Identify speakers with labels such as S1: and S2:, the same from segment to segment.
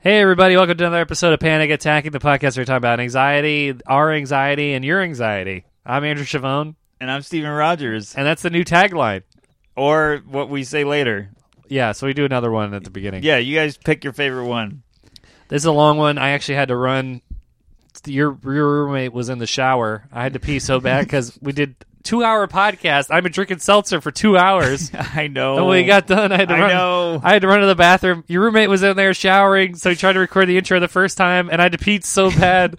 S1: Hey, everybody, welcome to another episode of Panic Attacking, the podcast where we talk about anxiety, our anxiety, and your anxiety. I'm Andrew Chavone,
S2: And I'm Steven Rogers.
S1: and that's the new tagline.
S2: Or what we say later.
S1: Yeah, so we do another one at the beginning.
S2: Yeah, you guys pick your favorite one.
S1: This is a long one. I actually had to run. Your, your roommate was in the shower. I had to pee so bad because we did two hour podcast. I've been drinking seltzer for two hours.
S2: I know.
S1: And when Oh, we got done, I had to
S2: Oh. I
S1: run.
S2: know.
S1: I had to run to the bathroom. Your roommate was in there showering, so he tried to record the intro the first time, and I had to pee so bad.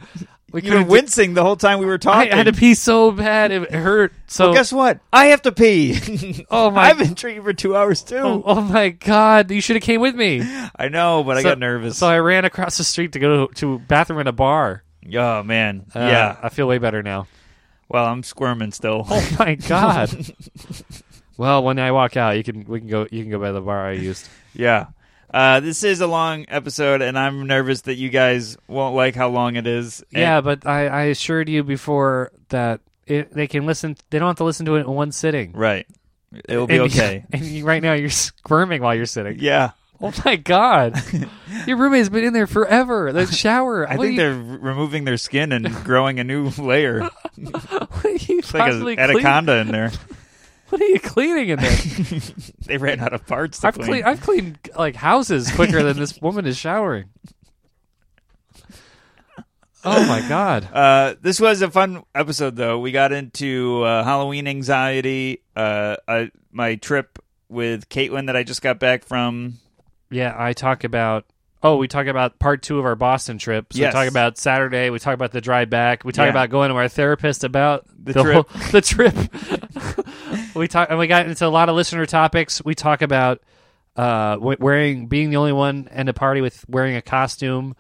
S1: We
S2: you were
S1: couldn't do-
S2: wincing the whole time we were
S1: I
S2: talking.
S1: had to pee so bad it hurt. So
S2: Well, guess what? I have to pee.
S1: Oh, my-
S2: I've been drinking for two hours too.
S1: oh, oh my god, you should have came with me.
S2: I know, but I
S1: So-
S2: got nervous.
S1: So I ran across the street to go to, to a bathroom in a bar.
S2: oh man.
S1: Uh,
S2: yeah.
S1: I feel way better now.
S2: Well, I'm squirming still.
S1: Oh my god. well, when I walk out, you can we can go you can go by the bar I used.
S2: yeah. Uh, this is a long episode, and I'm nervous that you guys won't like how long it is. And-
S1: yeah, but I, I assured you before that it, they can listen. They don't have to listen to it in one sitting.
S2: Right. It'll be
S1: And-
S2: okay.
S1: And you- right now you're squirming while you're sitting.
S2: yeah.
S1: Oh my god, your roommate's been in there forever. The shower.
S2: I
S1: What do
S2: think
S1: you-
S2: they're r- removing their skin and growing a new layer.
S1: What are you
S2: It's like
S1: possibly
S2: an
S1: clean-
S2: anaconda in there.
S1: What are you cleaning in there?
S2: They ran out of parts to
S1: I've
S2: clean.
S1: cleaned. I've cleaned like houses quicker than this woman is showering. Oh my god!
S2: uh, this was a fun episode, though. We got into uh, Halloween anxiety, uh, I, my trip with Caitlin that I just got back from.
S1: Yeah, I talk about. Oh, we talk about part two of our Boston trip. So
S2: Yes.
S1: we talk about Saturday. We talk about the drive back. We talk
S2: Yeah.
S1: about going to our therapist about
S2: The
S1: whole- the trip. we talk and we got into a lot of listener topics. We talk about uh, we- wearing being the only one in a party with wearing a costume.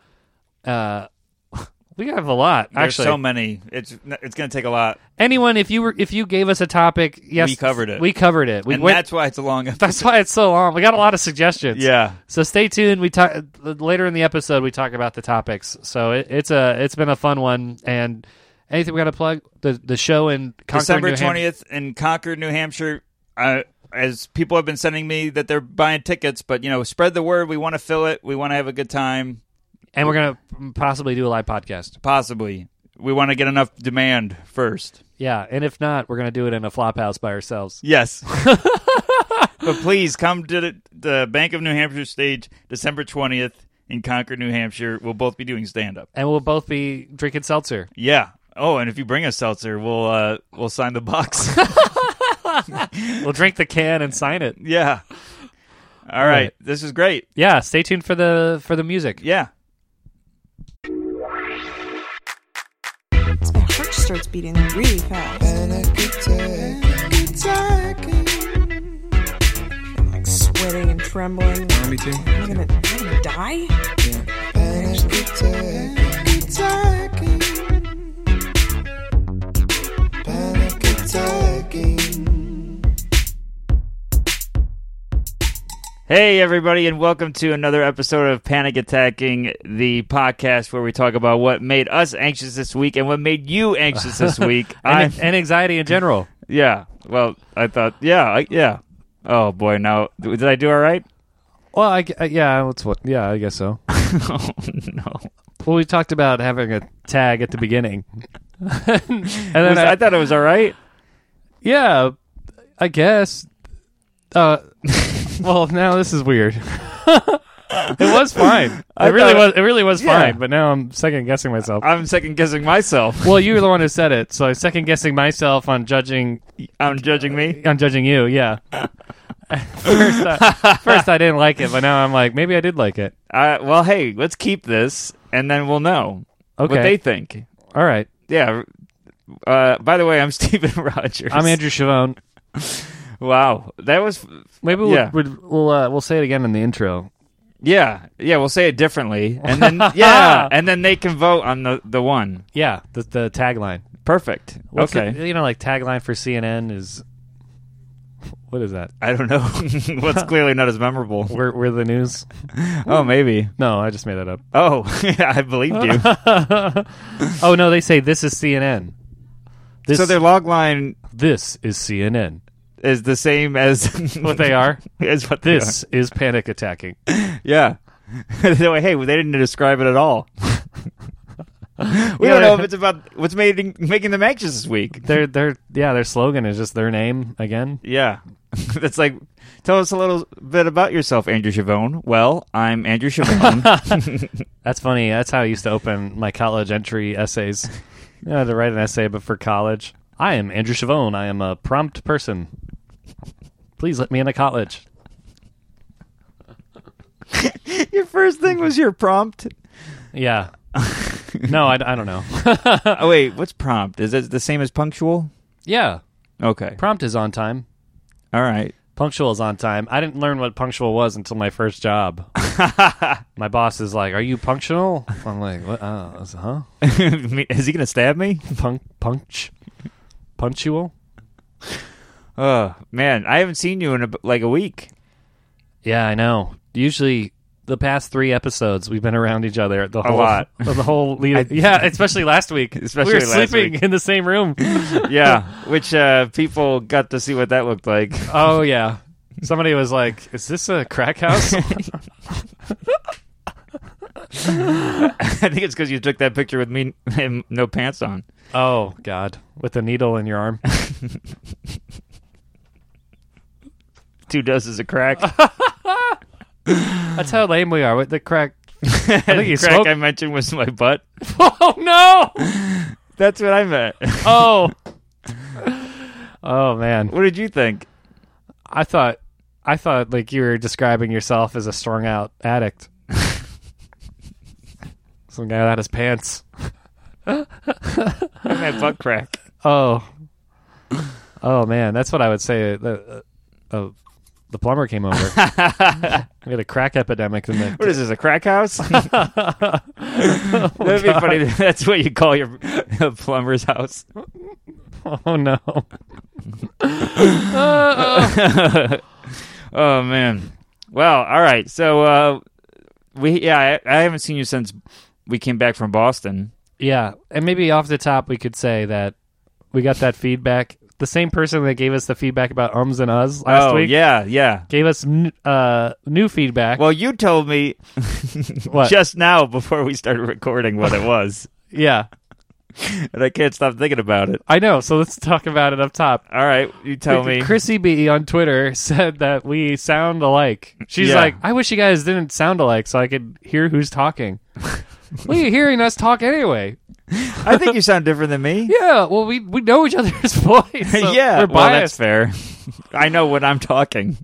S1: Uh, we have a lot
S2: There's
S1: actually.
S2: so many. It's it's going to take a lot,
S1: anyone if you were if you gave us a topic yes
S2: We covered it.
S1: we covered it we
S2: and
S1: went, that's,
S2: that's why it's a long episode.
S1: why it's so long we got a lot of suggestions
S2: Yeah,
S1: so stay tuned we talk later in the episode we talk about the topics so it, it's a it's been a fun one and anything we got to plug the the show in Concord,
S2: December
S1: New Ham-
S2: twentieth in Concord, New Hampshire. Uh, as people have been sending me that they're buying tickets, but you know, spread the word. We want to fill it. We want to have a good time.
S1: and we're gonna possibly do a live podcast
S2: Possibly, we want to get enough demand first.
S1: yeah and if not we're gonna do it in a flop house by ourselves
S2: Yes. but please come to the, the Bank of New Hampshire stage December 20th in Concord, New Hampshire. We'll both be doing stand up.
S1: and we'll both be drinking seltzer
S2: Yeah. Oh, and if you bring a seltzer, we'll uh, we'll sign the box.
S1: we'll drink the can and sign it
S2: yeah. All right.
S1: right.
S2: This is great.
S1: yeah stay tuned for the for the music
S2: Yeah.
S3: My heart starts beating really fast.
S4: And I could take
S3: I'm like sweating and trembling.
S4: Me too.
S3: Am I gonna, am I gonna die?
S4: And I could take Panic attacking.
S2: Hey, everybody, and welcome to another episode of Panic Attacking, the podcast where we talk about what made us anxious this week and what made you anxious this week. I'm-
S1: and, and anxiety in general
S2: Yeah. Well, I thought, yeah, I, yeah. Oh boy, now did I do all right?
S1: well I, g- uh, yeah that's what yeah i guess so
S2: oh no.
S1: Well, we talked about having a tag at the beginning, and then
S2: Was- I,
S1: I,
S2: thought it was all right.
S1: yeah, I guess. Uh, well, now this is weird. it was fine.
S2: I
S1: it really
S2: thought-
S1: was. It really was
S2: Yeah.
S1: fine. But now I'm second guessing myself.
S2: I'm second guessing myself.
S1: well, you were the one who said it, so I'm second guessing myself on judging
S2: I'm judging me.
S1: on judging you. Yeah. first, I, first I didn't like it, but now I'm like maybe I did like it.
S2: Uh, well, hey, let's keep this, and then we'll know
S1: Okay.
S2: what they think.
S1: All right.
S2: Yeah. Uh, by the way, I'm Stephen Rogers.
S1: I'm Andrew Chavone.
S2: Wow, that was
S1: Maybe we'll
S2: Yeah.
S1: we'll we'll, uh, we'll say it again in the intro.
S2: yeah, yeah. We'll say it differently, and then yeah, and then they can vote on the the one.
S1: Yeah, the the tagline.
S2: Perfect.
S1: What's
S2: okay.
S1: the- you know, like tagline for CNN is what is that?
S2: I don't know. What's clearly not as memorable.
S1: We're we're the news.
S2: Oh, maybe.
S1: No, I just made that up.
S2: Oh, I believed you.
S1: oh no, they say this is CNN. This
S2: so their log line
S1: this is CNN.
S2: is the same as
S1: What they are?
S2: is what they
S1: This is panic attacking.
S2: are. Yeah. They're like, hey, well, they didn't describe it at all. we
S1: Yeah,
S2: don't
S1: they-
S2: know if it's about what's made, making them anxious this week.
S1: Their their yeah, their slogan is just their name again.
S2: Yeah. That's like, tell us a little bit about yourself, Andrew Chavone. Well, I'm Andrew Chavone.
S1: That's funny. That's how I used to open my college entry essays. You know, to write an essay, but for college. I am Andrew Chavone. I am a prompt person. Please let me into college.
S2: your first thing was your prompt.
S1: Yeah. No, I, I don't know.
S2: Oh, wait, what's prompt? Is it the same as punctual?
S1: yeah.
S2: Okay.
S1: Prompt is on time.
S2: All right.
S1: Punctual is on time. I didn't learn what punctual was until my first job. my boss is like, "Are you punctual?" I'm like, "What? Uh, I said, huh?
S2: Is he going to stab me?
S1: Punk punch punctual?
S2: Oh, man. I haven't seen you in a, like a week.
S1: Yeah, I know. Usually, the past three episodes, we've been around each other the whole
S2: lot.
S1: the whole lead.
S2: I-
S1: yeah, especially last week.
S2: Especially
S1: we were
S2: last
S1: sleeping
S2: week.
S1: in the same room.
S2: Yeah. Which uh, people got to see what that looked like.
S1: oh yeah. Somebody was like, "Is this a crack house?"
S2: I think it's because you took that picture with me and no pants on.
S1: oh God, with a needle in your arm.
S2: Two doses of crack.
S1: That's how lame we are with the crack.
S2: I
S1: think you
S2: crack
S1: smoked-
S2: I mentioned was my butt.
S1: Oh no!
S2: That's what I meant.
S1: Oh. oh man.
S2: what did you think?
S1: I thought I thought like you were describing yourself as a strung out addict. Some guy without his pants.
S2: I meant butt crack.
S1: Oh. Oh man, that's what I would say. The, uh, uh, the plumber came over. we had a crack epidemic in the Oh,
S2: What is this, a crack house? That'd be funny. That's what you call your plumber's house.
S1: Oh no. Uh,
S2: Oh man. Well, all right. So uh, we yeah, I, I haven't seen you since we came back from Boston.
S1: Yeah, and maybe off the top we could say that we got that feedback. The same person that gave us the feedback about ums and us last
S2: oh
S1: week
S2: yeah, yeah.
S1: gave us n- uh, new feedback.
S2: Well, you told me
S1: What?
S2: just now before we started recording what it was,
S1: yeah,
S2: and I can't stop thinking about it.
S1: I know. So let's talk about it up top.
S2: All right, you tell me.
S1: Chrissy B on Twitter said that we sound alike. She's
S2: Yeah.
S1: like, I wish you guys didn't sound alike so I could hear who's talking. well, you're hearing us talk anyway.
S2: I think you sound different than me.
S1: Yeah, well, we we know each other's voice. so
S2: yeah,
S1: we're
S2: well,
S1: biased.
S2: that's fair. I know when I'm talking.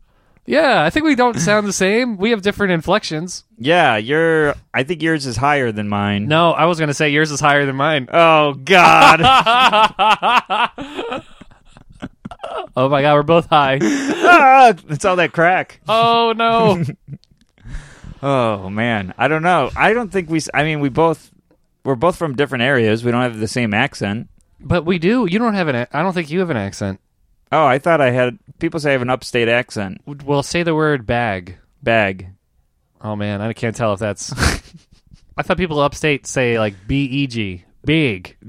S1: yeah, I think we don't sound the same. We have different inflections.
S2: Yeah, your I think yours is higher than mine.
S1: No, I was gonna say yours is higher than mine.
S2: Oh God.
S1: Oh my god, we're both high.
S2: Ah, it's all that crack.
S1: Oh no.
S2: Oh man, I don't know. I don't think we. s- I mean, we both we're both from different areas. We don't have the same accent.
S1: but we do. You don't have an. ac- I don't think you have an accent.
S2: Oh, I thought I had. People say I have an upstate accent.
S1: Well, say the word bag.
S2: Bag.
S1: Oh man, I can't tell if that's. I thought people upstate say like B E G big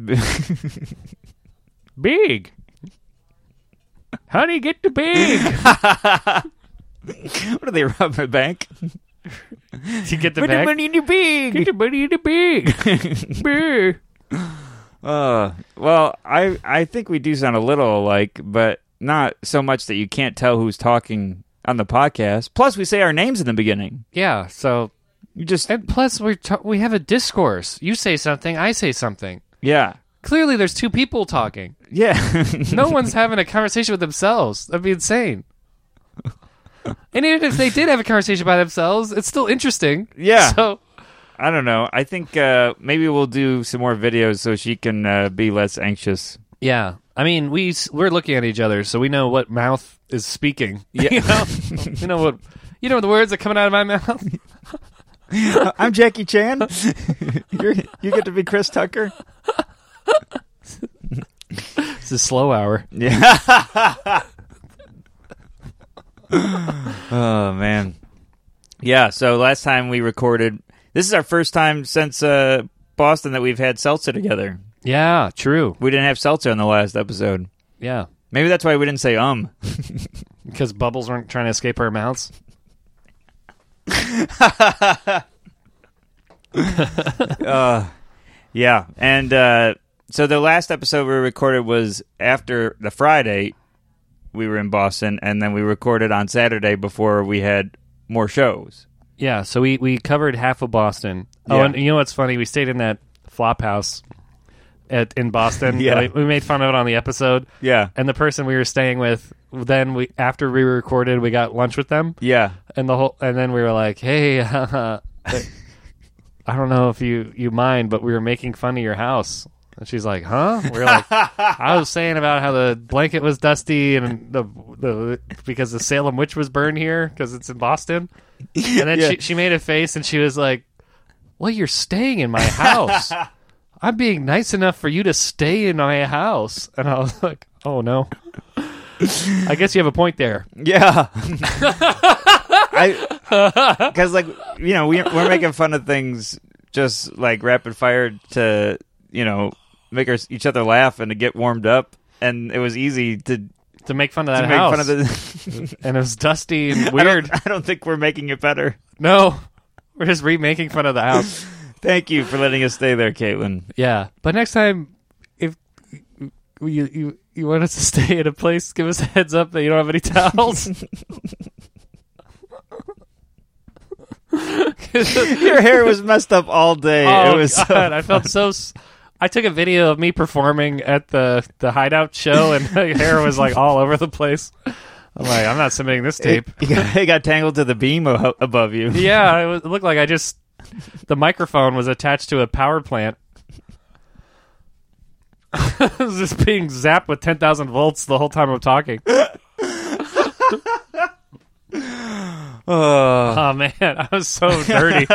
S1: big. Honey, get the big.
S2: what are they robbing a bank?
S1: you get the
S2: Put the
S1: bag.
S2: money in your
S1: Get
S2: bag.
S1: the money in the big. big.
S2: Uh, well, I I think we do sound a little alike, but not so much that you can't tell who's talking on the podcast. Plus, we say our names in the beginning.
S1: Yeah. So
S2: You just
S1: and plus we ta we have a discourse. You say something, I say something.
S2: yeah
S1: Clearly, there's two people talking.
S2: yeah.
S1: No one's having a conversation with themselves. That'd be insane. And even if they did have a conversation by themselves, it's still interesting.
S2: Yeah.
S1: So
S2: I don't know. I think uh, maybe we'll do some more videos so she can uh, be less anxious.
S1: yeah, I mean we s- we're looking at each other, so we know what mouth is speaking. Yeah. you know, you know what you know the words that coming out of my mouth.
S2: Uh, I'm Jackie Chan. You're, you get to be Chris Tucker.
S1: It's a slow hour.
S2: Yeah. oh man. Yeah. So last time we recorded, this is our first time since uh, Boston that we've had seltzer together.
S1: Yeah, true.
S2: We didn't have seltzer on the last episode.
S1: Yeah,
S2: Maybe that's why we didn't say um.
S1: because bubbles weren't trying to escape our mouths.
S2: Yeah, and uh, so the last episode we recorded was after the Friday we were in Boston, and then we recorded on Saturday before we had more shows.
S1: Yeah, so we, we covered half of Boston. Oh,
S2: Yeah.
S1: and you know what's funny? We stayed in that flop house at in Boston.
S2: Yeah.
S1: we, we made fun of it on the episode.
S2: Yeah,
S1: And the person we were staying with, then we after we recorded, we got lunch with them,
S2: yeah,
S1: and the whole, and then we were like, hey. Uh, I don't know if you, you mind, but we were making fun of your house. And she's like, huh? We were like, I was saying about how the blanket was dusty and the, the because the Salem witch was burned here because it's in Boston. And then
S2: Yeah.
S1: she, she made a face and she was like, Well, you're staying in my house. I'm being nice enough for you to stay in my house. And I was like, Oh no. I guess you have a point there.
S2: yeah. I because like you know we we're making fun of things just like rapid fire to you know make our, each other laugh and to get warmed up, and it was easy to, to
S1: To make fun of that
S2: make
S1: house.
S2: fun of the.
S1: and it was dusty and
S2: I
S1: weird.
S2: don't, I don't think we're making it better.
S1: No. We're just remaking fun of the house.
S2: Thank you for letting us stay there, Caitlin.
S1: Yeah. But next time if you you you want us to stay at a place, give us a heads up that you don't have any towels.
S2: Your hair was messed up all day.
S1: Oh,
S2: it was so-
S1: God, I felt so. s- I took a video of me performing at the the Hideout show, and my hair was like all over the place. I'm like, I'm not submitting this
S2: it,
S1: tape.
S2: it got, it got tangled to the beam o- above you.
S1: yeah, it, was, it looked like I just the microphone was attached to a power plant. I was just being zapped with ten thousand volts the whole time I'm talking.
S2: Oh.
S1: Oh man, I was so dirty,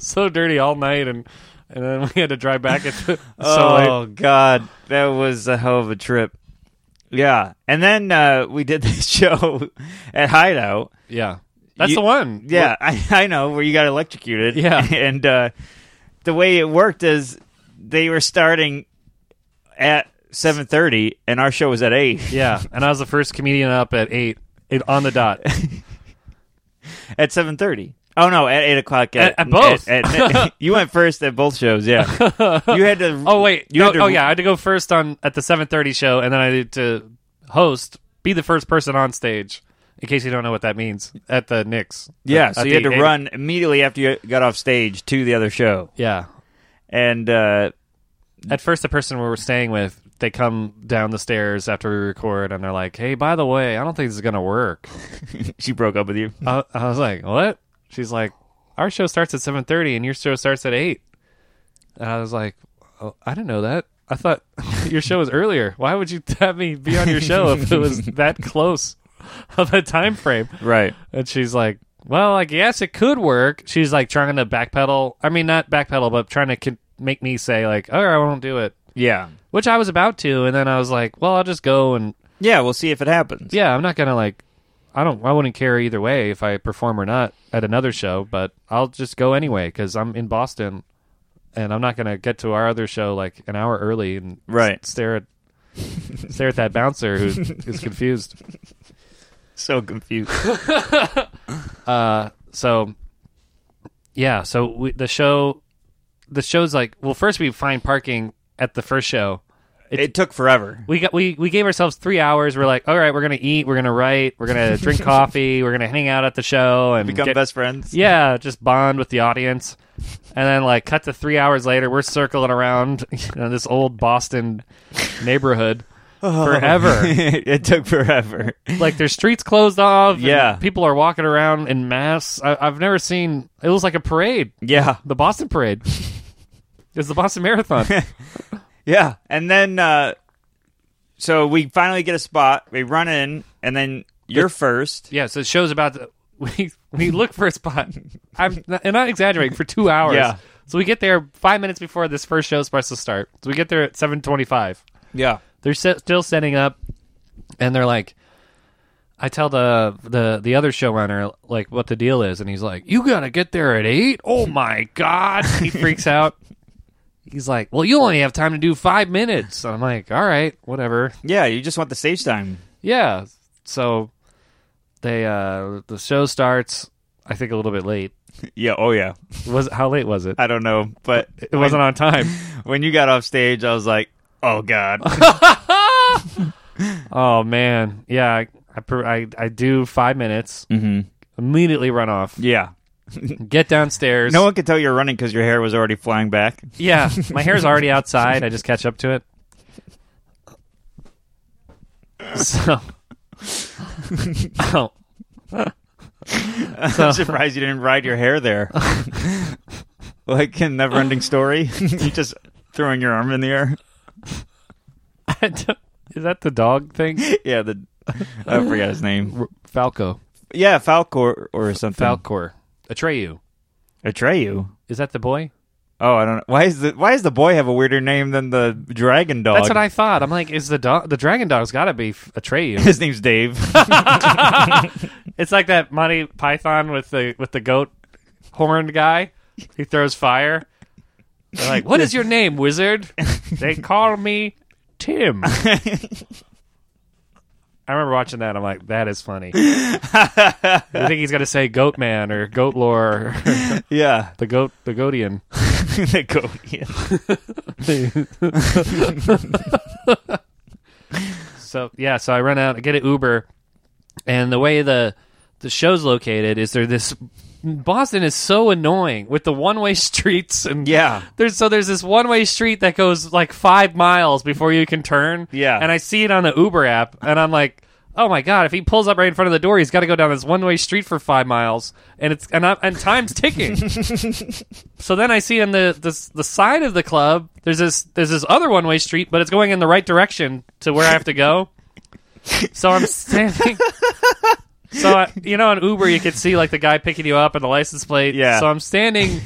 S1: so dirty all night, and and then we had to drive back at so late.
S2: Oh, God, that was a hell of a trip. Yeah, and then uh, we did this show at Hideout.
S1: Yeah, that's
S2: You-
S1: the one.
S2: Yeah, I, I know where you got electrocuted.
S1: Yeah.
S2: and uh, the way it worked is they were starting at seven thirty, and our show was at eight.
S1: Yeah, and I was the first comedian up at eight it, on the dot.
S2: at seven thirty. Oh no, at eight o'clock. At,
S1: At- at both.
S2: at- at- you went first at both shows. Yeah, you had to.
S1: Oh wait,
S2: you
S1: no,
S2: had to-
S1: oh yeah, I had to go first on at the seven thirty show, and then I had to host, be the first person on stage. In case you don't know what that means, at the Knicks.
S2: yeah.
S1: At-
S2: So
S1: at
S2: you had
S1: the
S2: to
S1: eight-
S2: run immediately after you got off stage to the other show,
S1: Yeah.
S2: and uh,
S1: At first, the person we were staying with, they come down the stairs after we record, and they're like, "Hey, by the way, I don't think this is gonna work."
S2: she broke up with you.
S1: I, I was like, "What?" She's like, "Our show starts at seven thirty, and your show starts at 8. And I was like, oh, "I didn't know that. I thought your show was earlier. Why would you have me be on your show if it was that close of a time frame?"
S2: Right.
S1: And she's like, "Well, I guess it could work." She's like trying to backpedal. I mean, not backpedal, but trying to con- make me say like, "Oh, I won't do it,"
S2: Yeah.
S1: which I was about to, and then I was like, "Well, I'll just go and
S2: Yeah. We'll see if it happens.
S1: yeah, I'm not gonna like. I don't. I wouldn't care either way if I perform or not at another show, but I'll just go anyway because I'm in Boston, and I'm not gonna get to our other show like an hour early and
S2: Right.
S1: s- stare at stare at that bouncer who is confused.
S2: So confused.
S1: Uh, so yeah, so we, the show, the show's like well, first we find parking at the first show,
S2: it, took forever.
S1: we got we we gave ourselves three hours. We're like, all right, we're gonna eat, we're gonna write, we're gonna drink coffee, we're gonna hang out at the show and
S2: Become
S1: get-
S2: best friends.
S1: Yeah, just bond with the audience, and then like cut to three hours later, we're circling around you know, this old Boston neighborhood forever.
S2: it took forever.
S1: like their streets closed off. and
S2: Yeah.
S1: people are walking around in mass. I, I've never seen. It was like a parade,
S2: Yeah.
S1: the Boston parade. It's the Boston Marathon.
S2: Yeah, and then uh, so we finally get a spot. We run in, and then you're first.
S1: Yeah, so the show's about to, we we look for a spot. I'm not, and not exaggerating for two hours.
S2: Yeah.
S1: So we get there five minutes before this first show's supposed to start. So we get there at seven twenty-five.
S2: Yeah,
S1: They're se- still setting up, and they're like, I tell the the the other showrunner like what the deal is, and he's like, "You gotta get there at eight? Oh my god!" He freaks out. He's like, "Well, you only have time to do five minutes," and I'm like, "All right, whatever."
S2: yeah. You just want the stage time.
S1: yeah so they uh the show starts I think a little bit late.
S2: Yeah. Oh yeah.
S1: Was how late was it?
S2: I don't know, but
S1: It wasn't on time.
S2: when you got off stage, I was like, oh god.
S1: Oh man, yeah. I I, per- I, I do five minutes.
S2: mm-hmm.
S1: Immediately run off.
S2: Yeah.
S1: Get downstairs.
S2: No one could tell you're running because your hair was already flying back.
S1: Yeah, my hair's already outside. I just catch up to it. So. Oh.
S2: I'm surprised you didn't ride your hair there. like in Never Ending Story, you just throwing your arm in the air.
S1: I don't- Is that the dog thing?
S2: Yeah, the I forgot his name.
S1: Falco.
S2: Yeah, Falcor or something.
S1: Falcor. Atreyu.
S2: Atreyu.
S1: Is that the boy?
S2: Oh, I don't know. Why is the Why does the boy have a weirder name than the dragon dog?
S1: That's what I thought. I'm like, is the dog the dragon dog's got to be F- Atreyu?
S2: His name's Dave.
S1: it's like that Monty Python with the with the goat horned guy. He throws fire. They're like, "What is your name, wizard?" they call me Tim. I remember watching that. I'm like, that is funny. I think he's gonna say Goat Man or Goat Lore, or
S2: yeah,
S1: the Goat, the Goatian.
S2: the goat. Yeah.
S1: So yeah, so I run out, I get an Uber, and the way the the show's located is there this Boston is so annoying with the one way streets and
S2: Yeah.
S1: There's so there's this one way street that goes like five miles before you can turn.
S2: Yeah.
S1: And I see it on the Uber app and I'm like, Oh my god, if he pulls up right in front of the door, he's gotta go down this one way street for five miles and it's and I, and time's ticking. so then I see on the, the the side of the club there's this there's this other one way street, but it's going in the right direction to where I have to go. so I'm standing so I, you know, on Uber, you could see like the guy picking you up and the license plate.
S2: Yeah.
S1: So I'm standing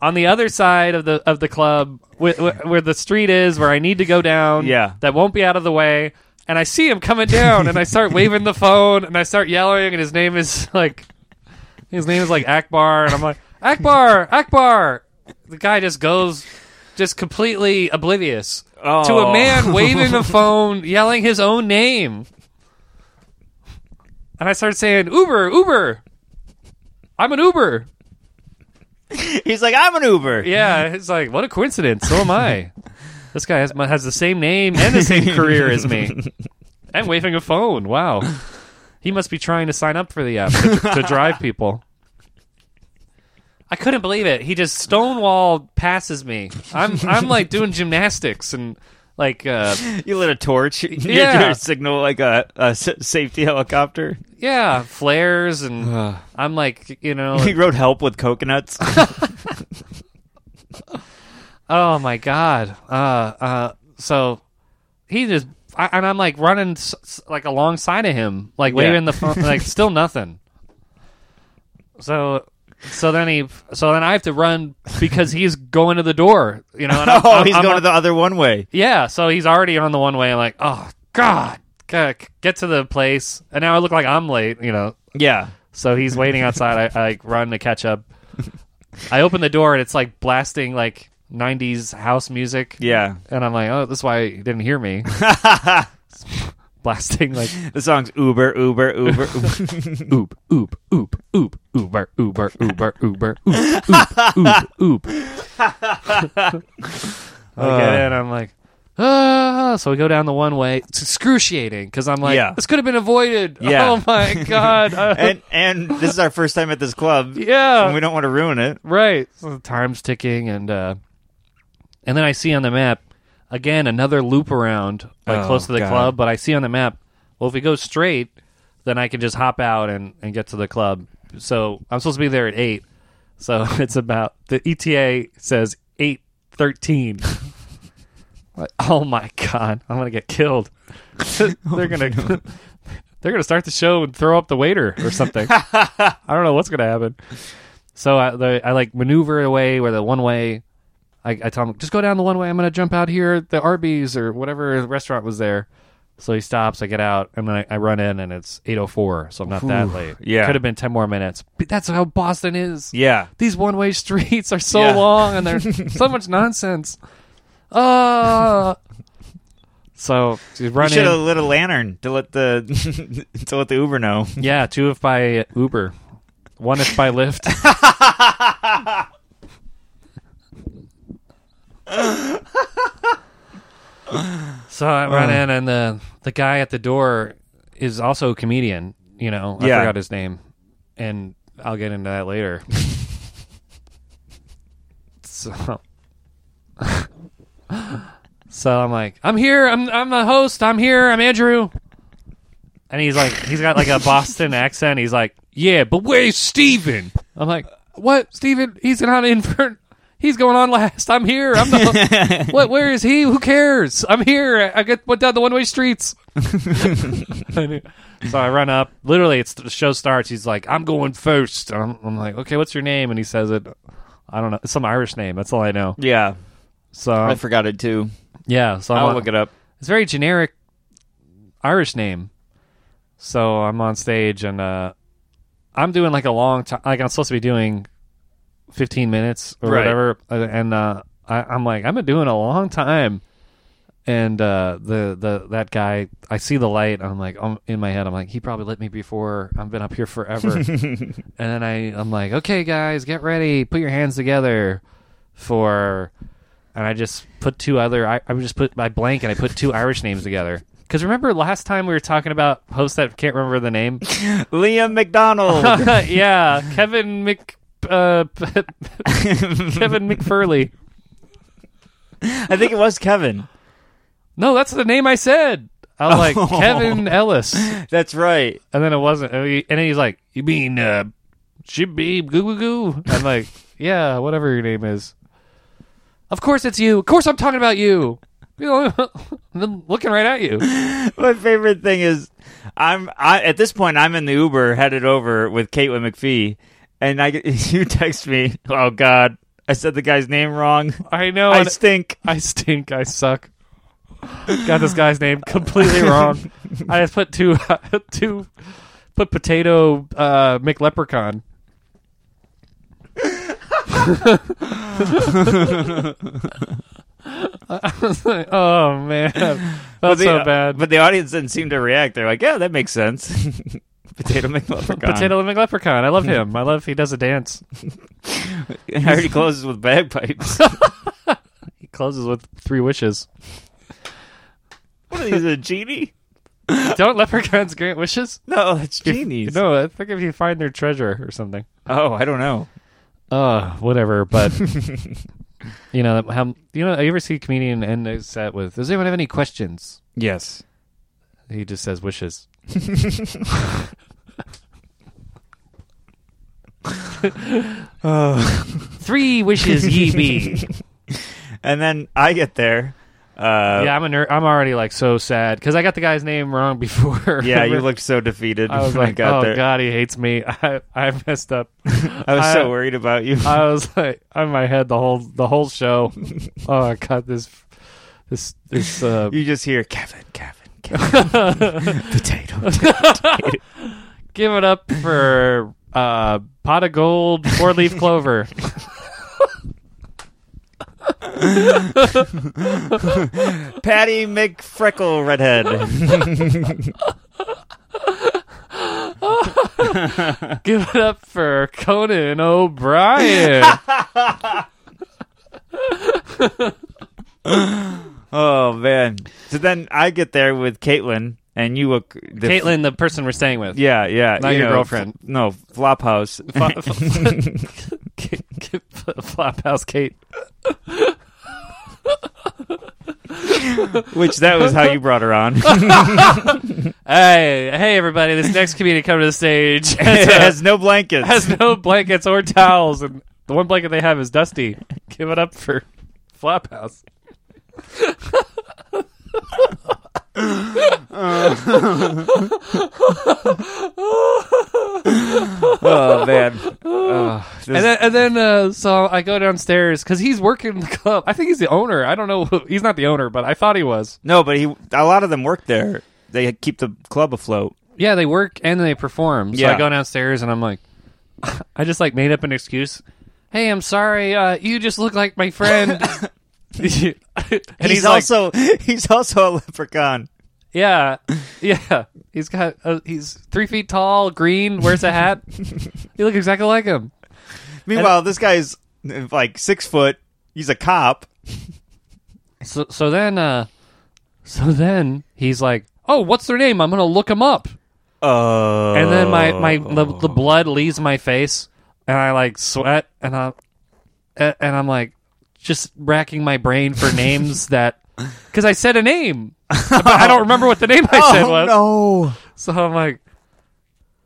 S1: on the other side of the of the club, where, where the street is, where I need to go down.
S2: Yeah.
S1: That won't be out of the way. And I see him coming down, and I start waving the phone, and I start yelling, and his name is like, his name is like Akbar, and I'm like, Akbar, Akbar. The guy just goes, just completely oblivious
S2: Oh.
S1: to a man waving the phone, yelling his own name. And I started saying, Uber, Uber. I'm an Uber.
S2: He's like, I'm an Uber.
S1: Yeah, it's like, what a coincidence. So am I. this guy has, has the same name and the same career as me. And waving a phone. Wow. He must be trying to sign up for the app to, to drive people. I couldn't believe it. He just stonewall passes me. I'm I'm like doing gymnastics and like uh,
S2: You lit a torch. You
S1: Yeah.
S2: do a signal like a, a s- safety helicopter.
S1: yeah flares and I'm like you know
S2: He wrote help with coconuts.
S1: Oh my god. Uh, uh. So he just I, and I'm like running s- s- like alongside of him, like
S2: Yeah.
S1: waving the phone, like still nothing. So, so then he, so then I have to run because he's going to the door, you know. And I'm,
S2: oh,
S1: I'm-
S2: he's
S1: I'm
S2: going
S1: on-
S2: to the other one way.
S1: yeah, so he's already on the one way. I'm like, oh god, g- get to the place, and now I look like I'm late, you know.
S2: Yeah.
S1: So he's waiting outside. I, I like, run to catch up. I open the door and it's like blasting like '90s house music.
S2: Yeah.
S1: And I'm like, oh, that's why he didn't hear me. Blasting like
S2: The song's Uber, Uber, Uber. Uber.
S1: oop, oop, oop, oop, uber, uber, uber, uber, oop, oop, oop, oop. I get in, I'm like, ah. So we go down the one way. It's excruciating because I'm like,
S2: Yeah.
S1: this could have been avoided.
S2: Yeah.
S1: Oh my God. Uh,
S2: and and this is our first time at this club.
S1: yeah.
S2: And we don't want to ruin it.
S1: Right. So the time's ticking and uh and then I see on the map again another loop around like
S2: Oh,
S1: close to the
S2: God.
S1: club, but I see on the map, well if we go straight, then I can just hop out and, and get to the club. So I'm supposed to be there at eight. So it's about the ETA says eight thirteen. Like, oh my god, I'm gonna get killed. they're gonna
S2: Oh
S1: they're gonna start the show and throw up the waiter or something. I don't know what's gonna happen. So I, the, I like maneuver away where the one way. I, I tell him just go down the one way. I'm gonna jump out here at the Arby's or whatever restaurant was there. So he stops. I get out and then I, I run in and it's 8:04. So I'm not that late.
S2: yeah.
S1: could have been 10 more minutes. But that's how Boston is
S2: Yeah.
S1: these one way streets are so
S2: Yeah.
S1: long and there's so much nonsense. Uh, so you
S2: You
S1: run
S2: should have
S1: in.
S2: lit a lantern to let the to let the Uber know.
S1: Yeah, two of my Uber. One if by Lyft. so I run in, and the the guy at the door is also a comedian. You know, I
S2: Yeah.
S1: forgot his name, and I'll get into that later. so. So I'm like, I'm here. I'm I'm the host. I'm here. I'm Andrew. And he's like, he's got like a Boston accent. He's like, yeah, but where's Steven? I'm like, what? Steven? He's not in for. He's going on last. I'm here. I'm the. what? Where is he? Who cares? I'm here. I get went down the one way streets. so I run up. Literally, it's the show starts. He's like, I'm going first. And I'm, I'm like, okay, what's your name? And he says it. I don't know. It's some Irish name. That's all I know.
S2: Yeah,
S1: So
S2: I forgot it too.
S1: yeah. So I'm
S2: I'll
S1: on-
S2: look it up.
S1: it's a very generic Irish name. So I'm on stage and uh, I'm doing like a long time. Like I'm supposed to be doing 15 minutes or
S2: Right.
S1: whatever, uh, and uh, I, I'm like I've been doing a long time. And uh, the the that guy, I see the light. I'm like um in my head. I'm like he probably lit me before. I've been up here forever. and then I I'm like okay guys, get ready. Put your hands together for and I just put two other. I, I just put my blank and I put two Irish names together. Because remember last time we were talking about hosts that can't remember the name.
S2: Liam McDonald.
S1: yeah, Kevin Mc uh, Kevin McFurley.
S2: I think it was Kevin.
S1: No, that's the name I said. I was like
S2: Oh.
S1: Kevin Ellis, and
S2: That's right.
S1: then it wasn't. And he- and then he's like, "You mean uh, should be goo goo goo?" I'm like, "Yeah, whatever your name is." Of course it's you. Of course I'm talking about you. You know, I'm looking right at you.
S2: My favorite thing is I'm I at this point I'm in the Uber headed over with Caitlin McPhee, and I get- you text me. Oh God, I said the guy's name wrong.
S1: I know.
S2: I
S1: and-
S2: stink.
S1: I stink. I suck. Got this guy's name completely wrong. I just put two, two, put potato uh, McLeprechaun. I was like, oh man,
S2: But
S1: that's
S2: the-
S1: so bad.
S2: But the audience didn't seem to react. They're like, yeah, that makes sense. Potato McLeprechaun.
S1: potato McLeprechaun. I love him. I love he does a dance.
S2: It already closes with bagpipes.
S1: He closes with three wishes.
S2: what are these? A genie?
S1: Don't leprechauns grant wishes?
S2: No, that's genies.
S1: No, I think if you find their treasure or something.
S2: Oh, I don't know.
S1: uh whatever but you know how you know you ever see a comedian end a set with does anyone have any questions
S2: Yes.
S1: he just says wishes three wishes ye be
S2: And then I get there. Uh,
S1: yeah i'm a nerd i'm already like so sad because i got the guy's name wrong before
S2: yeah, you looked so defeated
S1: i was
S2: when
S1: like
S2: I got
S1: oh
S2: there.
S1: god he hates me i i messed up
S2: I was
S1: I-
S2: so worried about you.
S1: I was like on my head the whole the whole show. oh, I got this this this uh,
S2: you just hear Kevin, Kevin, Kevin. potato.
S1: Give it up for uh, pot of gold, four leaf clover.
S2: Patty McFreckle Redhead.
S1: Give it up for Conan O'Brien.
S2: oh, man. So then I get there with Caitlin, and you look. The
S1: Caitlin, the person we're staying with.
S2: Yeah, yeah.
S1: Not
S2: you
S1: your
S2: know,
S1: girlfriend.
S2: f- no, Flophouse.
S1: Fla- K- K- Flophouse Kate.
S2: Which that was how you brought her on.
S1: Hey, hey, everybody! This next comedian coming to the stage
S2: it
S1: has,
S2: has no blankets.
S1: has no blankets or towels, and the one blanket they have is dusty. Give it up for Flophouse.
S2: oh man. Oh, this-
S1: And then, and then uh, so I go downstairs because he's working the club. I think he's the owner. I don't know. who- He's not the owner, but I thought he was.
S2: no, but he. A lot of them work there. They keep the club afloat.
S1: Yeah, they work and they perform. So
S2: Yeah.
S1: I go downstairs and I'm like, I just like made up an excuse. Hey, I'm sorry. Uh, you just look like my friend. and he's, like,
S2: he's, also he's also a leprechaun.
S1: Yeah, yeah. He's got uh, he's three feet tall, green, wears a hat. you look exactly like him.
S2: Meanwhile, this guy's uh, like six foot. He's a cop.
S1: So so then uh, so then he's like, oh, what's their name? I'm gonna look him up.
S2: Oh.
S1: And then my my the, the blood leaves my face, and I like sweat, and I and I'm like just racking my brain for names that because I said a name, but I don't remember what the name I said
S2: Oh
S1: was.
S2: no!
S1: So I'm like,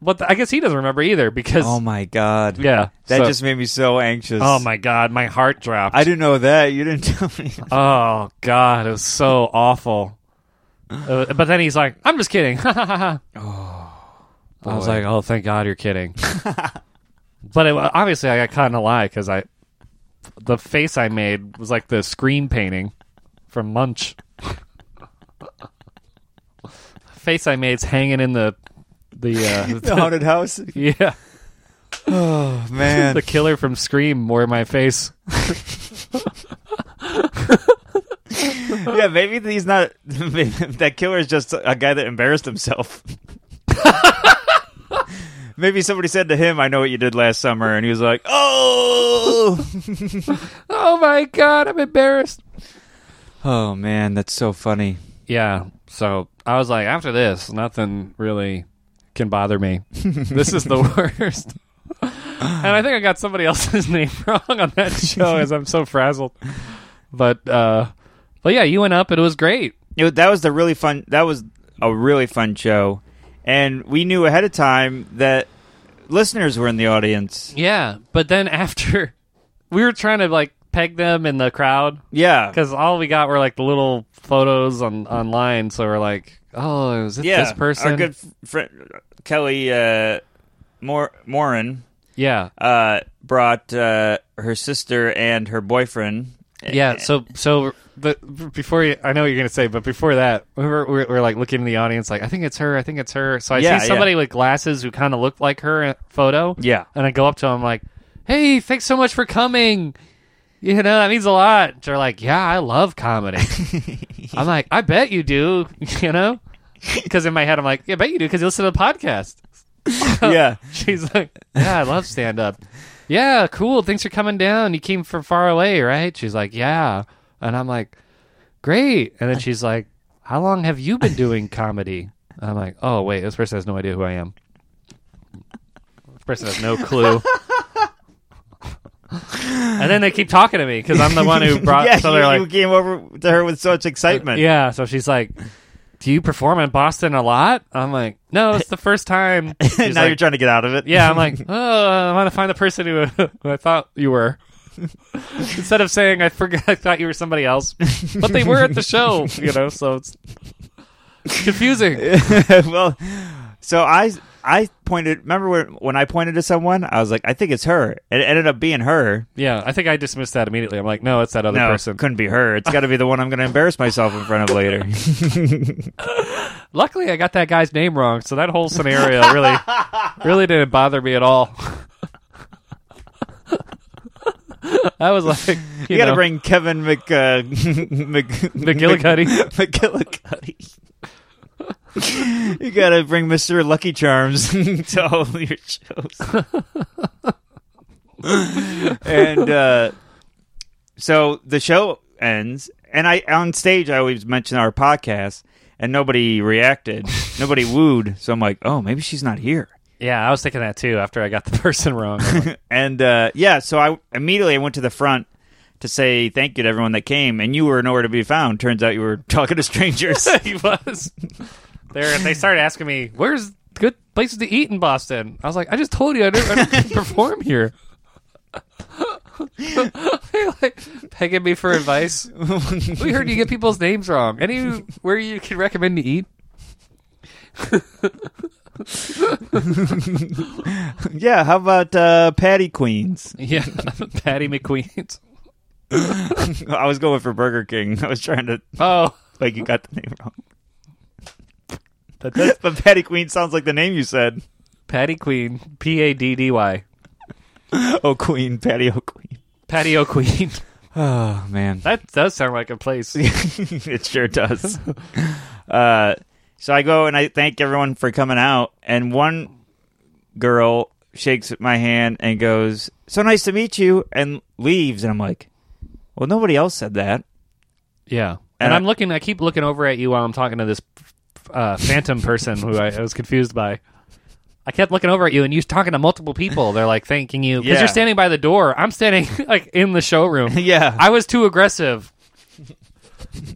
S1: but the, I guess he doesn't remember either because
S2: Oh my god!
S1: yeah,
S2: that
S1: so-
S2: just made me so anxious.
S1: Oh my god, my heart dropped.
S2: I didn't know that. You didn't tell me.
S1: oh god, it was so awful. Uh, but then he's like, "I'm just kidding." oh, I was
S2: boy.
S1: like, "Oh, thank God you're kidding." but it, wa- obviously, I got caught in a lie because I, the face I made was like the screen painting from Munch. face I made's hanging in the the uh,
S2: the haunted house.
S1: yeah.
S2: Oh man!
S1: the killer from Scream wore my face.
S2: yeah, maybe he's not. maybe that killer is just a guy that embarrassed himself. maybe somebody said to him, "I know what you did last summer," and he was like, "Oh."
S1: Oh my god, I'm embarrassed.
S2: oh man, that's so funny.
S1: Yeah. So I was like, after this, nothing really can bother me. this is the worst. and I think I got somebody else's name wrong on that show as I'm so frazzled. But uh but yeah, you went up and it was great.
S2: You know, that was the really fun. That was a really fun show, and we knew ahead of time that listeners were in the audience.
S1: Yeah. But then after we were trying to like peg them in the crowd
S2: Yeah,
S1: because all we got were like the little photos on online so we're like oh is it
S2: yeah.
S1: this person
S2: our good friend Kelly uh, Mor- Morin
S1: yeah
S2: uh, brought uh, her sister and her boyfriend.
S1: yeah so so the, before you, i know what you're gonna say but before that we were, we were, we were like looking in the audience like i think it's her i think it's her so i
S2: Yeah,
S1: see
S2: yeah.
S1: somebody with glasses who kind of looked like her in a photo
S2: Yeah.
S1: and i go up to him like hey thanks so much for coming you know that means a lot they're like yeah i love comedy i'm like i bet you do you know because in my head i'm like yeah I bet you do because you listen to the podcast
S2: yeah,
S1: She's like, Yeah, I love stand up. yeah, cool. Thanks for coming down. You came from far away, right? She's like, Yeah. And I'm like, Great. And then she's like, How long have you been doing comedy? And I'm like, Oh, wait, this person has no idea who I am. This person has no clue. and then they keep talking to me because I'm the one who brought.
S2: yeah.
S1: so
S2: you,
S1: they're like,
S2: you came over to her with such excitement.
S1: yeah, so she's like, "Do you perform in Boston a lot?" I'm like, "No, it's the first time." She's
S2: now
S1: like,
S2: you're trying to get out of it.
S1: yeah, I'm like, oh, I want to find the person who, who I thought you were. Instead of saying I forgot, I thought you were somebody else, but they were at the show, you know. So it's confusing.
S2: well, so I I pointed. Remember when when I pointed to someone? I was like, I think it's her. It ended up being her.
S1: Yeah, I think I dismissed that immediately. I'm like, no, it's that other
S2: no,
S1: person.
S2: it couldn't be her. It's got to be the one I'm going to embarrass myself in front of later.
S1: Luckily, I got that guy's name wrong, so that whole scenario really, really didn't bother me at all. I was like, you,
S2: you got to
S1: know,
S2: bring Kevin Mc uh, Mc
S1: McGillicuddy.
S2: Mc- McGillicuddy. you got to bring Mister Lucky Charms to all your shows. and uh, so the show ends, and I on stage I always mention our podcast, and nobody reacted, nobody wooed. So I'm like, oh, maybe she's not here.
S1: yeah, I was thinking that too after I got the person wrong. I'm like,
S2: And uh, yeah, so I immediately I went to the front to say thank you to everyone that came, and you were nowhere to be found. Turns out you were talking to strangers.
S1: he was. There, they started asking me, "Where's good places to eat in Boston?" I was like, "I just told you I don't, I don't perform here." they like begging me for advice. we heard you get people's names wrong. Any where you can recommend to eat?
S2: yeah, how about uh, Patty Queens?
S1: Yeah, Patty McQueen's.
S2: I was going for Burger King. I was trying to
S1: Oh,
S2: like you got the name wrong,
S1: that does-
S2: but Patty Queen sounds like the name you said.
S1: Patty Queen, P A D D Y,
S2: Oh, Queen, Patty O Queen.
S1: Patio Queen.
S2: Oh man,
S1: That does sound like a place.
S2: it sure does. Uh, So I go and I thank everyone for coming out, and one girl shakes my hand and goes, "So nice to meet you," and leaves. And I'm like, "Well, nobody else said that."
S1: Yeah. And,
S2: And I-
S1: I'm looking, I keep looking over at you while I'm talking to this uh, phantom person who I, I was confused by. I kept looking over at you and you're talking to multiple people. They're like thanking you because
S2: Yeah.
S1: you're standing by the door. I'm standing like in the showroom.
S2: Yeah.
S1: I was too aggressive.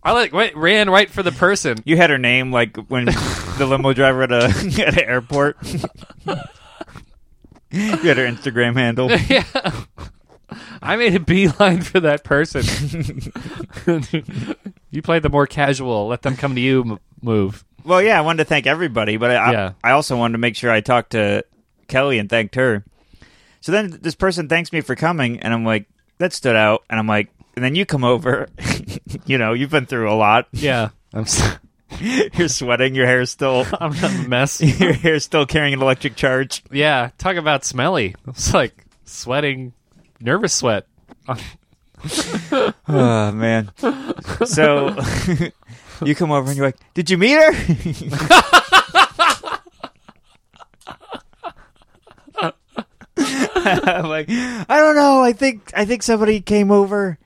S1: I like went, ran right for the person.
S2: You had her name like when the limo driver at a at an airport. you had her Instagram handle.
S1: yeah. I made a beeline for that person. you played the more casual, let them come to you m- move.
S2: Well, yeah, I wanted to thank everybody, but I,
S1: Yeah.
S2: I, I also wanted to make sure I talked to Kelly and thanked her. So then this person thanks me for coming, and I'm like, that stood out. And I'm like, and then you come over. you know, you've been through a lot.
S1: Yeah. I'm, s-
S2: You're sweating. Your hair's still.
S1: I'm a mess.
S2: Your hair's still carrying an electric charge.
S1: Yeah, talk about smelly. It's like sweating, nervous sweat.
S2: Oh man! So you come over and you're like, "Did you meet her?" I'm like, I don't know. I think I think somebody came over.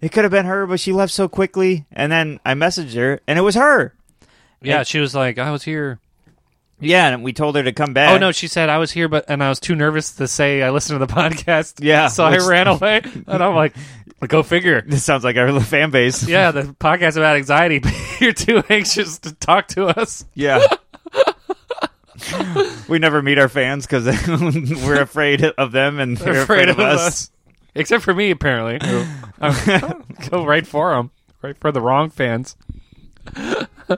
S2: It could have been her, but she left so quickly. And then I messaged her, and it was her.
S1: Yeah, she was like, I was here.
S2: Yeah, and we told her to come back.
S1: Oh no, she said I was here, but and I was too nervous to say I listened to the podcast.
S2: Yeah,
S1: so
S2: which-
S1: I ran away, and I'm like, go figure.
S2: This sounds like our little fan base.
S1: Yeah, the podcast about anxiety. but You're too anxious to talk to us.
S2: Yeah. we never meet our fans because we're afraid of them and they're, afraid, of, us.
S1: except for me apparently. I'm- go right for them, right for the wrong fans.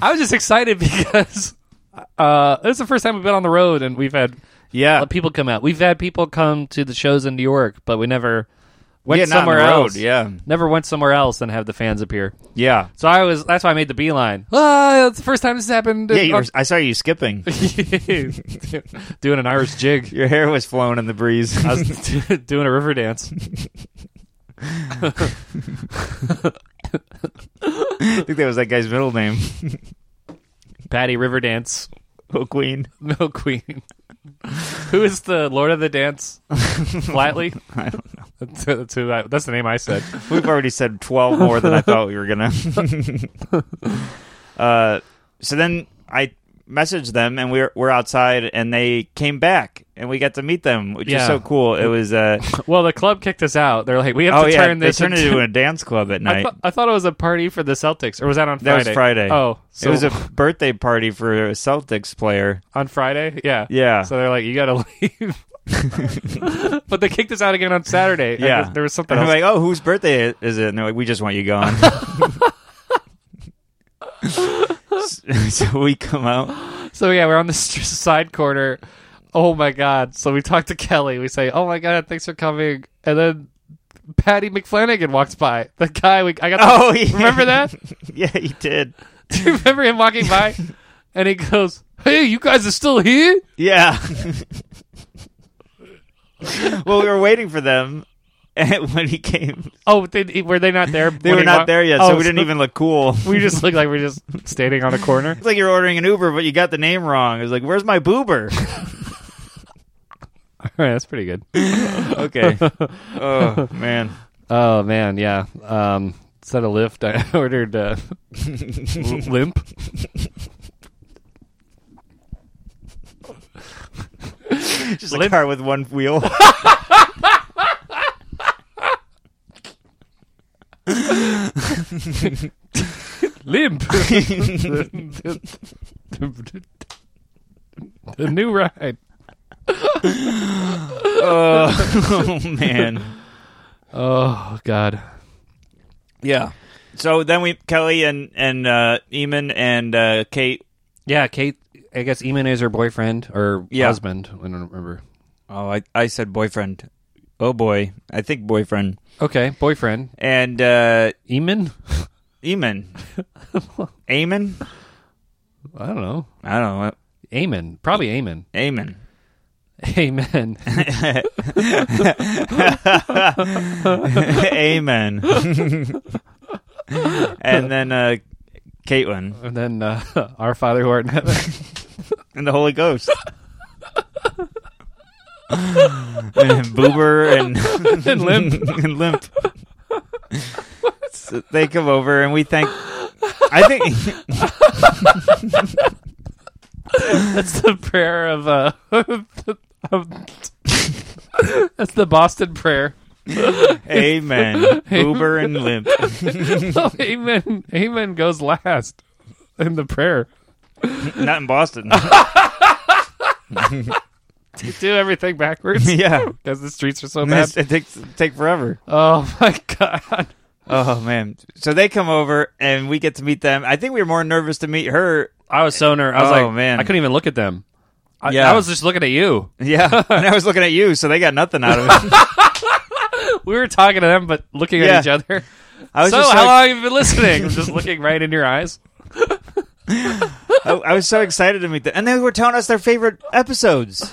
S1: I was just excited because uh, this is the first time we've been on the road and we've had
S2: Yeah.
S1: uh, people come out. We've had people come to the shows in New York, but we never went
S2: yeah, not on the
S1: somewhere
S2: road,
S1: else.
S2: Yeah.
S1: Never went somewhere else and have the fans appear.
S2: Yeah.
S1: So I was. That's why I made the beeline. Ah, it's the first time this happened.
S2: Yeah, you
S1: on-
S2: were, I saw you skipping.
S1: doing an Irish jig.
S2: Your hair was flowing in the breeze.
S1: I was doing a river dance.
S2: I think that was that guy's middle name,
S1: Patty River Dance,
S2: Oh Queen.
S1: Milk Queen. who is the Lord of the Dance? Flatly?
S2: I don't know.
S1: That's, that's, who I, that's the name I said.
S2: We've already said 12 more than I thought we were going to. uh, so then I messaged them and we're, we're outside and they came back and we got to meet them, which is
S1: Yeah.
S2: so cool. It was. Uh,
S1: Well, the club kicked us out. They're like, we have
S2: oh,
S1: to
S2: yeah.
S1: turn this
S2: they turned it into a dance club at
S1: I,
S2: night.
S1: thought- I thought it was a party for the Celtics, or was that on
S2: That
S1: Friday?
S2: was Friday.
S1: Oh, so
S2: it was a birthday party for a Celtics player.
S1: on Friday? Yeah.
S2: Yeah.
S1: So they're like, you got to leave. but they kicked us out again on Saturday. I
S2: yeah.
S1: guess there was something
S2: And I'm
S1: else.
S2: like, oh, whose birthday i- is it? And they're like, we just want you gone. so we come out.
S1: So yeah, we're on the st- side corner. Oh my god! So we talk to Kelly. We say, "Oh my god, thanks for coming." And then Patty McFlanagan walks by. The guy we I got. The,
S2: Oh, yeah.
S1: remember that?
S2: Yeah, he did.
S1: Do you remember him walking by? And he goes, "Hey, you guys are still here?"
S2: Yeah. well, we were waiting for them. And when he came,
S1: Oh, they, were they not there?
S2: they
S1: when
S2: were
S1: he
S2: not
S1: wa-
S2: there yet,
S1: Oh,
S2: so we didn't even look cool.
S1: We just looked like we are just standing on a corner.
S2: It's like you're ordering an Uber, but you got the name wrong. It was like, where's my boober?
S1: All right, that's pretty good.
S2: okay. Oh, man.
S1: Oh man, yeah. Um, instead of lift, I ordered uh, limp.
S2: Just a car with one wheel.
S1: Limp. the, the- the new ride.
S2: oh, man.
S1: Oh God.
S2: Yeah. So then we Kelly and and uh, Eamon and uh, Kate.
S1: Yeah, Kate. I guess Eamon is her boyfriend or
S2: Yeah.
S1: husband. I don't remember.
S2: Oh, I I said boyfriend. Oh boy, I think boyfriend
S1: Okay, boyfriend
S2: and uh,
S1: Eamon.
S2: Eamon. Eamon.
S1: I don't know.
S2: I don't know.
S1: Eamon, probably Eamon.
S2: Eamon.
S1: Amen.
S2: Amen. and then uh, Caitlin
S1: and then uh, our Father who art in heaven.
S2: and the Holy Ghost. and Boober and
S1: And Limp.
S2: and Limp. So they come over and we thank. I think
S1: That's the prayer of uh, of- that's the Boston prayer.
S2: Amen. Boober and Limp.
S1: amen. Amen goes last in the prayer.
S2: Not in Boston.
S1: You do everything backwards
S2: yeah.
S1: because the streets are so bad.
S2: It takes take forever.
S1: Oh my god.
S2: Oh man. So they come over and we get to meet them. I think we were more nervous to meet her.
S1: I was so nervous. I was
S2: Oh,
S1: like,
S2: man.
S1: I couldn't even look at them. I,
S2: Yeah.
S1: I was just looking at you.
S2: Yeah. and I was looking at you, so they got nothing out of it.
S1: We were talking to them, but looking
S2: Yeah.
S1: at each other.
S2: I was
S1: So,
S2: just
S1: how
S2: like-
S1: long have you been listening? I'm just looking right in your eyes.
S2: I, I was so excited to meet them, and they were telling us their favorite episodes.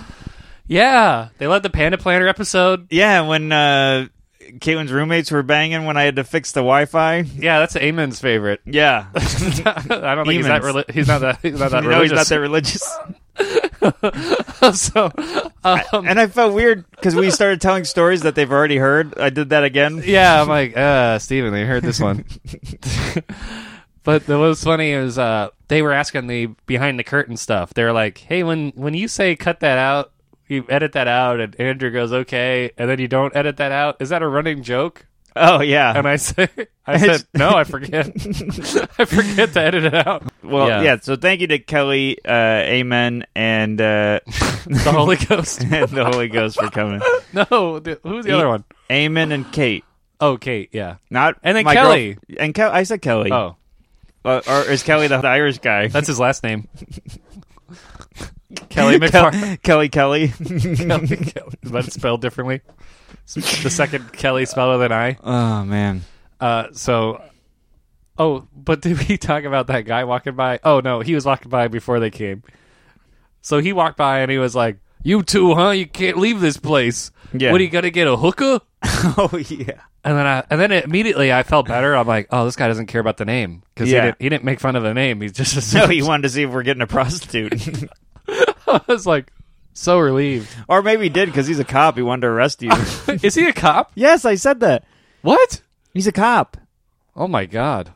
S1: Yeah, they let the Panda Planner episode.
S2: Yeah, when uh, Caitlin's roommates were banging when I had to fix the Wi-Fi.
S1: Yeah, that's Amen's favorite.
S2: Yeah,
S1: I don't think he's that.
S2: Eamon's.
S1: Reli- he's not that. He's not that.
S2: no, he's not
S1: religious.
S2: that religious.
S1: so, um,
S2: and I felt weird because we started telling stories that they've already heard. I did that again.
S1: yeah, I'm like, uh, Steven, they heard this one. but what was funny is uh, they were asking the behind the curtain stuff. They were like, hey, when, when you say cut that out, you edit that out, and Andrew goes, okay, and then you don't edit that out. Is that a running joke?
S2: Oh yeah.
S1: And I said, I said, no, I forget. I forget to edit it out.
S2: well,
S1: yeah.
S2: yeah. So thank you to Kelly, uh, Amen, and uh,
S1: The Holy Ghost.
S2: and the Holy Ghost for coming.
S1: No, the, who's the other one?
S2: Amen and Kate.
S1: Oh, Kate, yeah.
S2: Not
S1: And then
S2: my
S1: Kelly.
S2: girl- and Kelly. I said Kelly.
S1: Oh,
S2: Uh, or is Kelly the Irish guy?
S1: that's his last name. Kelly McFarland.
S2: Kelly Kelly.
S1: Kelly, Kelly, but it's spelled differently. The second Kelly spelled it than I.
S2: Oh man.
S1: Uh, so, oh, but did we talk about that guy walking by? Oh no, he was walking by before they came. So he walked by and he was like, "You two, huh? You can't leave this place.
S2: Yeah.
S1: What are you gonna get a hooker?"
S2: Oh yeah.
S1: And then I, and then immediately I felt better. I'm like, "Oh, this guy doesn't care about the name because
S2: Yeah.
S1: he didn't he didn't make fun of the name. He's just
S2: No, he wanted to see if we're getting a prostitute,
S1: I was like, so relieved.
S2: or maybe he did because he's a cop. He wanted to arrest you.
S1: Is he a cop?
S2: yes, I said that.
S1: What?
S2: He's a cop.
S1: Oh my god.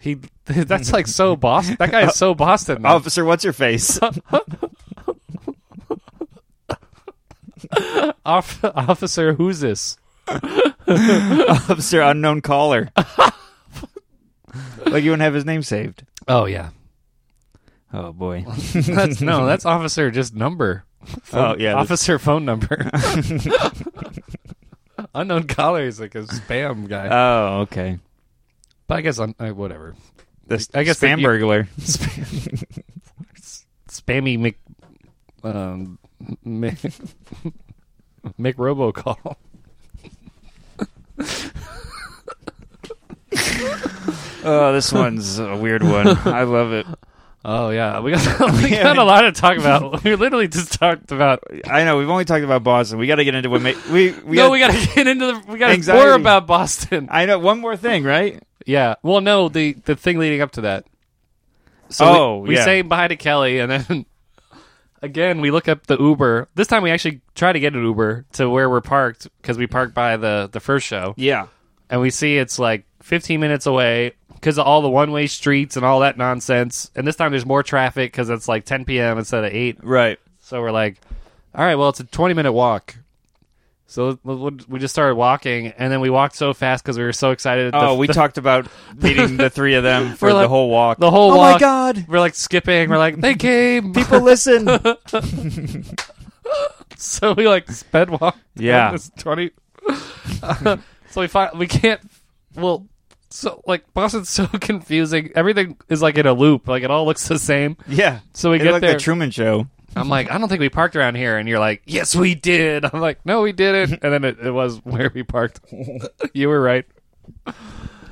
S1: He that's like so Boston. That guy is so Boston. though.
S2: Officer, what's your face?
S1: Off, officer, who's this?
S2: Officer, unknown caller. like you wouldn't have his name saved.
S1: Oh yeah.
S2: Oh boy.
S1: That's no, that's officer just number.
S2: oh yeah. that's-
S1: officer phone number. Unknown caller is like a spam guy.
S2: Oh okay.
S1: but I guess un- uh, whatever.
S2: The
S1: I guess that
S2: spam
S1: you-
S2: burglar.
S1: Spam- Spammy Mc um Mc, Mc robocall.
S2: Oh, this one's a weird one. I love it.
S1: Oh yeah, we got we
S2: Yeah,
S1: got a
S2: we-
S1: lot to talk about. We literally just talked about
S2: I know we've only talked about Boston. We got to get into what ma- we we
S1: no,
S2: gotta-
S1: we got to get into the. We got to
S2: Anxiety.
S1: more about Boston.
S2: I know one more thing, right?
S1: yeah. Well, no, the the thing leading up to that. So
S2: Oh,
S1: we, we
S2: yeah.
S1: say bye to Kelly, and then again we look up the Uber. This time we actually try to get an Uber to where we're parked because we parked by the the first show,
S2: Yeah.
S1: and we see it's like 15 minutes away because of all the one way streets and all that nonsense. And this time there's more traffic because it's like 10 p.m. instead of eight.
S2: Right.
S1: So we're like, all right, well, it's a 20 minute walk. So we- we we just started walking, and then we walked so fast because we were so excited.
S2: Oh,
S1: the,
S2: we
S1: the,
S2: talked about meeting the three of them for
S1: We're
S2: the
S1: like-
S2: whole walk.
S1: the whole
S2: oh
S1: walk.
S2: my god!
S1: We're like skipping. We're like, they came.
S2: People listen.
S1: so we like sped walk.
S2: Yeah.
S1: This 20. so we find we can't. Well, so like Boston's so confusing. Everything is like in a loop. Like it all looks the same.
S2: yeah.
S1: So we
S2: It
S1: get
S2: looked
S1: there.
S2: like the Truman Show.
S1: I'm like, I don't think we parked around here. And you're like, yes, we did. I'm like, no, we didn't. And then it, it was where we parked. you were right.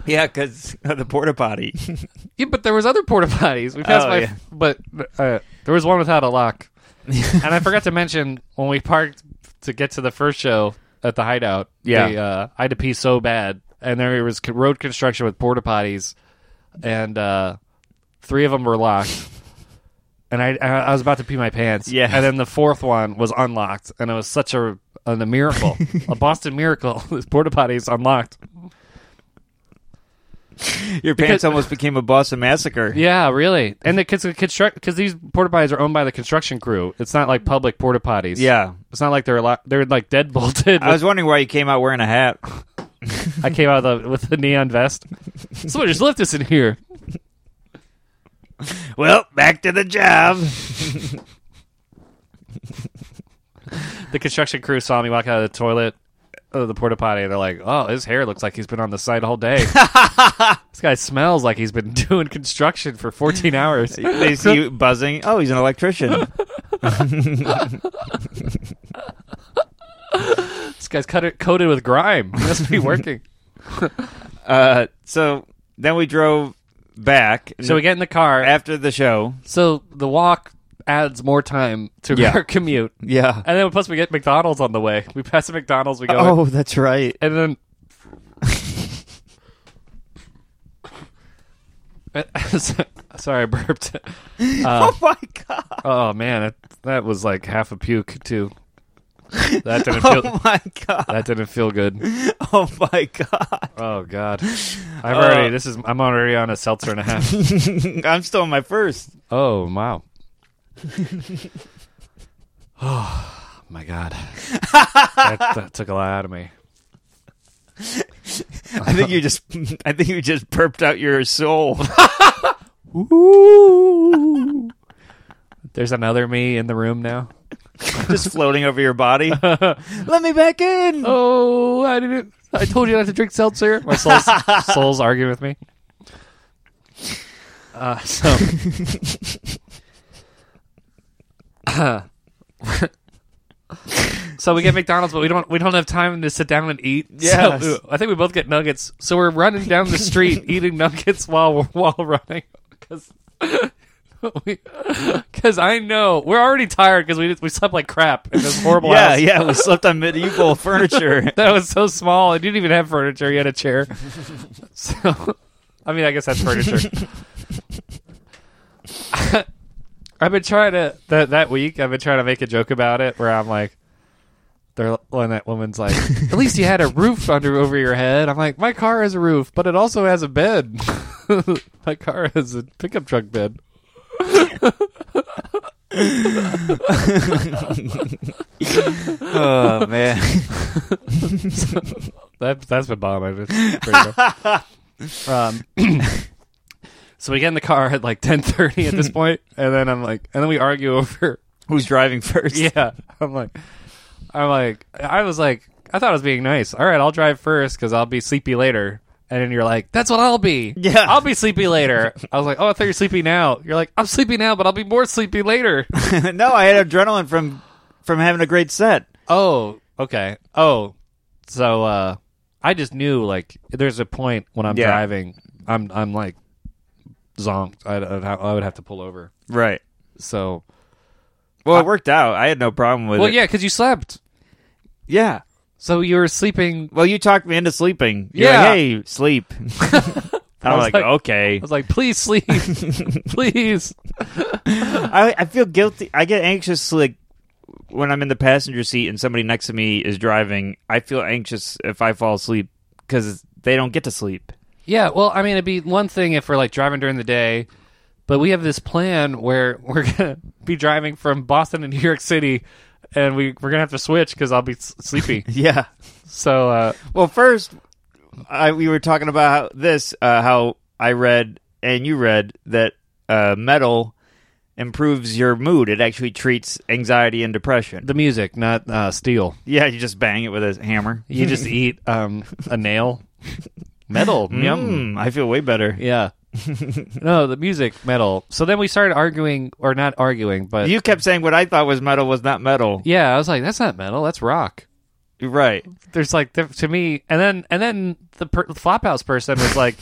S2: Yeah, because the porta potty.
S1: Yeah, but there was other porta potties. We passed
S2: Oh,
S1: by,
S2: yeah.
S1: but uh, there was one without a lock. and I forgot to mention when we parked to get to the first show at the hideout.
S2: Yeah.
S1: they, uh, I had to pee so bad and there was co- road construction with porta potties, and uh, three of them were locked. And I, I I was about to pee my pants.
S2: Yeah.
S1: And then the fourth one was unlocked, and it was such a a miracle, a Boston miracle. This porta potty's unlocked.
S2: Your pants almost became a Boston massacre.
S1: Yeah, really. And the kids construct because these porta potties are owned by the construction crew. It's not like public porta potties.
S2: Yeah.
S1: It's not like they're lo- they're like dead bolted.
S2: I was wondering why you came out wearing a hat.
S1: I came out of the, with the neon vest. Someone just left us in here.
S2: Well, back to the job.
S1: The construction crew saw me walk out of the toilet, of the porta potty, and they're like, "Oh, his hair looks like he's been on the site all day. this guy smells like he's been doing construction for 14 hours."
S2: they see you buzzing. Oh, he's an electrician.
S1: This guy's cut- coated with grime. Must be working.
S2: Uh, so then we drove back.
S1: so we get in the car.
S2: after the show.
S1: so the walk adds more time to
S2: Yeah.
S1: our commute.
S2: Yeah.
S1: And then plus we get McDonald's on the way. We pass a McDonald's, we go, in,
S2: Oh, that's right.
S1: and then. Sorry, I burped.
S2: oh my god.
S1: Oh man, that, that was like half a puke too. That didn't feel.
S2: Oh my god.
S1: That didn't feel good.
S2: Oh my god.
S1: Oh god, I've already. This is. I'm already on a seltzer and a half.
S2: I'm still on my first.
S1: Oh wow. oh my god, that, that took a lot out of me.
S2: I think you just I think you just burped out your soul.
S1: Ooh. There's another me in the room now.
S2: just floating over your body. Let me back in.
S1: Oh, I didn't. I told you not to drink seltzer. My soul's, soul's arguing with me. Uh, so. So we get McDonald's, but we don't we don't have time to sit down and eat.
S2: Yes.
S1: So I think we both get nuggets. So we're running down the street eating nuggets while we're while running because because I know we're already tired because we just- we slept like crap in this horrible
S2: Yeah,
S1: house
S2: yeah, we slept on medieval furniture.
S1: that was so small. It didn't even have furniture. You had a chair. So, I mean, I guess that's furniture. I've been trying to that that week. I've been trying to make a joke about it, where I'm like, "They're when that woman's like, at least you had a roof under over your head." I'm like, "My car has a roof, but it also has a bed. My car has a pickup truck bed."
S2: oh man.
S1: That that's been bombing. It's pretty rough. um, so we get in the car at like ten thirty at this point, and then I'm like, and then we argue over.
S2: Who's driving first?
S1: Yeah, I'm like, I'm like, I was like, I thought I was being nice. All right, I'll drive first because I'll be sleepy later. And then you're like, that's what I'll be.
S2: Yeah.
S1: I'll be sleepy later. I was like, oh, I thought you're sleepy now. You're like, I'm sleepy now, but I'll be more sleepy later.
S2: no, I had adrenaline from from having a great set.
S1: Oh, okay. Oh, so uh, I just knew like there's a point when I'm
S2: Yeah.
S1: driving, I'm I'm like zonked. I'd, I'd ha- I would have to pull over.
S2: Right.
S1: So
S2: Well, it worked out. I had no problem
S1: Uh,
S2: with
S1: well,
S2: it.
S1: yeah, because you slept.
S2: Yeah.
S1: So you were sleeping.
S2: Well, you talked me into sleeping. You're
S1: Yeah.
S2: Like, hey, sleep. I'm
S1: was
S2: like,
S1: like-
S2: okay.
S1: I was like, please sleep, please.
S2: I, I feel guilty. I get anxious like when I'm in the passenger seat and somebody next to me is driving. I feel anxious if I fall asleep because they don't get to sleep.
S1: Yeah. Well, I mean, it'd be one thing if we're like driving during the day, but we have this plan where we're gonna be driving from Boston to New York City, and we we're gonna have to switch because I'll be s- sleepy.
S2: Yeah.
S1: so. uh
S2: Well, first, I, we were talking about how, this, uh, how I read and you read that uh, metal improves your mood. It actually treats anxiety and depression.
S1: the music, not uh, steel.
S2: yeah, you just bang it with a hammer.
S1: You just eat um, a nail, metal. Yum.
S2: Mm, I feel way better.
S1: Yeah. Mm-hmm. no, the music metal. So then we started arguing, or not arguing, but
S2: You kept saying what I thought was metal was not metal.
S1: yeah, I was like, that's not metal, that's rock.
S2: You're right.
S1: There's like there, to me, and then and then the per- flophouse person was like,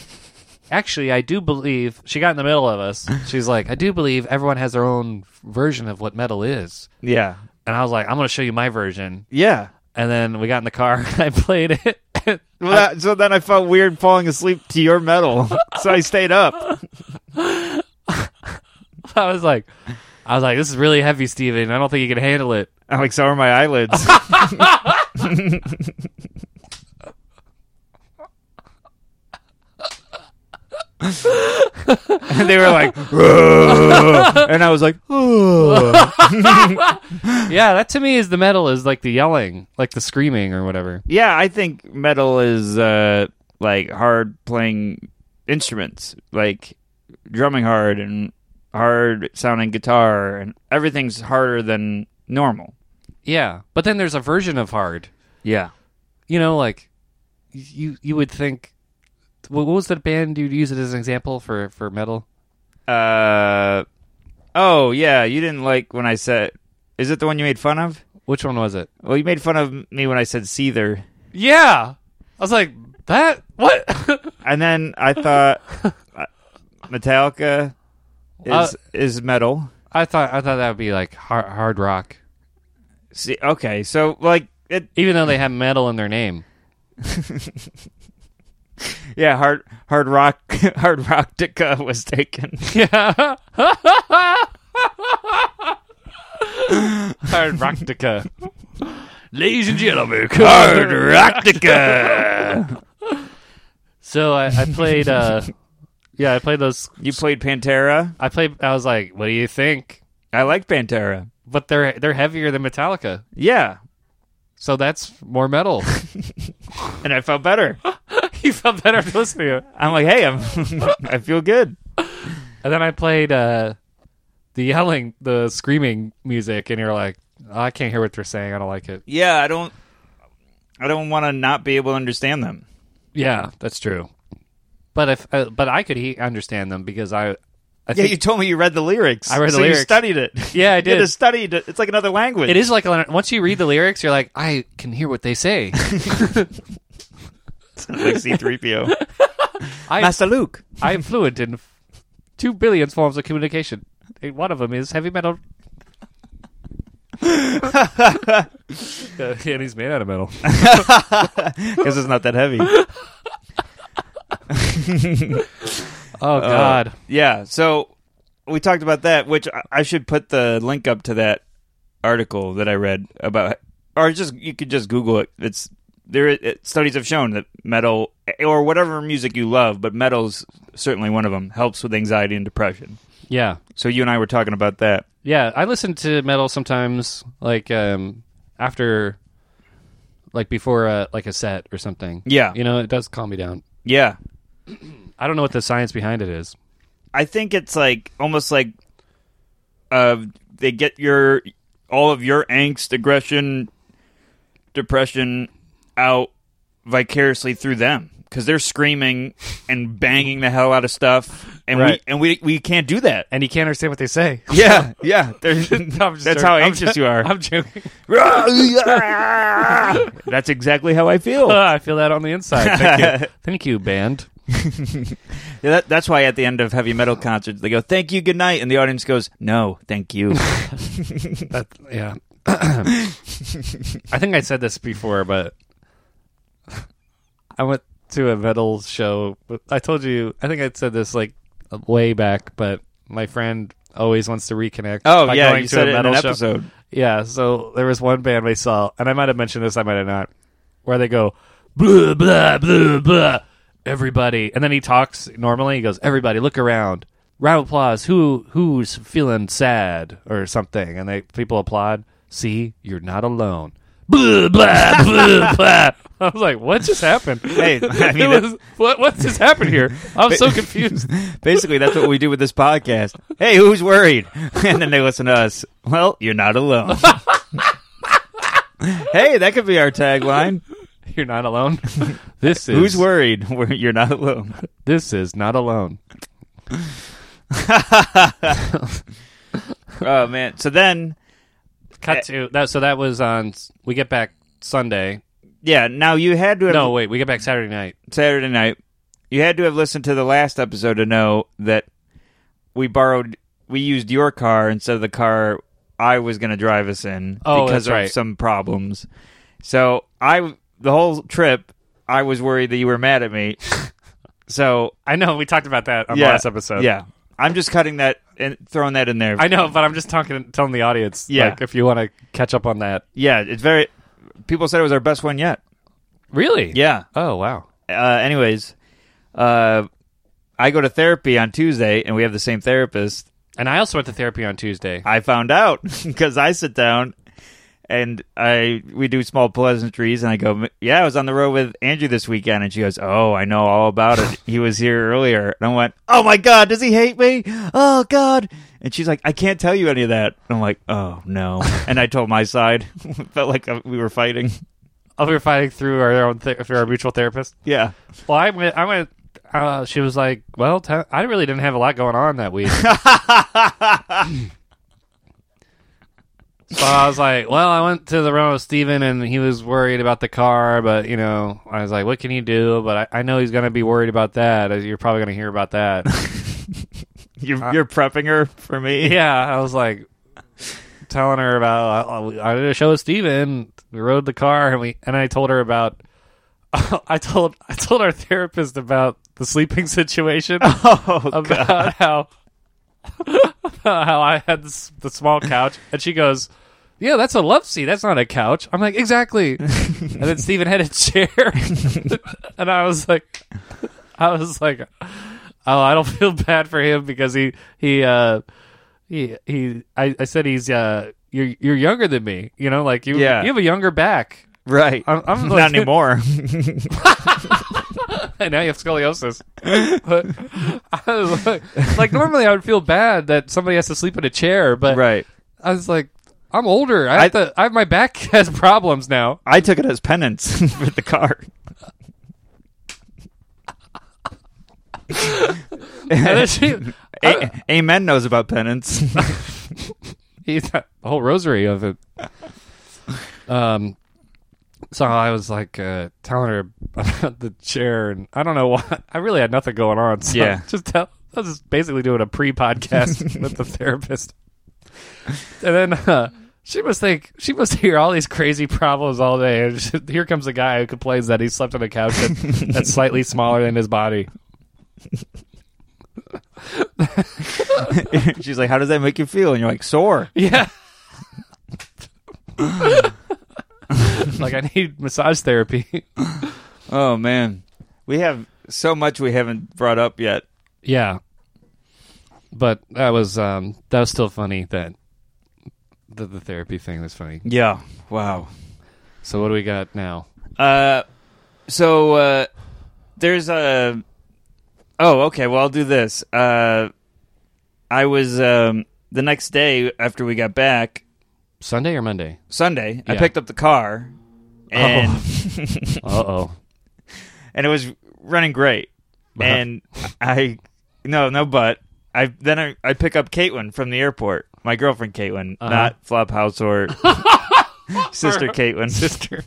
S1: actually, I do believe she got in the middle of us. She's like, I do believe everyone has their own version of what metal is,
S2: Yeah.
S1: and I was like, I'm going to show you my version.
S2: Yeah.
S1: And then we got in the car and I played it.
S2: Well, that, so then I felt weird falling asleep to your metal, so I stayed up.
S1: I was like, I was like, this is really heavy, Steven. I don't think you can handle it.
S2: I'm like, so are my eyelids. and they were like, "Ugh." and I was like, "Ugh."
S1: Yeah, that to me is the metal is like the yelling, like the screaming or whatever.
S2: yeah, I think metal is uh, like hard playing instruments, like drumming hard and hard sounding guitar, and everything's harder than normal.
S1: Yeah, but then there's a version of hard.
S2: Yeah.
S1: You know, like you you would think. What what was that band you'd use it as an example for for metal?
S2: Uh, oh yeah, you didn't like when I said. Is it the one you made fun of?
S1: Which one was it?
S2: Well, you made fun of me when I said seether,
S1: Yeah, I was like that. What?
S2: and then I thought uh, Metallica is
S1: Uh,
S2: is metal.
S1: I thought I thought that would be like hard, hard rock,
S2: See, okay, so like it,
S1: even though they have metal in their name.
S2: yeah, hard hard rock hard rock Dicka was taken.
S1: Yeah. Hard rocktica. Ladies and gentlemen,
S2: Hard rock Dicka.
S1: So I, I played. uh Yeah, I played those.
S2: you played Pantera.
S1: I played. I was like, "What do you think?"
S2: I like Pantera.
S1: But they're they're heavier than Metallica,
S2: Yeah,
S1: so that's more metal.
S2: and I felt better.
S1: you felt better after listening to it.
S2: I'm like, hey, I'm I feel good.
S1: And then I played uh the yelling, the screaming music, and you're like, "Oh, "I can't hear what they're saying. I don't like it."
S2: Yeah, I don't. I don't want to not be able to understand them.
S1: Yeah, that's true. But if uh, but I could he- understand them because I, I
S2: Yeah,
S1: think
S2: you told me you read the lyrics.
S1: I read the
S2: so
S1: lyrics.
S2: You studied it.
S1: Yeah, I
S2: You had to
S1: did.
S2: study it. It's like another language.
S1: it is like a- once you read the lyrics, you're like, I can hear what they say.
S2: like C-3PO.
S1: I
S2: Master Luke.
S1: I am fluent in f- two billion forms of communication. And One of them is heavy metal. yeah, and he's made out of metal.
S2: Because it's not that heavy.
S1: Oh God!
S2: yeah. So we talked about that, which I, I should put the link up to that article that I read about, or just you could just Google it. It's there. It, studies have shown that metal or whatever music you love, but metal's certainly one of them. Helps with anxiety and depression.
S1: yeah,
S2: So you and I were talking about that.
S1: yeah. I listen to metal sometimes, like um after, like before, a, like a set or something.
S2: Yeah.
S1: you know, it does calm me down.
S2: Yeah.
S1: I don't know what the science behind it is.
S2: I think it's like almost like uh they get your all of your angst, aggression, depression out vicariously through them cuz they're screaming and banging the hell out of stuff and
S1: Right.
S2: we and we we can't do that.
S1: And you can't understand what they say.
S2: Yeah, yeah.
S1: That's
S2: that's how anxious you are.
S1: I'm joking.
S2: that's exactly how I feel.
S1: Ah, I feel that on the inside. Thank you. Thank you, band.
S2: Yeah, that, that's why at the end of heavy metal concerts they go, "Thank you, good night," and the audience goes, "No, thank you."
S1: That, yeah. I think I said this before, but I went to a metal show. I told you, I think I said this like way back, but my friend always wants to reconnect.
S2: oh
S1: by
S2: yeah,
S1: going
S2: you
S1: to
S2: said
S1: a
S2: it in
S1: metal
S2: an
S1: show.
S2: episode.
S1: Yeah, so there was one band we saw, and I might have mentioned this, I might have not, where they go blah blah blah blah. Everybody, and then he talks normally. He goes, "Everybody, look around. Round of applause. Who who's feeling sad or something?" And they people applaud. See, you're not alone. Blah blah blah blah. I was like, "What just happened?"
S2: Hey, I mean,
S1: it was, what what just happened here? I'm so confused.
S2: Basically, that's what we do with this podcast. Hey, who's worried? And then they listen to us. Well, you're not alone. hey, that could be our tagline.
S1: You're not alone. This is
S2: Who's worried? We're- You're not alone.
S1: This is not alone.
S2: Oh man. So then, Eh.
S1: Cut to that. So that was on. We get back Sunday.
S2: yeah. Now you had to have
S1: No, wait. We get back Saturday night.
S2: Saturday night. You had to have listened to the last episode to know that we borrowed, we used your car instead of the car I was going to drive us in
S1: Oh,
S2: because
S1: that's
S2: of
S1: right.
S2: some problems. So I, the whole trip, I was worried that you were mad at me. so
S1: I know we talked about that on the
S2: yeah,
S1: last episode.
S2: Yeah, I'm just cutting that and throwing that in there.
S1: I know, but I'm just talking telling the audience.
S2: Yeah.
S1: like, if you want to catch up on that,
S2: yeah, it's very. People said it was our best one yet.
S1: really?
S2: Yeah.
S1: Oh wow.
S2: Uh, anyways, uh, I go to therapy on Tuesday, and we have the same therapist.
S1: And I also went to therapy on Tuesday.
S2: I found out because I sit down and I we do small pleasantries, and I go, "Yeah, I was on the road with Andrew this weekend," and she goes, "Oh, I know all about it. he was here earlier," and I went, "Oh my god, does he hate me? Oh god!" And she's like, "I can't tell you any of that." And I'm like, "Oh no," and I told my side. Felt like uh, we were fighting.
S1: Oh, we were fighting through our own th- through our mutual therapist.
S2: Yeah,
S1: Well, I went. I went. Uh, she was like, "Well, t- I really didn't have a lot going on that week." so I was like, "Well, I went to the room with Steven and he was worried about the car, but you know, I was like, what can he do? But I, I know he's going to be worried about that. You're probably going to hear about that."
S2: you're, you're prepping her for me.
S1: Uh, yeah, I was like telling her about I, I did a show with Steven. We rode the car and we and I told her about I told I told our therapist about the sleeping situation
S2: Oh,
S1: about how about how I had this, the small couch and she goes yeah, that's a love seat. That's not a couch. I'm like, exactly. and then Steven had a chair. and I was like, I was like, oh, I don't feel bad for him because he, he, uh, he, he, I, I said he's, uh, you're, you're younger than me. You know, like you,
S2: Yeah.
S1: you have a younger back.
S2: right.
S1: I'm, I'm
S2: Not
S1: like-
S2: anymore.
S1: and now you have scoliosis. but I was like, like, normally I would feel bad that somebody has to sleep in a chair, but
S2: right.
S1: I was like, I'm older. I have
S2: I-
S1: to. I have my back has problems now.
S2: I took it as penance for the car.
S1: And then she,
S2: A- Amen knows about penance.
S1: he, the whole rosary of it. Um, so I was like uh, telling her about the chair, and I don't know why. I really had nothing going on. So
S2: Yeah.
S1: just tell. I was just basically doing a pre-podcast with the therapist, and then uh, she must think she must hear all these crazy problems all day. And she- here comes a guy who complains that he slept on a couch that, that's slightly smaller than his body.
S2: She's like, "How does that make you feel?" And you're like, "Sore."
S1: Yeah. like I need massage therapy.
S2: Oh man, we have so much we haven't brought up yet.
S1: yeah. But that was um that was still funny that the, the therapy thing was funny.
S2: Yeah. Wow.
S1: So what do we got now?
S2: Uh, so uh, there's a. Oh, okay. Well, I'll do this. Uh, I was um the next day after we got back
S1: Sunday or Monday?
S2: Sunday. I
S1: Yeah.
S2: picked up the car, and
S1: Uh oh.
S2: and it was running great.
S1: Uh-huh.
S2: And I, no, no, but I then I, I pick up Caitlin from the airport, my girlfriend Caitlin, not Flophouse or sister Caitlin, sister,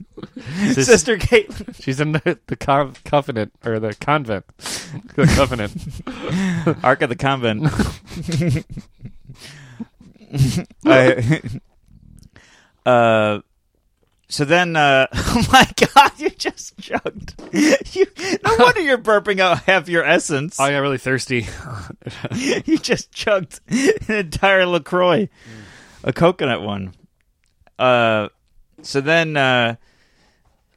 S2: sister Caitlin.
S1: She's in the, the con- covenant or the convent. The covenant.
S2: Ark of the Convent. I- uh, so then, uh, oh my God, you just chugged. You, no wonder you're burping out half your essence.
S1: I got Oh, really thirsty.
S2: you just chugged an entire LaCroix, a coconut one. Uh, so then, uh,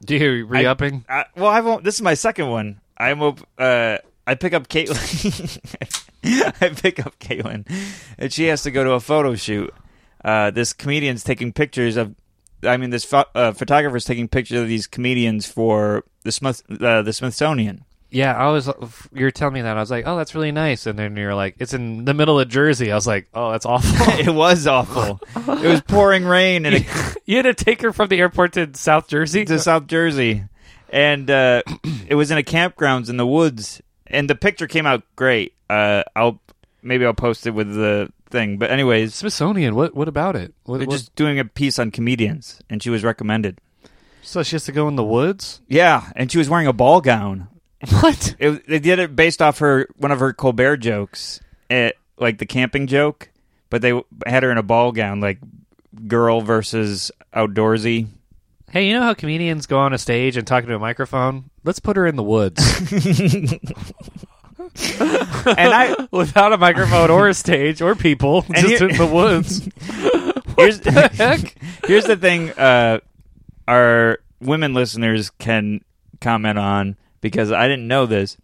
S1: Do you re upping?
S2: I, well, I won't. This is my second one. I'm op- uh, I pick up Caitlin. I pick up Caitlin, and she has to go to a photo shoot. Uh, this comedian's taking pictures of. I mean, this pho- uh, photographer's taking pictures of these comedians for the Smith uh, the Smithsonian.
S1: Yeah, I was. You're telling me that I was like, oh, that's really nice, and then you're like, it's in the middle of Jersey. I was like, oh, that's awful.
S2: It was awful. it was pouring rain, and it
S1: you had to take her from the airport to South Jersey.
S2: to South Jersey, and uh, it was in a campgrounds in the woods, and the picture came out great. Uh, I'll maybe I'll post it with the thing, but anyways,
S1: Smithsonian. What? What about it? What,
S2: they're
S1: what-
S2: just doing a piece on comedians, and she was recommended.
S1: so she has to go in the woods.
S2: Yeah, and she was wearing a ball gown.
S1: What?
S2: It, they did it based off her one of her Colbert jokes, eh, like the camping joke, but they had her in a ball gown, like girl versus outdoorsy.
S1: Hey, you know how comedians go on a stage and talk into a microphone? Let's put her in the woods
S2: And I
S1: without a microphone or a stage or people, just
S2: here-
S1: in the woods.
S2: here's
S1: Heck,
S2: here's the thing uh, our women listeners can comment on because I didn't know this.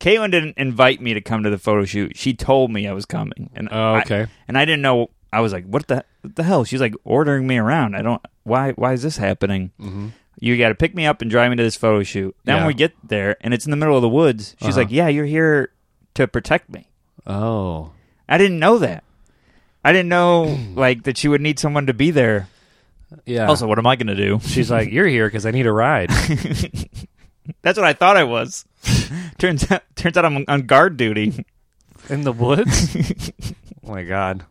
S2: Caitlin didn't invite me to come to the photo shoot. She told me I was coming, and
S1: Oh,
S2: I-
S1: okay.
S2: and I didn't know. I was like, "What the what the hell?" She's like ordering me around. I don't. Why why is this happening? You got to pick me up and drive me to this photo shoot. Then
S1: Yeah. Uh-huh.
S2: we get there, and it's in the middle of the woods. She's like, "Yeah, you're here to protect me."
S1: oh,
S2: I didn't know that. I didn't know like that she would need someone to be there.
S1: yeah.
S2: Also, what am I going to do?
S1: she's like, "You're here because I need a ride."
S2: That's what I thought I was. turns out, turns out I'm on guard duty.
S1: in the woods. oh my god.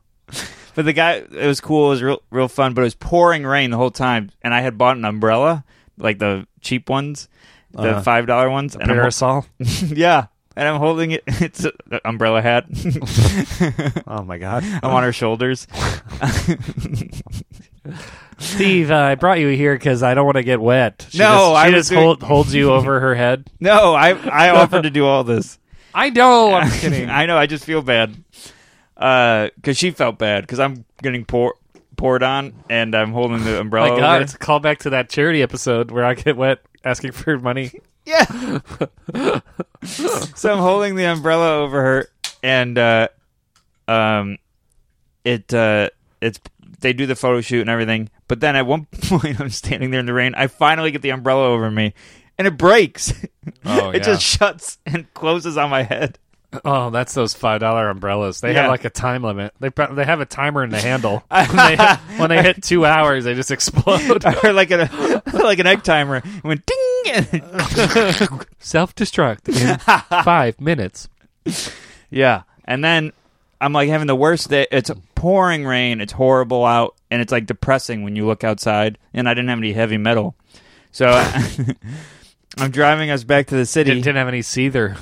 S2: But the guy, it was cool. It was real, real fun. But it was pouring rain the whole time, and I had bought an umbrella, like the cheap ones, the
S1: Uh,
S2: five dollar ones. And I'm hol-
S1: Parasol.
S2: yeah, and I'm holding it. It's an umbrella hat.
S1: Oh my god.
S2: I'm on her shoulders.
S1: Steve, uh, I brought you here because I don't want to get wet. She
S2: No,
S1: just, she
S2: I was
S1: just
S2: doing-
S1: hold, holds you over her head.
S2: No, I I offered to do all this.
S1: I know. I'm kidding.
S2: I know. I just feel bad because she felt bad because I'm getting pour, poured on and I'm holding the
S1: my
S2: umbrella.
S1: god,
S2: over.
S1: Oh, it's a callback to that charity episode where I get wet asking for money.
S2: Yeah. so I'm holding the umbrella over her, and uh, um, it uh, it's they do the photo shoot and everything. But then at one point, I'm standing there in the rain. I finally get the umbrella over me, and it breaks.
S1: Oh,
S2: it just shuts and closes on my head.
S1: Oh, that's those five dollar umbrellas. They
S2: Yeah.
S1: have like a time limit. They pro- they have a timer in the handle. when, they hit, when they hit two hours, they just explode.
S2: or like an like an egg timer It went ding. and-
S1: Self destruct in five minutes.
S2: yeah, and then I'm like having the worst day. It's pouring rain. It's horrible out, and it's like depressing when you look outside. And I didn't have any heavy metal, so I'm driving us back to the
S1: Didn't,
S2: city.
S1: didn't have any seether.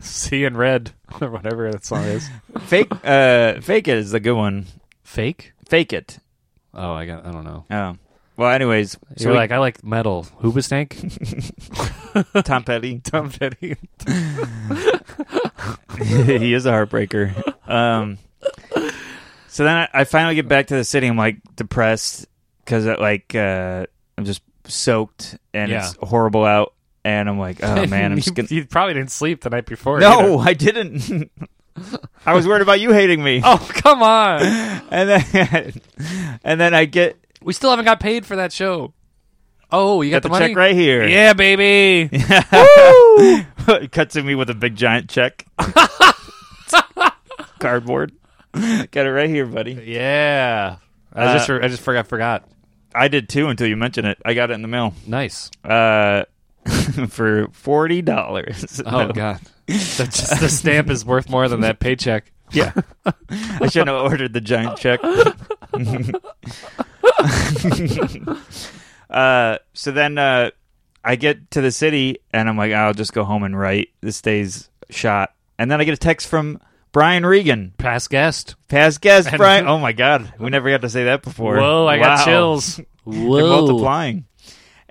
S1: See in red or whatever that song is.
S2: Fake, uh, fake it is the good one.
S1: Fake.
S2: Fake it.
S1: Oh, I got. I don't know.
S2: Oh. Well, anyways, so
S1: You're
S2: we-
S1: like I like metal. Hooba Stank.
S2: Tom Petty.
S1: Tom Petty.
S2: he is a heartbreaker. Um, so then I, I finally get back to the city. I'm like depressed because like uh, I'm just soaked and
S1: Yeah.
S2: it's horrible out. And I'm like, oh man, I'm
S1: you,
S2: just gonna.
S1: you probably didn't sleep the night before.
S2: No,
S1: either.
S2: I didn't. I was worried about you hating me.
S1: Oh come on.
S2: And then, and then I get
S1: We still haven't got paid for that show. Oh, you got,
S2: got the,
S1: money
S2: check right here.
S1: Yeah, baby.
S2: Cuts to me with a big giant check, cardboard. Got it right here, buddy.
S1: Yeah. I
S2: Uh,
S1: just I just forgot forgot.
S2: I did too until you mentioned it. I got it in the mail.
S1: Nice.
S2: Uh, for forty dollars.
S1: Oh god. That's just, the stamp is worth more than that paycheck.
S2: yeah. I shouldn't have ordered the giant check. uh, so then uh, I get to the city and I'm like, I'll just go home and write this day's shot. And then I get a text from Brian Regan,
S1: Past guest.
S2: past guest
S1: And-
S2: Brian. Oh my God, we never got to say that before.
S1: Whoa, I
S2: Wow.
S1: got chills. Whoa.
S2: They're multiplying.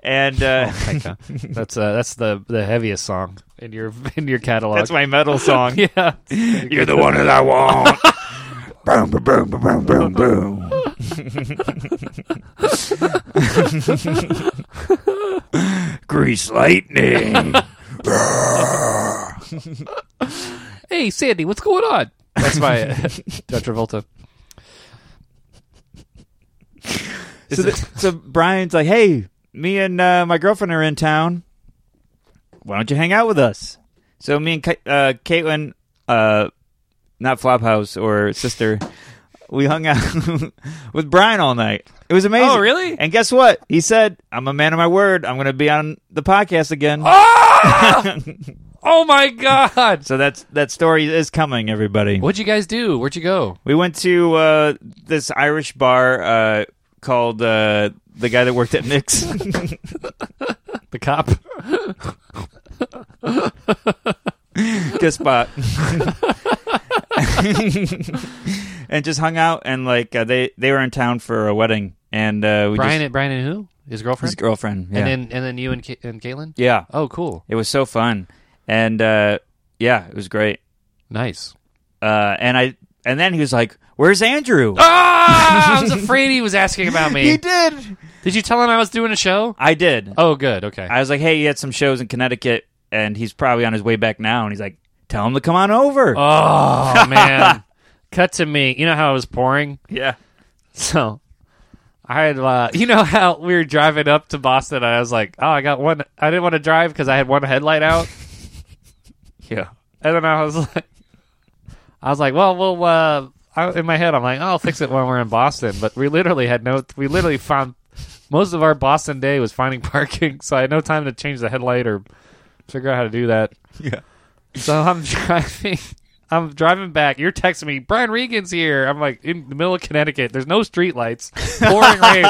S2: And uh,
S1: Oh, my God. That's uh that's the the heaviest song in your in your catalog.
S2: that's my metal song.
S1: yeah.
S2: You're the one that I want.
S4: Boom, boom, boom, boom, boom, boom.
S2: Grease lightning.
S1: Hey Sandy, what's going on? That's my John Travolta.
S2: so, th- so Brian's like, "Hey, me and uh, my girlfriend are in town. Why don't you hang out with us?" So me and Ka- uh, Caitlin, uh, not Flophouse or sister, we hung out with Brian all night. It was amazing.
S1: Oh, really?
S2: And guess what? He said, "I'm a man of my word. I'm going to be on the podcast again."
S1: Oh my god.
S2: So that's that story is coming, everybody.
S1: What'd you guys do? Where'd you go?
S2: We went to uh, this Irish bar uh, called uh, the guy that worked at Nick's.
S1: The cop.
S2: Kiss spot. and just hung out and like uh, they they were in town for a wedding and uh, we
S1: Brian
S2: just,
S1: and Brian and who? His girlfriend.
S2: his girlfriend. Yeah,
S1: And then and then you and Ka- and Caitlin.
S2: yeah,
S1: Oh, cool.
S2: it was so fun, and uh, yeah, it was great.
S1: Nice.
S2: Uh, and I and then he was like, "Where's Andrew?"
S1: Ah! I was afraid he was asking about me.
S2: He did.
S1: Did you tell him I was doing a show?
S2: I did.
S1: Oh, good. Okay.
S2: I was like, "Hey, he had some shows in Connecticut, and he's probably on his way back now." And he's like, "Tell him to come on over."
S1: Oh man. Cut to me. You know how I was pouring?
S2: yeah.
S1: So I had uh, you know how we were driving up to Boston and I was like, "Oh, I got one I didn't want to drive cuz I had one headlight out."
S2: Yeah.
S1: and then I was like I was like, "Well, well uh I, in my head I'm like, "Oh, I'll fix it when we're in Boston." But we literally had no we literally found most of our Boston day was finding parking, so I had no time to change the headlight or figure out how to do that.
S2: Yeah.
S1: So I'm driving. I'm driving back. You're texting me, Brian Regan's here. I'm like in the middle of Connecticut. There's no streetlights. Pouring rain.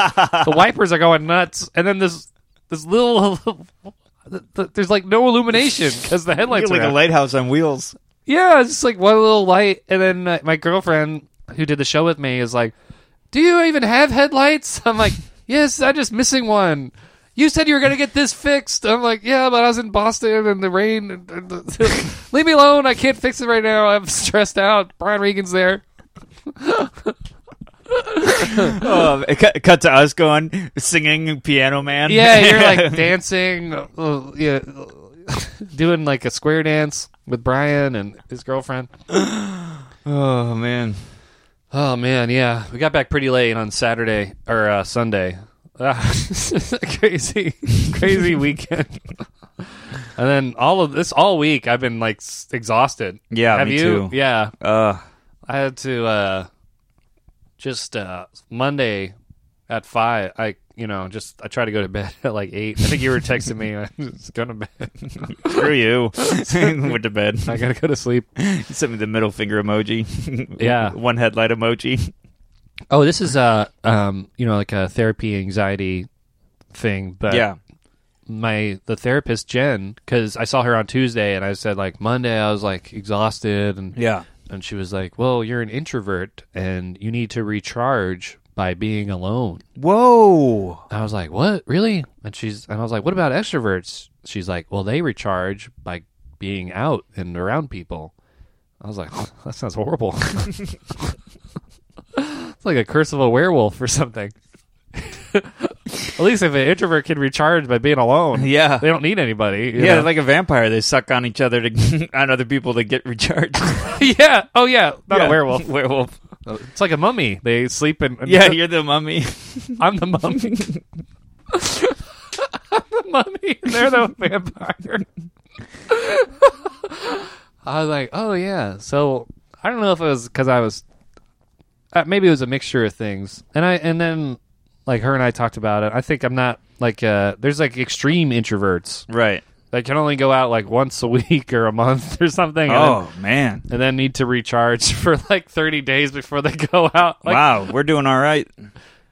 S1: The wipers are going nuts. And then this this little, th- th- there's like no illumination because the headlights are out.
S2: lighthouse on wheels.
S1: Yeah, it's just like one little light. And then uh, my girlfriend who did the show with me is like, "Do you even have headlights?" I'm like, "Yes, I'm just missing one." You said you were gonna get this fixed. I'm like, "Yeah, but I was in Boston and the rain. and- and the- Leave me alone. I can't fix it right now. I'm stressed out. Brian Regan's there."
S2: Oh, it cut, cut to us going singing Piano Man.
S1: Yeah, you're like dancing, uh, yeah, uh, doing like a square dance with Brian and his girlfriend.
S2: oh man.
S1: Oh man, yeah, we got back pretty late on Saturday or uh, Sunday. Ah, crazy, crazy weekend. and then all of this all week, I've been like s- exhausted.
S2: Yeah,
S1: have
S2: me
S1: you?
S2: too.
S1: Yeah,
S2: Uh,
S1: I had to uh, just uh, Monday at five. I you know just I tried to go to bed at like eight. I think you were texting me. I was going to bed.
S2: screw you. Went to bed.
S1: I gotta go to sleep.
S2: Sent me the middle finger emoji.
S1: Yeah.
S2: One headlight emoji.
S1: Oh, this is uh um you know like a therapy anxiety thing, but
S2: yeah.
S1: my the therapist Jen because I saw her on Tuesday and I said like Monday I was like exhausted and
S2: Yeah.
S1: and she was like, well, you're an introvert and you need to recharge by being alone.
S2: Whoa.
S1: I was like, what really? And she's and I was like, what about extroverts? She's like, well, they recharge by being out and around people. I was like, that sounds horrible. it's like a curse of a werewolf or something. At least if an introvert can recharge by being alone,
S2: Yeah.
S1: they don't need anybody. you
S2: yeah,
S1: know?
S2: they're like a vampire. They suck on each other to on other people to get recharged.
S1: yeah. Oh, yeah. Not
S2: Yeah.
S1: a werewolf.
S2: werewolf.
S1: It's like a mummy. They sleep in. in
S2: Yeah, you're the mummy.
S1: I'm the mummy. I'm the mummy. and They're the vampire. I was like, oh yeah. So I don't know if it was because I was, uh, maybe it was a mixture of things. And I and then like her and I talked about it. I think I'm not like uh, there's like extreme introverts
S2: Right.
S1: that can only go out like once a week or a month or something. And then-
S2: Oh man.
S1: and then need to recharge for like 30 days before they go out. Like,
S2: wow, we're doing all right.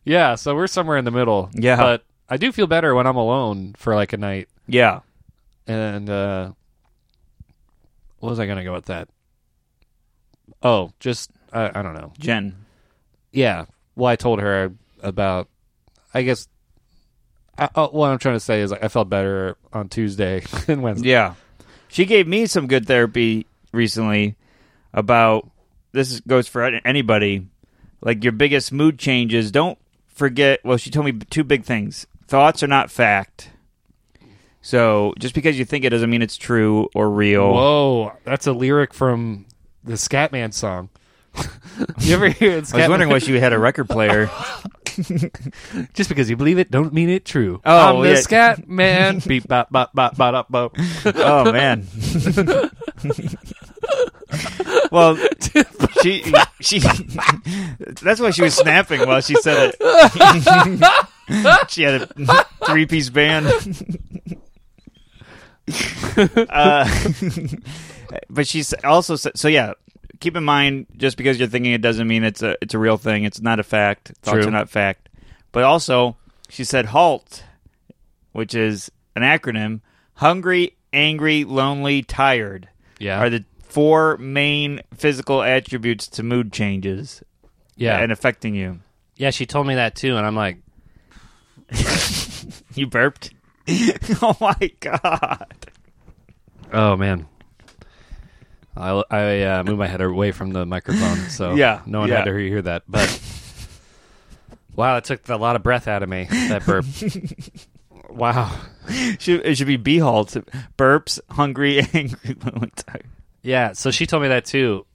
S1: Yeah, so we're somewhere in the middle.
S2: Yeah.
S1: But I do feel better when I'm alone for like a night.
S2: Yeah.
S1: And uh what was I going to go with that? Oh, just I I don't know.
S2: Jen.
S1: Yeah. Well, I told her about I guess I, oh, what I'm trying to say is like, I felt better on Tuesday and Wednesday.
S2: Yeah. She gave me some good therapy recently about this is- goes for an- anybody. Like your biggest mood changes. Don't forget. Well, she told me two big things thoughts are not fact. So just because you think it doesn't mean it's true or real.
S1: Whoa, that's a lyric from the Scatman song. you ever hear it?
S2: I was wondering why she had a record player.
S1: Just because you believe it, don't mean it true.
S2: Oh,
S1: I'm the
S2: yeah.
S1: scat man. Beep bop bop bop bop up bop.
S2: oh man. well, she she that's why she was snapping while she said it. she had a three piece band. uh, but she's also s- so yeah. Keep in mind, just because you're thinking it doesn't mean it's a it's a real thing. It's not a fact. Thoughts
S1: True.
S2: are not fact. But also, she said HALT, which is an acronym: hungry, angry, lonely, tired
S1: Yeah,
S2: are the four main physical attributes to mood changes
S1: yeah.
S2: and affecting you.
S1: Yeah, she told me that too, and I'm like,
S2: You burped. oh my god.
S1: oh man. I, I uh, moved my head away from the microphone, so
S2: Yeah,
S1: no one
S2: yeah.
S1: had to hear that. But wow, that took a lot of breath out of me. That burp. wow.
S2: Should, it should be Beholds. Burps, hungry, angry, lonely, tired.
S1: Yeah, so she told me that too.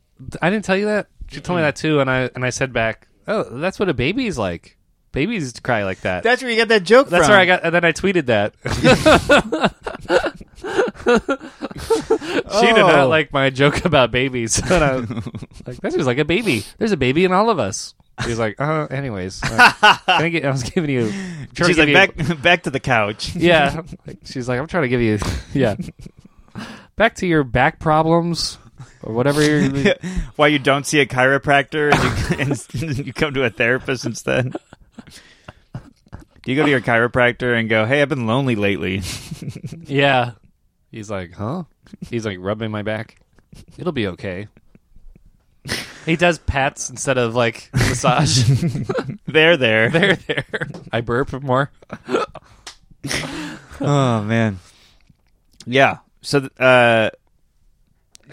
S1: I didn't tell you that. She told me that too, and I and I said back, "Oh, that's what a baby's like. Babies cry like that."
S2: That's where you got that joke
S1: that's
S2: from.
S1: where I got. And then I tweeted that. she did
S2: Oh.
S1: not like my joke about babies. And I was like that seems like a baby. There's a baby in all of us. She was like, "Uh, anyways, uh, can I, get, I was giving you." trying to
S2: She's
S1: give
S2: like
S1: you-
S2: back, back to the couch.
S1: yeah. Like, she's like, I'm trying to give you, yeah. Back to your back problems or whatever. You're,
S2: Why you don't see a chiropractor and you, and you come to a therapist instead? Do you go to your chiropractor and go, "Hey, I've been lonely lately."
S1: yeah. He's like, huh? He's like rubbing my back. It'll be okay. He does pats instead of like massage.
S2: There, there.
S1: there, there. I burp more.
S2: Oh man. Yeah. So th- uh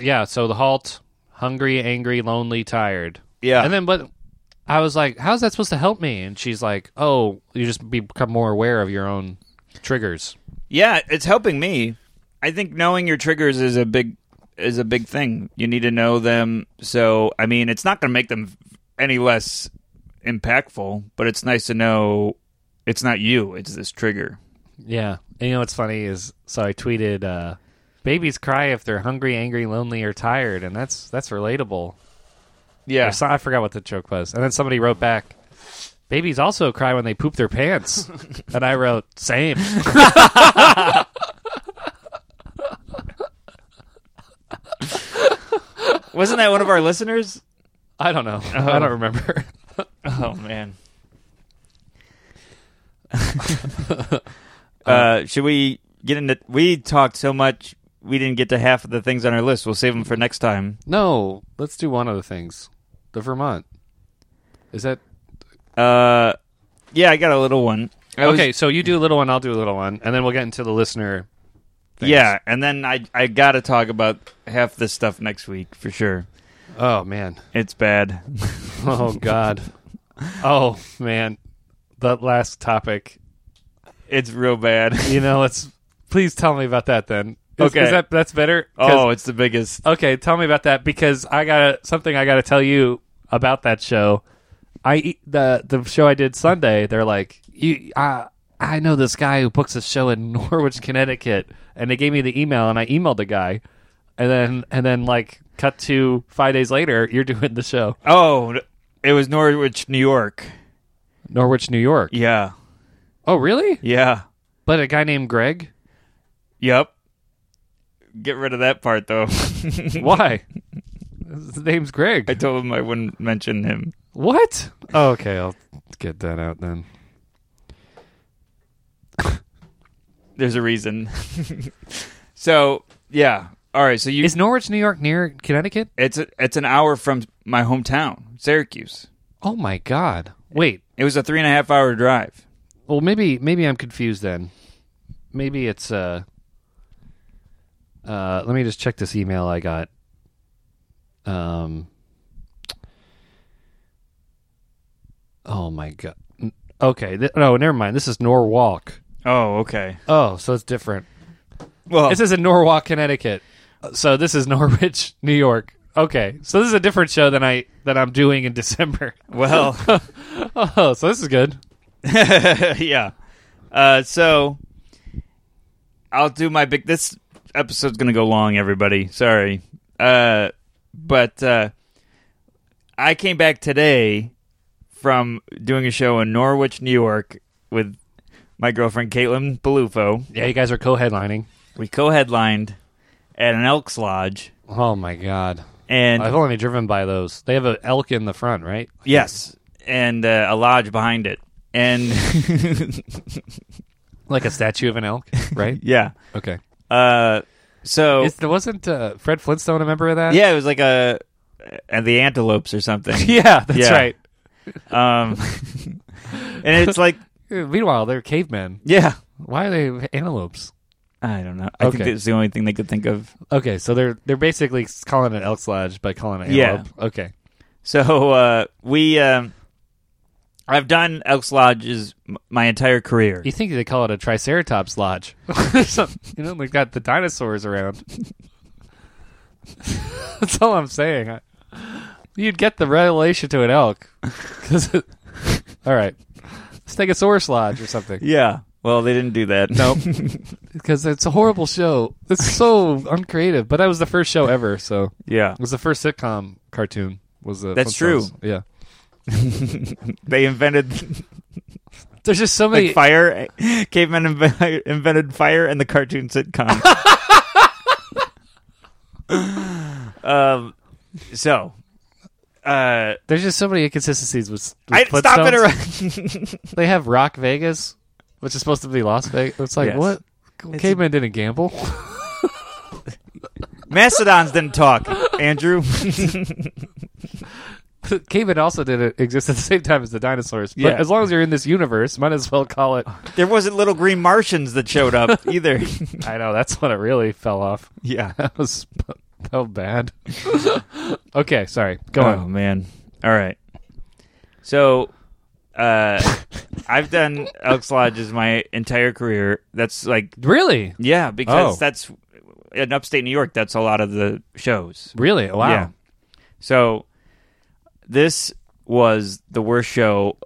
S1: Yeah. So the halt, hungry, angry, lonely, tired.
S2: yeah.
S1: And then, but I was like, how's that supposed to help me? And she's like, oh, you just become more aware of your own triggers.
S2: yeah, it's helping me. I think knowing your triggers is a big is a big thing. You need to know them. So, I mean, it's not going to make them any less impactful, but it's nice to know it's not you, it's this trigger.
S1: Yeah. And you know what's funny is so I tweeted uh babies cry if they're hungry, angry, lonely or tired and that's that's relatable.
S2: Yeah.
S1: Or so- I forgot what the joke was. And then somebody wrote back Babies also cry when they poop their pants. and I wrote same.
S2: Wasn't that one of our listeners?
S1: I don't know. I don't remember.
S2: Oh man. uh, should we get into? We talked so much, we didn't get to half of the things on our list. We'll save them for next time.
S1: no, let's do one of the things. The Vermont. Is that
S2: Uh, yeah, I got a little one. I was-
S1: Okay, so you do a little one, I'll do a little one, and then we'll get into the listener. things.
S2: yeah, and then I I got to talk about half this stuff next week for sure.
S1: Oh man.
S2: It's bad.
S1: Oh god. oh man. That last topic
S2: It's real bad.
S1: You know, let's please tell me about that then. Is-
S2: Okay.
S1: is that that's better. 'Cause-
S2: Oh, it's the biggest.
S1: okay. Tell me about that because I got something I got to tell you about that show. I e- the the show I did Sunday. They're like, you, I I know this guy who books a show in Norwich, Connecticut, and they gave me the email, and I emailed the guy, and then and then like cut to five days later, you're doing the show,
S2: Oh, it was Norwich, New York.
S1: Norwich, New York.
S2: Yeah,
S1: Oh, really?
S2: yeah,
S1: But a guy named Greg.
S2: yep. Get rid of that part though.
S1: Why? His name's Greg.
S2: I told him I wouldn't mention him.
S1: What? Oh, okay, I'll get that out then.
S2: There's a reason. so yeah, all right. So you,
S1: Is Norwich, New York, near Connecticut?
S2: it's a, it's an hour from my hometown, Syracuse.
S1: Oh my God! Wait.
S2: It was a three and a half hour drive.
S1: Well, maybe maybe I'm confused then. Maybe it's uh. Uh, let me just check this email I got. Um. Oh my God. N- Okay. Th- no, never mind. This is Norwalk.
S2: Oh, okay.
S1: Oh, so it's different.
S2: Well,
S1: This is in Norwalk, Connecticut. So this is Norwich, New York. Okay, so this is a different show than I that I'm doing in December.
S2: well,
S1: Oh, so this is good.
S2: yeah. Uh, so I'll do my big. This episode's gonna go long, everybody. Sorry, uh, but uh, I came back today from doing a show in Norwich, New York, with my girlfriend Caitlin Balufo.
S1: Yeah, you guys are co-headlining.
S2: We co-headlined at an Elks Lodge,
S1: Oh my god,
S2: and
S1: I've only driven by those. They have an elk in the front, right?
S2: yes, and uh, a lodge behind it, and
S1: Like a statue of an elk, right?
S2: yeah.
S1: Okay.
S2: Uh, so
S1: Is, there wasn't uh, Fred Flintstone a member of that?
S2: Yeah, it was like a uh, the antelopes or something.
S1: yeah, that's
S2: Yeah.
S1: right.
S2: Um, and it's like,
S1: Meanwhile, they're cavemen.
S2: yeah,
S1: Why are they antelopes?
S2: I don't know. I think
S1: Okay.
S2: that's the only thing they could think of.
S1: Okay, so they're they're basically calling it elk's lodge by calling it
S2: Yeah.
S1: antelope. Okay.
S2: So uh, we, um, I've done Elks Lodges m- my entire career.
S1: You think they call it a Triceratops lodge? So, you know, they've got the dinosaurs around. That's all I'm saying. I, you'd get the relation to an elk. 'Cause it- all right, Stegosaurus lodge or something.
S2: Yeah. Well, they didn't do that.
S1: No, because it's a horrible show. It's so uncreative. But that was the first show ever, so it
S2: yeah.
S1: was the first sitcom cartoon. Was the
S2: That's
S1: Flintstones. Yeah,
S2: They invented
S1: there's just so many.
S2: like fire. Cavemen inven- invented fire and the cartoon sitcom. um, so, uh,
S1: there's just so many inconsistencies with. with
S2: I stop
S1: Flintstones.
S2: interrupting.
S1: They have Rock Vegas, which is supposed to be Las Vegas. It's like
S2: Yes.
S1: what? Caveman didn't gamble.
S2: Mastodons didn't talk, Andrew.
S1: Caveman also didn't exist at the same time as the dinosaurs. But
S2: Yeah.
S1: as long as you're in this universe, might as well call it.
S2: there wasn't little green Martians that showed up either.
S1: I know that's when it really fell off.
S2: yeah.
S1: That was so bad. okay, sorry. Go
S2: Oh
S1: on.
S2: man. All right. So uh I've done Elks Lodges my entire career. That's like
S1: Really?
S2: yeah, because
S1: Oh.
S2: that's in upstate New York, that's a lot of the shows.
S1: Really? Wow.
S2: Yeah. So this was the worst show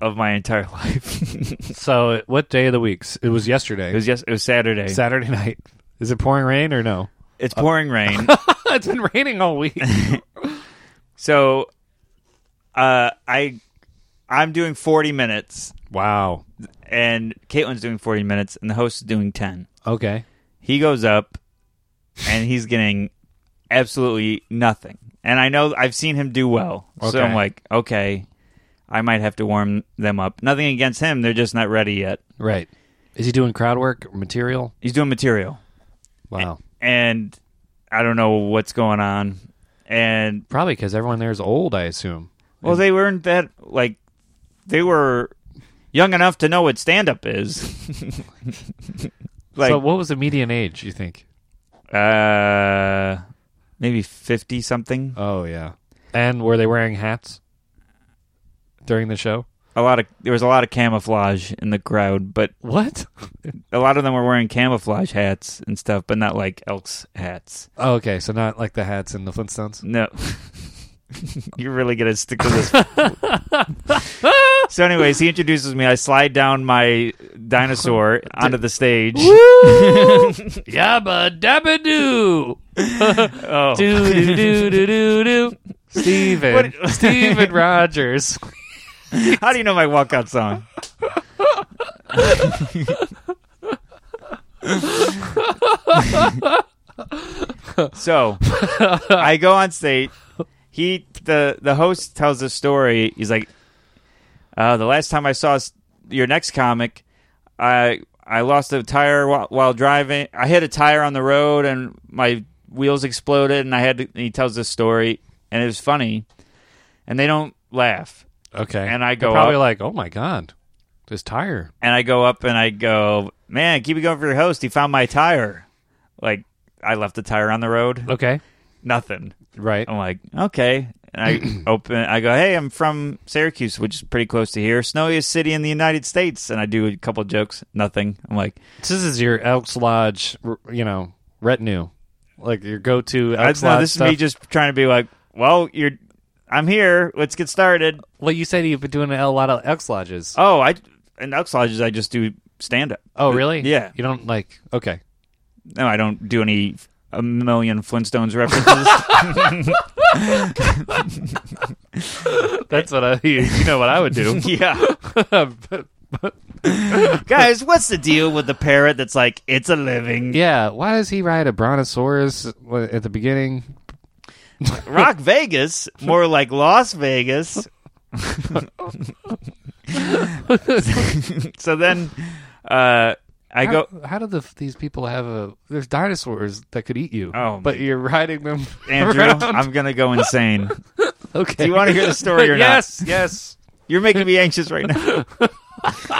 S2: of my entire life.
S1: So, it- what day of the week? It was yesterday.
S2: it was yes it was Saturday.
S1: Saturday night. Is it pouring rain or no?
S2: it's pouring rain.
S1: it's been raining all week.
S2: so uh I I'm doing 40 minutes
S1: wow.
S2: and Caitlin's doing 40 minutes and the host is doing 10.
S1: Okay.
S2: He goes up and he's getting absolutely nothing. And I know I've seen him do well. So
S1: Okay.
S2: I'm like, okay, I might have to warm them up. Nothing against him, they're just not ready yet.
S1: Right. Is he doing crowd work or material?
S2: He's doing material
S1: Wow.
S2: and I don't know what's going on. And
S1: Probably because everyone there is old, I assume.
S2: well, they weren't that like they were young enough to know what stand up is. like
S1: so, what was the median age, you think?
S2: Uh, maybe fifty something.
S1: Oh, yeah. And were they wearing hats during the show?
S2: A lot of there was a lot of camouflage in the crowd, but
S1: What?
S2: a lot of them were wearing camouflage hats and stuff, but not like elks hats.
S1: Oh, okay. So, not like the hats in the Flintstones?
S2: No, you're really gonna stick to this. so, anyways, he introduces me. I slide down my dinosaur onto the stage.
S1: Yabba dabba doo!
S2: Oh.
S1: do do do do do do. Steven.
S2: What-
S1: Steven Rogers.
S2: How do you know my walkout song? so I go on stage. He the the host tells a story. He's like, uh, "The last time I saw s- your next comic, I I lost a tire while, while driving. I hit a tire on the road, and my wheels exploded. And I had to." And he tells this story, and it was funny, and they don't laugh.
S1: Okay.
S2: And I
S1: They're
S2: go
S1: probably
S2: up.
S1: like, oh my God, this tire.
S2: and I go up and I go, man, keep it going for your host. He found my tire. Like I left the tire on the road.
S1: Okay.
S2: Nothing.
S1: Right.
S2: I'm like, okay. And I open. I go, hey, I'm from Syracuse, which is pretty close to here, snowiest city in the United States. And I do a couple jokes. Nothing. I'm like,
S1: So This is your Elks Lodge, r- you know, retinue. Like your go to
S2: I
S1: Elks
S2: don't know.
S1: Lodge
S2: This
S1: stuff.
S2: is me just trying to be like, well, you're. I'm here. Let's get started.
S1: well, you said you've been doing a lot of Elks Lodges. Oh,
S2: Oh, I in Elks Lodges, I just do stand up.
S1: really?
S2: Yeah.
S1: You don't like, okay.
S2: No, I don't do any a million Flintstones references.
S1: That's what I, you you know what I would do.
S2: yeah.
S1: But-
S2: Guys, what's the deal with the parrot that's like, it's a living?
S1: yeah. Why does he ride a brontosaurus w- at the beginning?
S2: Rock Vegas, more like Las Vegas. so then uh,
S1: How,
S2: I go,
S1: how do the, these people have a. There's dinosaurs that could eat you.
S2: Oh,
S1: But
S2: my-
S1: you're riding them.
S2: Andrew,
S1: around.
S2: I'm going to go insane.
S1: Okay.
S2: Do you want to hear the story or
S1: yes, yes.
S2: not? You're making me anxious right now.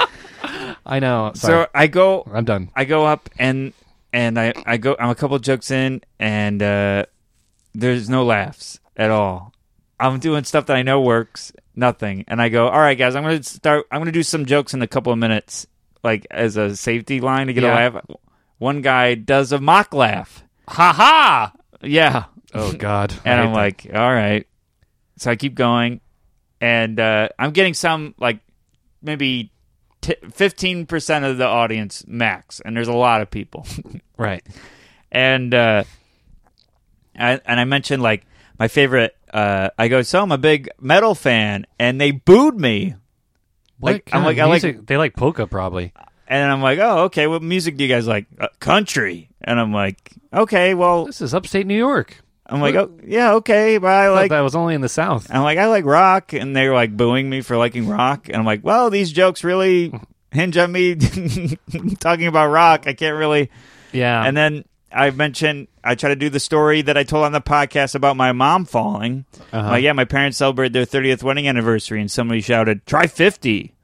S1: I know. Sorry.
S2: so I go
S1: I'm done.
S2: I go up and and I, I go I'm a couple jokes in and uh, there's no laughs at all. I'm doing stuff that I know works, nothing. And I go, all right, guys, I'm gonna start. I'm gonna do some jokes in a couple of minutes, like as a safety line to get
S1: Yeah.
S2: a laugh. One guy does a mock laugh.
S1: Ha ha.
S2: Yeah,
S1: Oh God.
S2: and
S1: I
S2: I'm
S1: hate
S2: like, all right. So I keep going, and uh, I'm getting some like maybe fifteen percent of the audience max, and there's a lot of people
S1: that. right.
S2: and uh, I, and I mentioned like my favorite. Uh, I go, so I'm a big metal fan, and they booed me,
S1: What
S2: Like,
S1: kind
S2: I'm
S1: of
S2: like- I like-
S1: music- they like polka probably.
S2: and I'm like, oh, okay. What music do you guys like? Uh, country, and I'm like, okay, well,
S1: This is upstate New York.
S2: I'm like, oh, yeah, okay, but I
S1: I
S2: like.
S1: that was only in the South.
S2: I'm like, I like rock, and they're like booing me for liking rock, and I'm like, well, these jokes really hinge on me talking about rock. I can't really.
S1: Yeah.
S2: And then I mentioned I try to do the story that I told on the podcast about my mom falling.
S1: Uh-huh.
S2: Like, yeah, my parents celebrated their 30th wedding anniversary, and somebody shouted, "Try 50."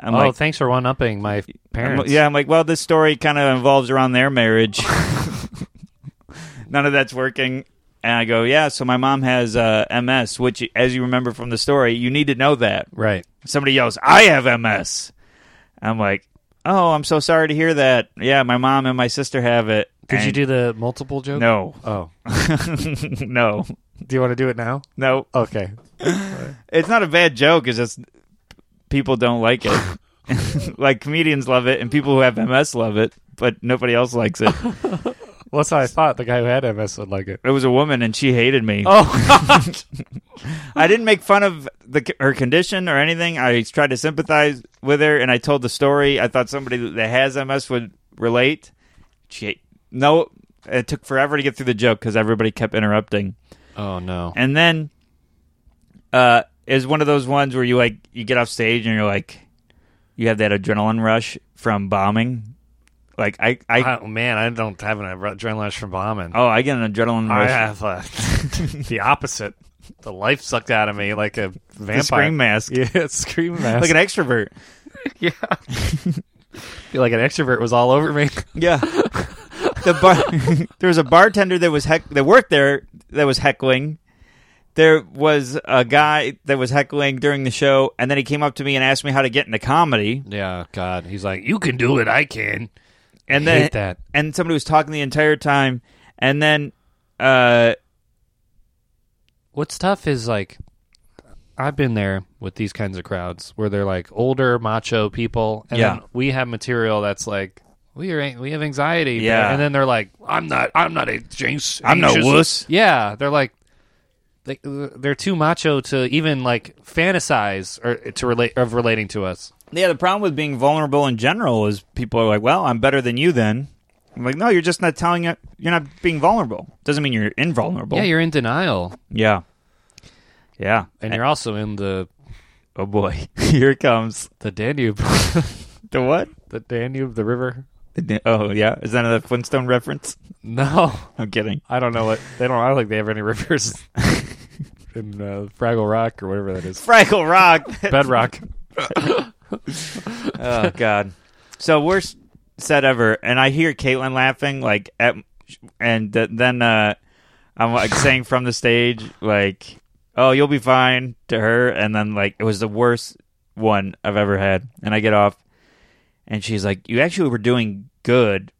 S2: I'm
S1: oh,
S2: like,
S1: thanks for one upping my
S2: I'm-
S1: parents.
S2: yeah, I'm like, well, this story kind of involves around their marriage. None of that's working. And I go, yeah. So my mom has uh, MS, which, as you remember from the story, you need to know that.
S1: Right.
S2: Somebody yells, "I have MS." I'm like, oh, I'm so sorry to hear that. Yeah, my mom and my sister have it.
S1: Did you
S2: And-
S1: do the multiple joke?
S2: No,
S1: Oh.
S2: no,
S1: Do you want to do it now?
S2: no.
S1: Okay.
S2: It's not a bad joke. It's just people don't like it. like comedians love it, and people who have MS love it, but nobody else likes it.
S1: Well, that's how I thought the guy who had MS would like it.
S2: It was a woman, and she hated me.
S1: Oh,
S2: I didn't make fun of the her condition or anything. I tried to sympathize with her, and I told the story. I thought somebody that has MS would relate. She no. It took forever to get through the joke because everybody kept interrupting.
S1: oh no.
S2: And then uh is one of those ones where you like you get off stage and you're like you have that adrenaline rush from bombing. Like I I
S1: oh man, I don't have an adrenaline rush from bombing.
S2: oh, I get an adrenaline
S1: I
S2: rush.
S1: have uh, the opposite. The life sucked out of me like a vampire.
S2: the scream mask.
S1: Yeah, scream mask.
S2: Like an extrovert.
S1: yeah. Feel like an extrovert was all over me.
S2: Yeah. the bar- there was a bartender that was heck that worked there that was heckling. There was a guy that was heckling during the show, and then he came up to me and asked me how to get into comedy.
S1: Yeah, God. He's like, you can do it. I can.
S2: and
S1: I
S2: then
S1: hate that.
S2: and somebody was talking the entire time and then uh
S1: What's tough is like, I've been there with these kinds of crowds where they're like older macho people, and
S2: Yeah.
S1: then we have material that's like we are we have anxiety,
S2: Yeah.
S1: and then they're like, I'm not, I'm not a James,
S2: I'm no
S1: anxious-
S2: wuss.
S1: Yeah, they're like. They, they're too macho to even like fantasize or to relate of relating to us.
S2: yeah the problem with being vulnerable in general is people are like well i'm better than you then i'm like no you're just not telling it you're not being vulnerable doesn't mean you're invulnerable
S1: Yeah, you're in denial,
S2: yeah yeah
S1: and you're also in the
S2: oh boy here it comes
S1: the Danube,
S2: the what
S1: the Danube, the river.
S2: The da- oh yeah is that a flintstone reference
S1: No,
S2: i'm kidding
S1: I don't know what they don't. I don't think they have any rivers in uh, Fraggle Rock or whatever that is.
S2: fraggle rock
S1: Bedrock.
S2: oh god so worst set ever and i hear caitlin laughing like at and th- then uh i'm like saying from the stage like oh you'll be fine to her and then like it was the worst one i've ever had and i get off and she's like you actually were doing good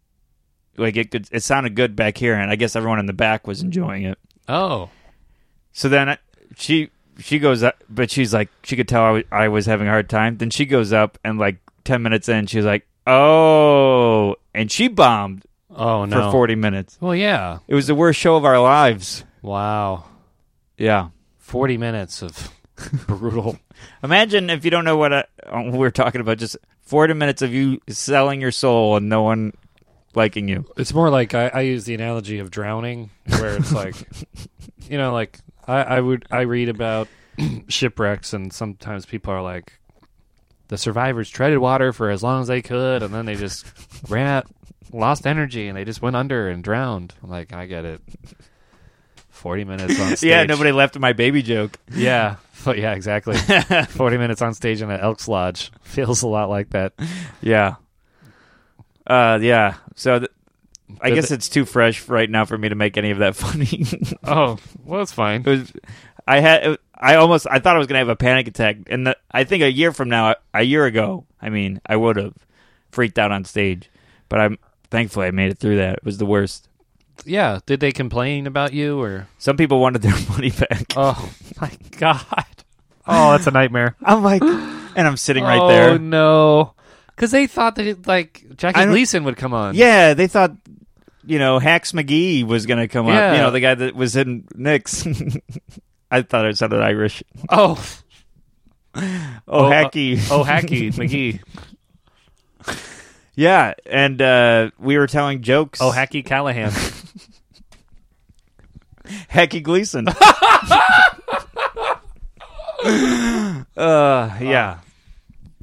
S2: like it could it sounded good back here and i guess everyone in the back was enjoying it
S1: Oh,
S2: so then I, she she goes up, but she's like she could tell I was, I was having a hard time. Then she goes up and like ten minutes in, she's like, "Oh," and she bombed
S1: oh no.
S2: for forty minutes.
S1: Well, yeah.
S2: It was the worst show of our lives.
S1: Wow.
S2: Yeah.
S1: Forty minutes of brutal.
S2: Imagine if you don't know what, I, uh, we're talking about. Just forty minutes of you selling your soul and no one liking you.
S1: It's more like I, I use the analogy of drowning, where it's like, you know, like I, I would I read about shipwrecks, and sometimes people are like, the survivors treaded water for as long as they could, and then they just ran out, lost energy, and they just went under and drowned. I'm like I get it. forty minutes on stage.
S2: Yeah, nobody left my baby joke.
S1: Yeah, but yeah, exactly. forty minutes on stage in an Elks Lodge feels a lot like that.
S2: Yeah. Uh, yeah. So th- I
S1: Did
S2: guess
S1: they-
S2: it's too fresh right now for me to make any of that funny. it
S1: Oh, well, it's fine.
S2: was, I had, I almost, I thought I was gonna have a panic attack, and the, I think a year from now, a year ago, I mean, I would have freaked out on stage, but I'm thankfully I made it through that. It was the worst.
S1: Yeah, did they complain about you or?
S2: Some people wanted their money back.
S1: Oh my god! Oh, that's a nightmare.
S2: I'm like, and I'm sitting right
S1: oh,
S2: there.
S1: no, because they thought that it, like Jackie
S2: I don't-
S1: Gleason would come on.
S2: Yeah, they thought you know Hacks McGee was going to come up.
S1: Yeah.
S2: You know the guy that was in Knicks. I thought it sounded Irish.
S1: Oh,
S2: Oh,
S1: uh,
S2: hacky.
S1: oh, Hacky McGee.
S2: yeah, and uh, we were telling jokes.
S1: Oh, Hacky Callahan.
S2: hacky Gleason. uh, yeah,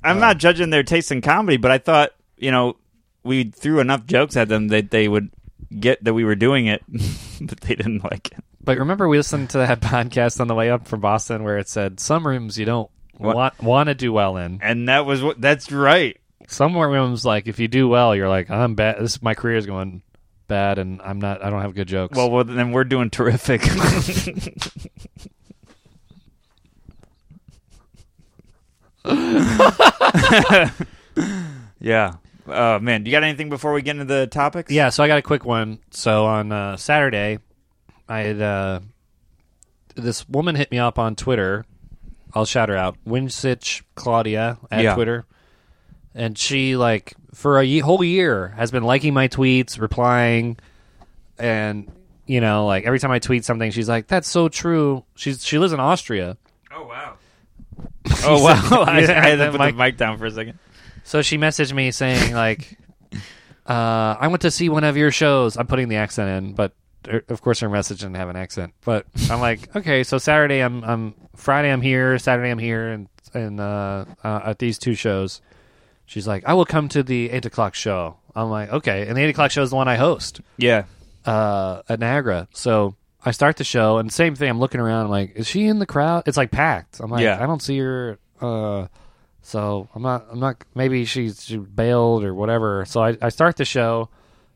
S2: I'm not judging their taste in comedy, but I thought you know we threw enough jokes at them that they would get that we were doing it, but they didn't like it.
S1: But remember, we listened to that podcast on the way up from Boston where it said some rooms you don't
S2: What?
S1: want want to do well in.
S2: And that was what. That's right.
S1: Some rooms like if you do well, you're like I'm bad. This my career is going bad, and I'm not. I don't have good jokes.
S2: Well, well, then we're doing terrific. yeah. Oh man, you got anything before we get into the topics?
S1: Yeah, so I got a quick one. So on uh, Saturday, I had uh, this woman hit me up on Twitter. I'll shout her out, Winsitch Claudia at
S2: Yeah.
S1: Twitter, and she like for a ye- whole year has been liking my tweets, replying, and you know like every time I tweet something, she's like, "That's so true." She's she lives in Austria,
S2: Oh wow. oh wow. I, I had
S1: Yeah,
S2: to put
S1: Mike-
S2: the mic down for a second.
S1: so she messaged me saying like, uh, "I went to see one of your shows." I'm putting the accent in, but er, of course her message didn't have an accent. But I'm like, okay, so Saturday I'm I'm Friday I'm here, Saturday I'm here, and and uh, uh, at these two shows, she's like, "I will come to the eight o'clock show." I'm like, okay, and the eight o'clock show is the one I host
S2: Yeah.
S1: uh, at Niagara. So I start the show, and same thing. I'm looking around. I'm like, is she in the crowd? It's like packed. I'm like,
S2: Yeah.
S1: I don't see her. Uh, so I'm not. I'm not. Maybe she's she bailed or whatever. So I, I start the show,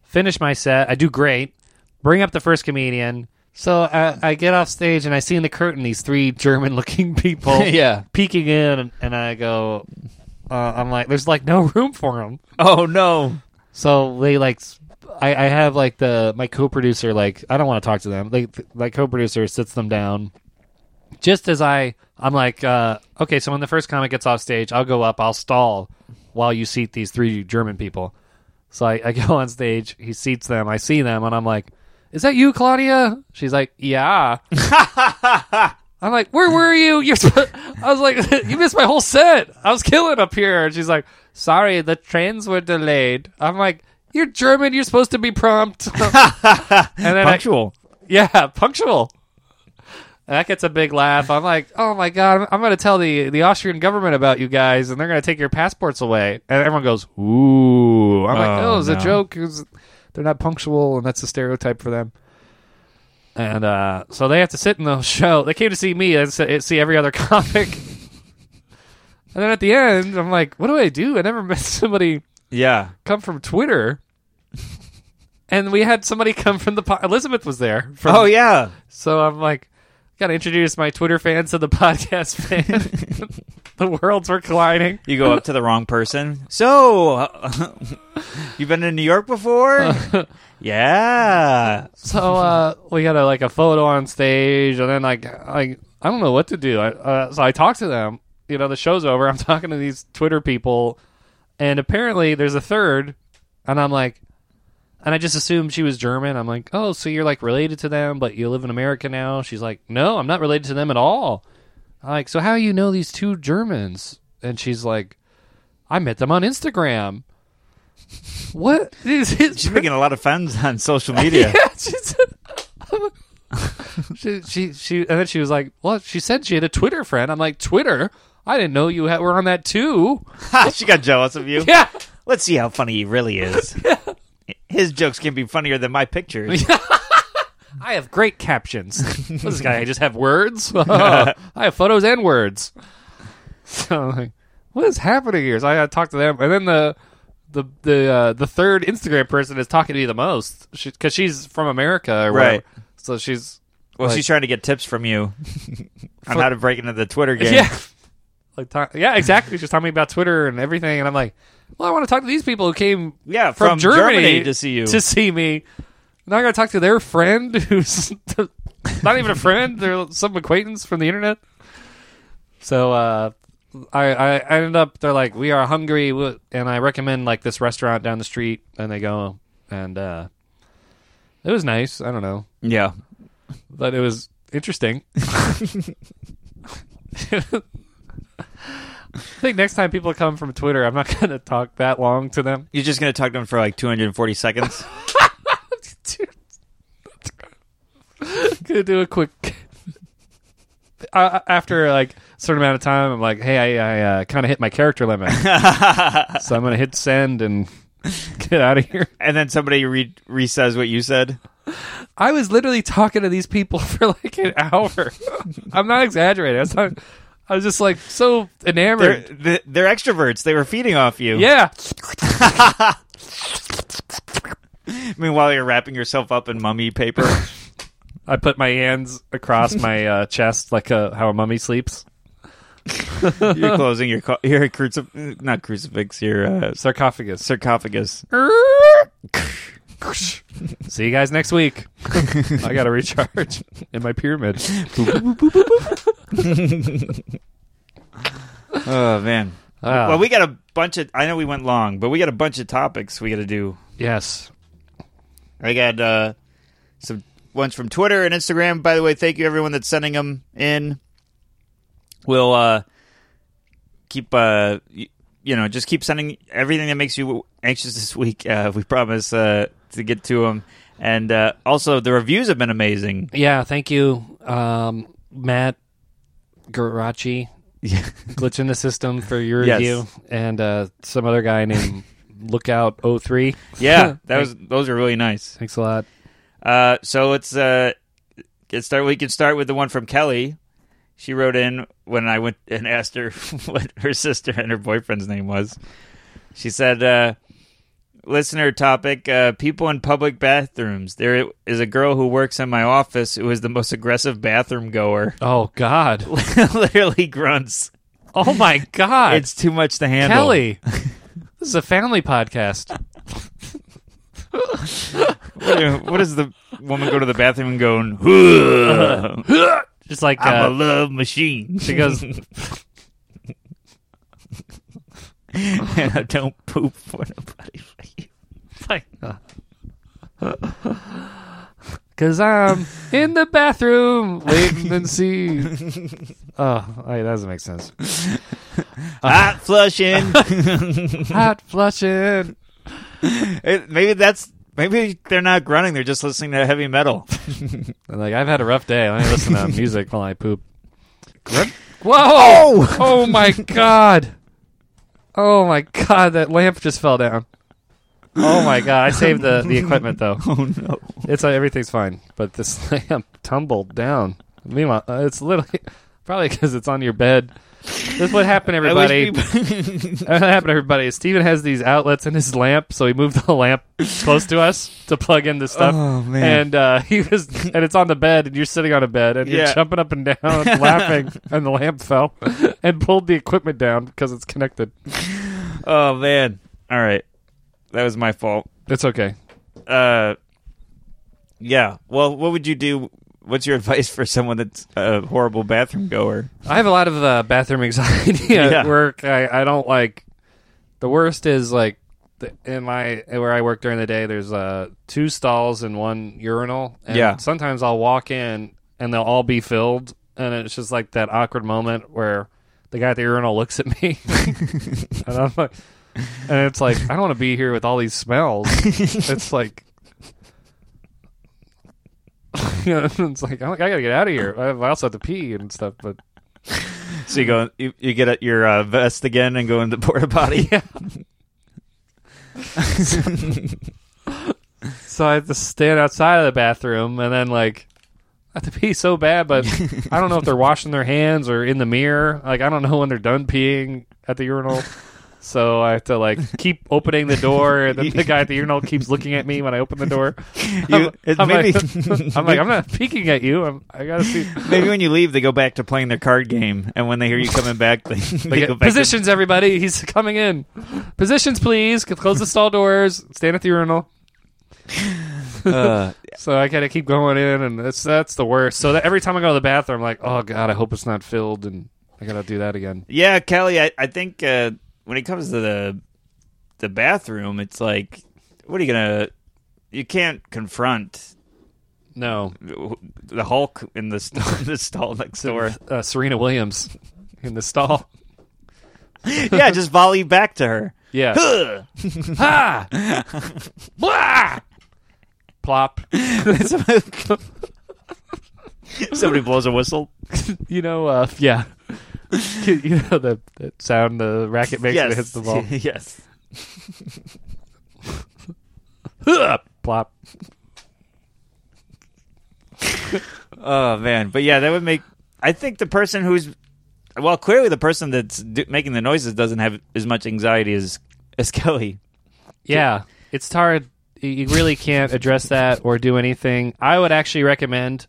S1: finish my set. I do great. Bring up the first comedian. So I, I get off stage and I see in the curtain these three German-looking people,
S2: Yeah.
S1: peeking in, and, and I go, uh, I'm like, there's like no room for them.
S2: Oh no.
S1: So they like, s- I, I have like the my co-producer like I don't want to talk to them. Like th- my co-producer sits them down. Just as I, I'm like, uh, okay. So when the first comic gets off stage, I'll go up, I'll stall while you seat these three German people. So I, I go on stage, he seats them, I see them, and I'm like, "Is that you, Claudia?" She's like, "Yeah." I'm like, "Where were you?" You're so-" I was like, "You missed my whole set. I was killing up here." And she's like, "Sorry, the trains were delayed." I'm like, "You're German. You're supposed to be prompt." and then I-
S2: Punctual.
S1: yeah, punctual. And that gets a big laugh. I'm like, oh my god, I'm, I'm going to tell the the Austrian government about you guys, and they're going to take your passports away. And everyone goes, ooh. I'm like,
S2: Oh,
S1: oh, it's
S2: no.
S1: a joke. It was- they're not punctual, and that's a stereotype for them. And uh, so they have to sit in the show. They came to see me and s- see every other comic. and then at the end, I'm like, what do I do? I never met somebody
S2: Yeah.
S1: come from Twitter. And we had somebody come from the po- Elizabeth was there. From,
S2: Oh yeah.
S1: so I'm like, gotta introduce my Twitter fans to the podcast fan. the worlds were colliding.
S2: You go up to the wrong person. So, you've been to New York before? yeah.
S1: So uh, we got a, like a photo on stage, and then like I I don't know what to do. I, uh, so I talked to them. You know, the show's over. I'm talking to these Twitter people, and apparently there's a third, and I'm like. And I just assumed she was German. I'm like, oh, so you're like related to them, but you live in America now. She's like, no, I'm not related to them at all. I'm like, so how do you know these two Germans? And she's like, I met them on Instagram. what? Is it
S2: She's making a lot of friends on social media.
S1: yeah, she said. she, she, she, and then she was like, "Well, she said she had a Twitter friend." I'm like, "Twitter? I didn't know you had, were on that too."
S2: Ha, she got jealous of you.
S1: Yeah,
S2: Let's see how funny he really is. His jokes can be funnier than my pictures.
S1: I have great captions. this guy, I just have words. I have photos and words. So I'm like, what is happening here? So I gotta talk to them, and then the the the uh, the third Instagram person is talking to me the most because she's from America, or
S2: Right.
S1: whatever. So she's
S2: Well,
S1: Like-
S2: she's trying to get tips from you on how to break into the Twitter game.
S1: Yeah. Like talk, yeah, exactly. She's talking about Twitter and everything, and I'm like, well, I want to talk to these people who came
S2: Yeah,
S1: from,
S2: from
S1: Germany,
S2: Germany to see you.
S1: to see me. Now I got to talk to their friend, who's not even a friend. They're some acquaintance from the internet. So uh, I, I I ended up. They're like, we are hungry, w- and I recommend like this restaurant down the street, and they go, and uh, it was nice. I don't know
S2: Yeah.
S1: but it was interesting. I think next time people come from Twitter, I'm not going to talk that long to them.
S2: You're just going to talk to him for like 240 seconds.
S1: going to do a quick. Uh, after like a certain amount of time, I'm like, hey, I, I uh, kind of hit my character limit, so I'm going to hit send and get out of here.
S2: and then somebody re- re-says what you said.
S1: I was literally talking to these people for like an hour. I'm not exaggerating. I was, talking, I was just like so
S2: They're,
S1: enamored.
S2: th- they're extroverts. They were feeding off you.
S1: yeah.
S2: Meanwhile, you're wrapping yourself up in mummy paper.
S1: I put my hands across my uh, chest like a, how a mummy sleeps.
S2: you're closing your co- your crucif- not crucifix, your uh,
S1: Sarcophagus.
S2: sarcophagus.
S1: See you guys next week. I got to recharge in my pyramid.
S2: Oh man.
S1: Ah.
S2: well, we got a bunch of. I know we went long, but we got a bunch of topics we got to do.
S1: Yes.
S2: I got uh, some ones from Twitter and Instagram. By the way, thank you everyone that's sending them in. We'll uh, keep uh, y- you know, just keep sending everything that makes you anxious this week. Uh, we promise uh, to get to them. And uh, also, the reviews have been amazing.
S1: Yeah. Thank you, um, Matt Garachi,
S2: Yeah.
S1: Glitch in the System, for your
S2: Yes.
S1: review, and uh, some other guy named Lookout 03.
S2: yeah, that was those are really nice.
S1: Thanks a lot.
S2: Uh, so let's uh, get start. We can start with the one from Kelly. She wrote in when I went and asked her what her sister and her boyfriend's name was. She said, uh, "Listener topic: uh, People in public bathrooms. There is a girl who works in my office who is the most aggressive bathroom goer.
S1: Oh God.
S2: Literally grunts.
S1: Oh my God.
S2: It's too much to handle."
S1: Kelly. this is a family podcast.
S2: what does the woman go to the bathroom and go? "Huh,
S1: Just like
S2: I'm a
S1: uh,
S2: love machine.
S1: she goes,
S2: and I don't poop for nobody but you.
S1: Cause I'm in the bathroom waiting and see. Oh, hey, that doesn't make sense.
S2: Hot flushing.
S1: Hot flushing.
S2: It- maybe that's maybe they're not grunting. They're just listening to heavy metal.
S1: I'm like I've had a rough day. Let me listen to music while I poop. Whoa! Oh! my god! Oh my god! That lamp just fell down. Oh my god! I saved the the equipment though.
S2: Oh no!
S1: It's uh, everything's fine, but this lamp tumbled down. Meanwhile, uh, it's literally probably because it's on your bed. This is what happened, everybody. that happened, to everybody. is Steven has these outlets in his lamp, so he moved the lamp close to us to plug in the stuff.
S2: Oh, man.
S1: And uh, he was, and it's on the bed, and you're sitting on a bed, and
S2: Yeah.
S1: you're jumping up and down, laughing, and the lamp fell and pulled the equipment down because it's connected.
S2: oh man! All right, that was my fault.
S1: It's okay.
S2: Uh, yeah. Well, what would you do? What's your advice for someone that's a horrible bathroom goer?
S1: I have a lot of uh, bathroom anxiety at
S2: Yeah.
S1: work. I, I don't like. The worst is like the, in my where I work during the day. There's uh, two stalls and one urinal. And
S2: Yeah.
S1: Sometimes I'll walk in and they'll all be filled, and it's just like that awkward moment where the guy at the urinal looks at me, and I'm like, and it's like I don't want to be here with all these smells. it's like. you know, it's like I I gotta get out of here. I I also have to pee and stuff, but
S2: So you go, you, you get at your uh, vest again and go in the porta potty.
S1: so I had to stand outside of the bathroom and then like I have to pee so bad, but I don't know if they're washing their hands or in the mirror. Like I don't know when they're done peeing at the urinal. So I have to like keep opening the door, and then the guy at the urinal keeps looking at me when I open the door.
S2: You- it-
S1: I'm,
S2: maybe,
S1: like, I'm like, I'm not peeking at you. I'm, I gotta see.
S2: maybe when you leave, they go back to playing their card game, and when they hear you coming back, they,
S1: They
S2: they
S1: get-
S2: go back. to-
S1: positions, everybody. He's coming in. Positions, please. Close the stall doors. Stand at the urinal.
S2: Uh,
S1: So I gotta keep going in, and that's that's the worst. So that every time I go to the bathroom, I'm like, oh god, I hope it's not filled, and I gotta do that again.
S2: yeah, Kelly, I, I think uh, when it comes to the the bathroom, it's like, what are you gonna? You can't confront
S1: No,
S2: the Hulk in the st- the stall next door.
S1: uh, Serena Williams in the stall.
S2: yeah, just volley back to her.
S1: Yeah.
S2: Ugh.
S1: ha! Blah! Plop.
S2: Somebody blows a whistle.
S1: You know, uh, yeah. You, you know the that sound the racket makes when it hits the ball.
S2: yes.
S1: Huh! Plop.
S2: Oh man, but yeah, that would make. I think the person who's, well, clearly the person that's do, making the noises doesn't have as much anxiety as as Kelly.
S1: Yeah, it's hard. You- You really can't address that or do anything. I would actually recommend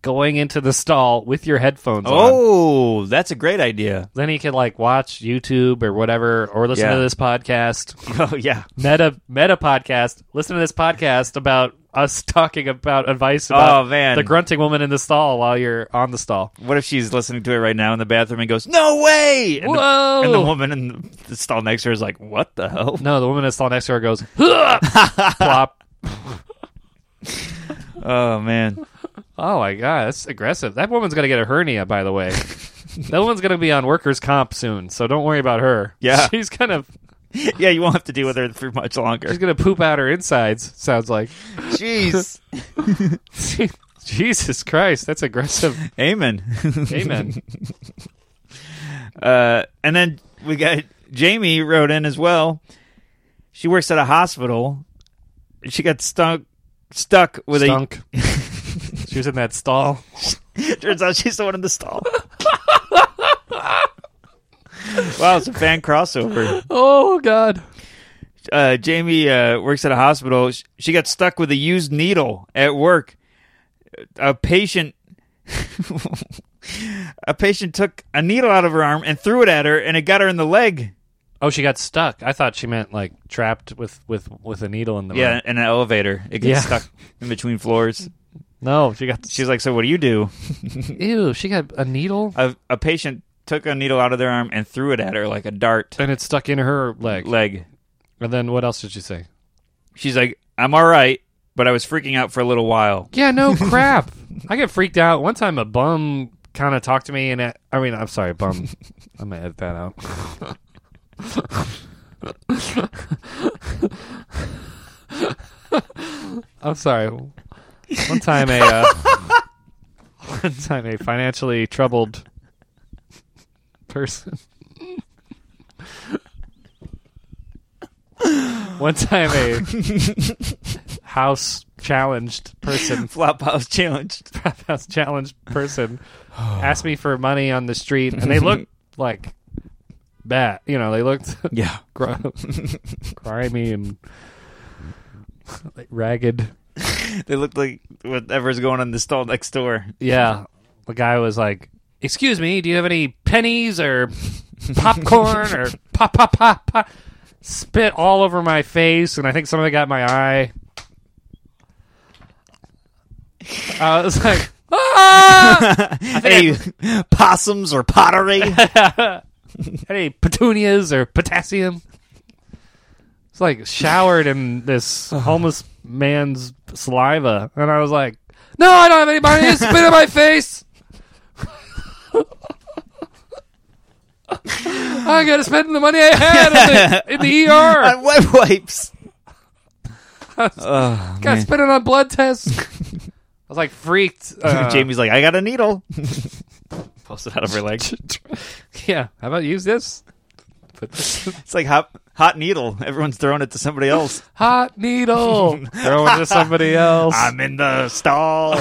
S1: going into the stall with your headphones on.
S2: Oh, that's a great idea.
S1: Then you could like watch YouTube or whatever, or listen
S2: Yeah.
S1: to this podcast,
S2: Oh yeah,
S1: meta meta podcast. Listen to this podcast about us talking about advice
S2: Oh,
S1: about
S2: man.
S1: the grunting woman in the stall while you're on the stall.
S2: what if she's listening to it right now in the bathroom and goes, "No way!" And,
S1: Whoa!
S2: The, and the woman in the, the stall next to her is like, "What the hell?"
S1: no, the woman in the stall next to her goes "Huh!" plop.
S2: Oh man,
S1: Oh my god, that's aggressive. That woman's gonna get a hernia, by the way. that woman's gonna be on workers' comp soon, so don't worry about her.
S2: Yeah.
S1: she's gonna
S2: yeah, you won't have to deal with her for much longer.
S1: she's gonna poop out her insides. Sounds like
S2: Jeez,
S1: Jesus Christ, that's aggressive.
S2: amen.
S1: Amen.
S2: Uh, and then we got Jamie wrote in as well. She works at a hospital. She got stuck stuck with
S1: Stunk. she was in that stall.
S2: a. Turns out she's the one in the stall. wow, it's a fan crossover.
S1: Oh God.
S2: Uh, Jamie uh, works at a hospital. Sh- She got stuck with a used needle at work. A patient. a patient took a needle out of her arm and threw it at her, and it got her in the leg.
S1: Oh, she got stuck. I thought she meant like trapped with with with a needle in the
S2: Yeah,
S1: Arm.
S2: in an elevator. It
S1: Yeah.
S2: gets stuck in between floors.
S1: No, she got.
S2: She's like, "So what do you do?"
S1: Ew, she got a needle
S2: A, a patient took a needle out of their arm and threw it at her like a dart
S1: and it stuck in her leg.
S2: leg.
S1: And then what else did she say?
S2: She's like, "I'm all right, but I was freaking out for a little while."
S1: Yeah, no crap. I get freaked out. One time a bum kind of talked to me, and I, I mean, I'm sorry, bum. I'm gonna edit that out. I'm sorry. One time a uh, one time a financially troubled person. One time a house challenged person
S2: Flophouse challenged.
S1: bathhouse challenged person asked me for money on the street, and they looked like bat. You know, they looked
S2: Yeah,
S1: gr- grimy and like, ragged.
S2: they looked like whatever's going on in the stall next door.
S1: Yeah, the guy was like, "Excuse me, do you have any pennies or popcorn or pop pop pop pop?" Spit all over my face, and I think some of it got my eye. I was like, "Ah!"
S2: Hey, possums or pottery?
S1: any petunias or potassium. It's like showered in this homeless man's saliva, and I was like, "No, I don't have any money. It's Spit in my face. I gotta spend the money I had in the, in the ER.
S2: On wet wipes. Oh,
S1: Got
S2: man.
S1: spit it on blood tests." I was like freaked. Uh,
S2: Jamie's like, "I got a needle." Posted out of her leg.
S1: yeah. How about use this? But
S2: It's like hot, hot needle. Everyone's throwing it to somebody else.
S1: hot needle, throw it to somebody else.
S2: I'm in the stall.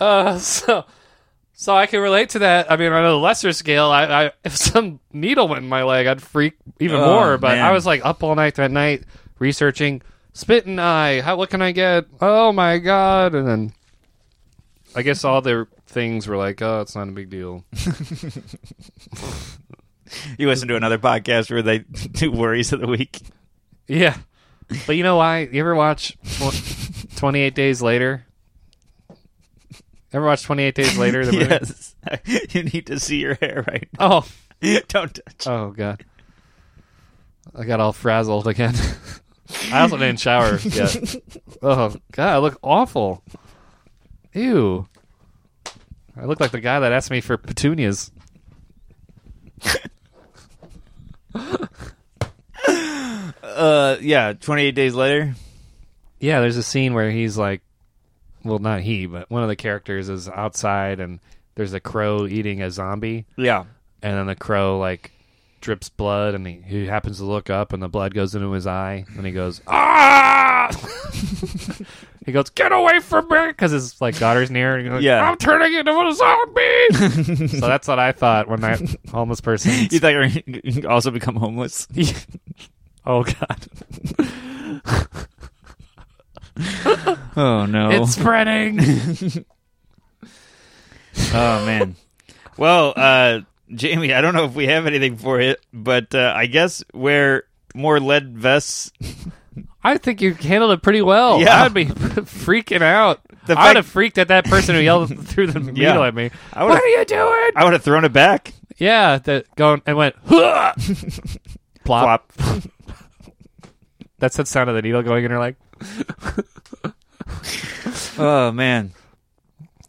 S1: Uh, so, so I can relate to that. I mean, on a lesser scale, I, I if some needle went in my leg, I'd freak even
S2: Oh,
S1: more. But
S2: man.
S1: I was like up all night that night researching spit and eye. How what can I get? Oh my god! And then I guess all their things were like, oh, it's not a big deal.
S2: you listen to another podcast where they do worries of the week.
S1: yeah, but you know why? You ever watch Twenty Eight Days Later? Ever watch Twenty Eight Days Later? The movie?
S2: Yes. you need to see your hair right
S1: Oh,
S2: now. Don't touch.
S1: Oh god, I got all frazzled again. I also didn't shower yet. oh god, I look awful. Ew. I look like the guy that asked me for petunias.
S2: Uh, yeah, 28 days later.
S1: Yeah, there's a scene where he's like, well, not he, but one of the characters is outside and there's a crow eating a zombie,
S2: Yeah.
S1: and then the crow like drips blood, and he, he happens to look up, and the blood goes into his eye, and he goes, ah. He goes, "Get away from me!" Because his like daughter's near. And he goes,
S2: Yeah.
S1: I'm turning into a zombie. so that's what I thought when that homeless person.
S2: You thought you were going to also become homeless?
S1: oh god,
S2: Oh, no.
S1: it's spreading.
S2: Oh man. well, uh, Jamie, I don't know if we have anything for it, but uh, I guess wear more lead vests.
S1: I think you handled it pretty well.
S2: Yeah.
S1: I'd be freaking out.
S2: The
S1: I would
S2: fact-
S1: have freaked at that person who yelled through the needle
S2: Yeah.
S1: at me.
S2: I
S1: What
S2: would've-
S1: are you doing?
S2: I would have thrown it back.
S1: yeah, that going and went. "Huh!" Plop.
S2: Flop.
S1: That's the sound of the needle going in her like.
S2: oh man.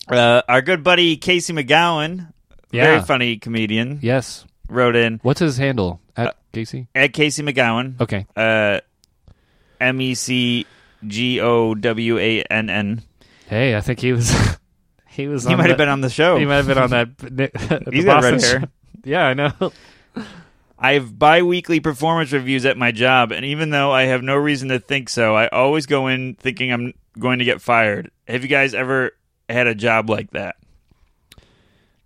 S2: Uh, our good buddy Casey McGowan,
S1: Yeah.
S2: very funny comedian,
S1: Yes.
S2: wrote in
S1: What's his handle
S2: Uh,
S1: at Casey?
S2: at Casey McGowan.
S1: Okay.
S2: Uh, M E C G O W A N N.
S1: Hey, I think he was. He was.
S2: He
S1: on
S2: might have
S1: the-
S2: been on the show.
S1: Um, He might have been on that. the
S2: He's got red
S1: Boston
S2: hair.
S1: show. Yeah, I know.
S2: I have bi weekly performance reviews at my job, and even though I have no reason to think so, I always go in thinking I'm going to get fired. Have you guys ever had a job like that?